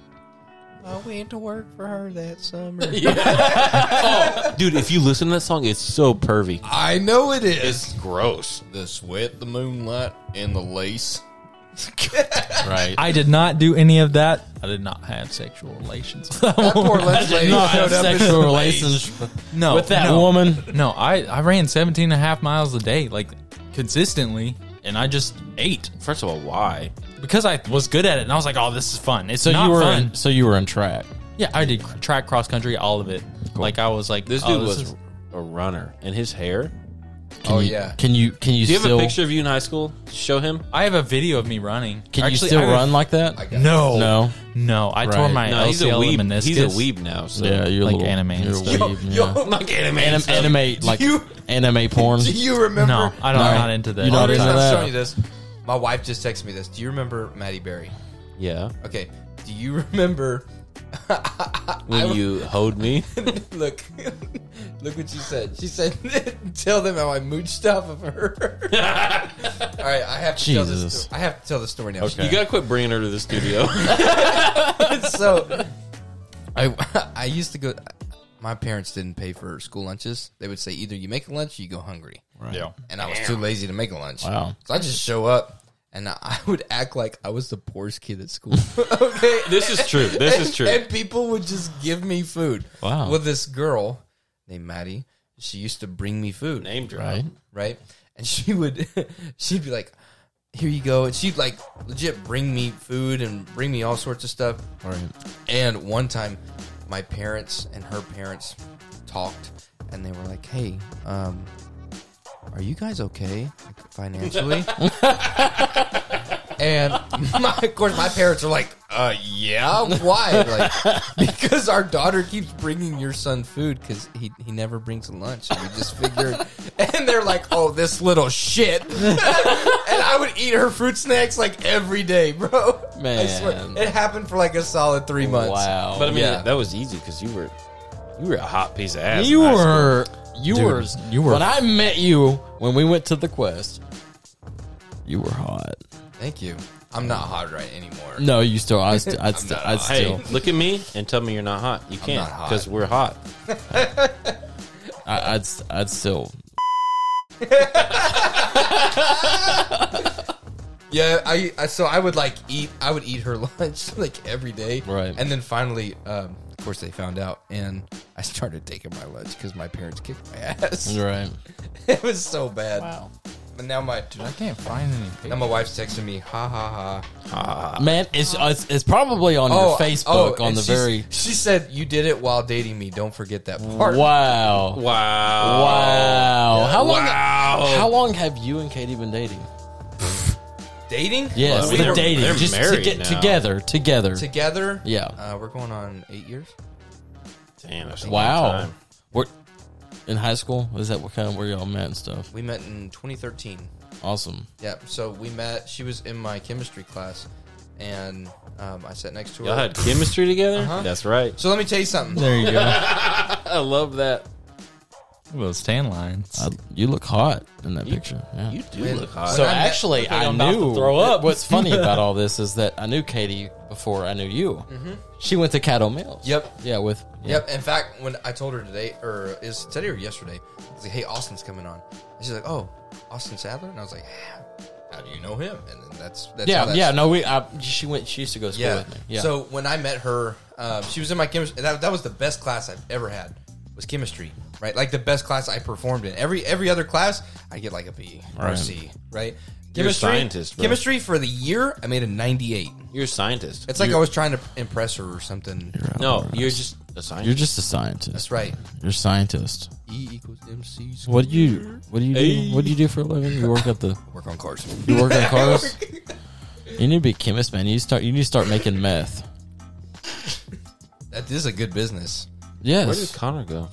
S1: I went to work for her that summer.
S3: Dude, if you listen to that song, it's so pervy.
S1: I know it is. It's gross. The sweat, the moonlight, and the lace.
S4: right.
S2: I did not do any of that. I did not have sexual relations. with that woman.
S1: Poor lunch lady
S4: not
S1: showed up
S4: have
S1: in
S4: sexual
S1: the lace.
S4: relations
S2: no,
S4: with that
S2: no.
S4: woman.
S2: No, I, I ran 17 and a half miles a day, like consistently, and I just ate
S3: First of all, why?
S2: because I was good at it. And I was like, oh, this is fun. It's
S4: So
S2: not
S4: you were
S2: fun.
S4: in, so you were in track.
S2: yeah, I did track, cross country, all of it. Like, I was like,
S3: This
S2: oh,
S3: dude was
S2: is-
S3: a runner, and his hair.
S1: Oh
S4: you-
S1: yeah.
S4: Can you can you,
S3: Do you have
S4: still
S3: a picture of you in high school? Show him.
S2: I have a video of me running.
S4: can you
S2: Actually,
S4: still
S2: I have-
S4: run like that?
S2: No.
S4: No.
S2: No, I tore
S4: Right.
S2: my
S3: No,
S2: LCL
S3: he's a weeb.
S2: meniscus.
S3: He's a weeb now. So.
S4: Yeah, you're a
S2: Like
S4: little,
S2: anime and
S4: You're a
S2: stuff.
S4: weeb, yeah.
S1: Yo,
S3: Like anime.
S4: Anim,
S3: stuff.
S4: anime like
S1: you-
S4: anime porn.
S1: do you remember?
S2: No, I don't.
S4: No.
S2: I'm not into that.
S4: You
S1: The
S4: don't
S1: reason
S4: into
S1: I'm
S4: that.
S1: showing you this, my wife just texted me this. Do you remember Maddie Berry?
S3: Yeah.
S1: Okay. Do you remember?
S3: When you hoed me.
S1: look, look what she said. She said, "Tell them how I mooched off of her." All right, I have to tell this.
S4: Jesus.
S1: sto- I have to tell the story now.
S3: You gotta quit bringing her to the studio.
S1: so I I used to go. My parents didn't pay for school lunches. They would say either you make a lunch or you go hungry.
S4: Right.
S2: Yeah.
S1: and I was too lazy to make lunch.
S4: Wow.
S1: So I just show up and I would act like I was the poorest kid at school. okay.
S3: This is true. This is true.
S1: And people would just give me food.
S4: Wow.
S1: Well, this girl named Maddie, she used to bring me food,
S3: Name drop.
S4: Right.
S1: right? And she would, she'd be like, here you go. And she'd like legit bring me food and bring me all sorts of stuff.
S4: Right.
S1: And one time, my parents and her parents talked, and they were like, "Hey, um, are you guys okay like, financially?" and my, of course, my parents are like, "Uh, yeah, why?" Like, because our daughter keeps bringing your son food because he he never brings lunch. And we just figured, and they're like, "Oh, this little shit." and I would eat her fruit snacks like every day, bro. I swear,
S4: Man.
S1: it happened for like a solid three months.
S4: Wow.
S3: But I mean,
S1: Yeah.
S3: that was easy because you were you were a hot piece of ass.
S4: you
S3: in high school.
S4: were, you
S7: Dude,
S4: were,
S7: you were-
S4: When I met you, when we went to the quest, you were hot.
S1: Thank you. I'm not hot right anymore.
S4: No, you still. I, st- I, st-
S1: not
S4: I
S1: hot.
S4: still.
S3: Hey, look at me and tell me you're not hot. You can't
S1: not hot.
S3: because we're hot.
S4: I, I'd. st- I'd still.
S1: Yeah, I, I so I would like eat I would eat her lunch like every day.
S4: Right.
S1: And then finally, um, of course they found out and I started taking my lunch because my parents kicked my ass.
S4: Right.
S1: it was so bad. But now my
S2: Dude, I can't find any
S1: now
S2: pictures.
S1: my wife's texting me, ha ha ha.
S3: Uh,
S1: Oh,
S4: Man, it's, uh, it's it's probably on
S3: Oh,
S4: your Facebook on
S1: and
S4: the
S1: she's-
S4: very.
S1: She said you did it while dating me. Don't forget that part.
S4: Wow. Wow.
S3: Wow.
S4: How long?
S3: Wow.
S4: How long have you and Katie been dating?
S1: Dating?
S4: Yes,
S3: Well,
S4: the
S3: they're-
S4: dating.
S3: they're
S4: just to
S3: married
S4: get
S3: now.
S4: together, together.
S1: Together?
S4: Yeah.
S1: Uh, we're going on eight years.
S3: Damn, that's a long
S4: wow.
S3: time.
S4: We're in high school. Is that what kind of where y'all met and stuff?
S1: We met in twenty thirteen.
S4: Awesome.
S1: Yeah, so we met. She was in my chemistry class, and um, I sat next to her. Uh-huh.
S3: Y'all had chemistry together. That's right.
S1: So let me tell you something.
S2: There you go.
S3: I love that.
S2: Look at those tan lines.
S4: I, you look hot in that picture. Yeah.
S3: You do
S1: When-
S3: look hot.
S4: So
S1: When I met-
S4: actually, I
S3: I'm about to
S4: knew.
S3: throw up.
S4: What's funny about all this is that I knew Katie before I knew you. She went to Caddo Mills.
S1: Mm-hmm. Yep.
S4: Yeah. With
S1: Yep. In fact, when I told her today, or is it today or yesterday, I was like, "Hey, Austin's coming on," and she's like, "Oh, Austin Sadler," and I was like, "How do you know him?" And then that's, that's how
S4: Yeah.
S1: that's,
S4: Yeah. No, we. I, she went. She used to go to school
S1: yeah.
S4: with me. Yeah.
S1: So when I met her, um, she was in my chemistry. That, that was the best class I've ever had. Was chemistry, right? Like the best class I performed in. Every every other class, I get like a B or a
S4: Right.
S1: C, right?
S3: You're a scientist, bro.
S1: chemistry for the year, I made a ninety-eight.
S3: You're a scientist.
S1: It's like I was trying to impress her or something.
S3: no, you're just a scientist.
S4: you're just a scientist.
S1: That's right.
S4: You're a scientist.
S1: E equals MC. squared.
S4: What do you What do you do? What do you do for a living? You work at the
S1: Work on cars.
S4: You work on cars. you need to be a chemist, man. You start. You need to start making meth.
S1: That is a good business.
S3: Where did
S4: Yes,
S3: Connor go?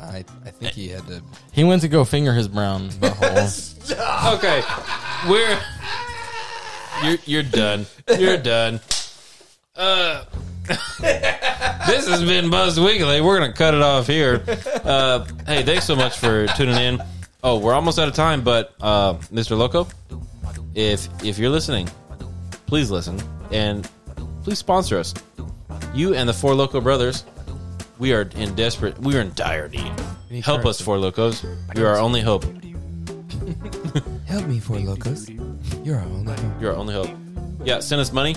S1: I, I think he had to.
S4: he went to go finger his brown butthole.
S3: Okay, we're you're you're done. You're done. Uh, this has been Buzz Weekly. We're gonna cut it off here. Uh, hey, thanks so much for tuning in. Oh, we're almost out of time, but uh, Mr. Loco, if if you're listening, please listen and please sponsor us. You and the Four Loco Brothers, we are in desperate. We are in dire need. Help us, Four Locos. You're our only hope.
S1: Help me, Four Locos. You're our only hope.
S3: You're our only hope. Yeah, send us money,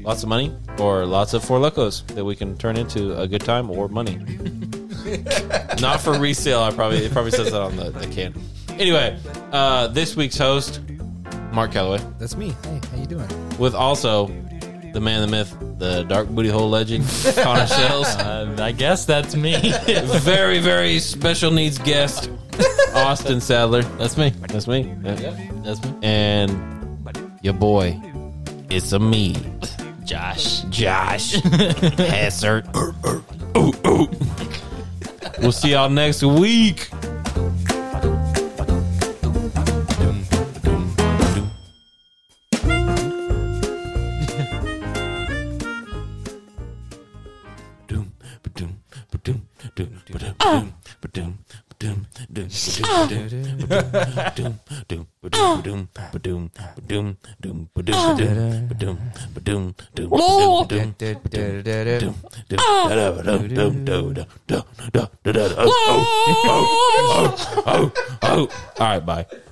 S3: lots of money, or lots of four locos that we can turn into a good time or money. Not for resale. I probably it probably says that on the, the can. Anyway, uh, this week's host, Mark Calloway,
S1: That's me. Hey, how you doing?
S3: with also the man, the myth, the dark booty hole legend, Connor Shells,
S7: Uh, I guess that's me.
S3: very very special needs guest, Austin Sadler.
S4: That's me.
S3: That's me. Yeah.
S4: That's me.
S3: And your boy, it's a me.
S7: Josh.
S3: Josh Hessert. Ooh, ooh. We'll see y'all next week.
S7: Oh, oh, oh, oh, oh, oh. All right, bye.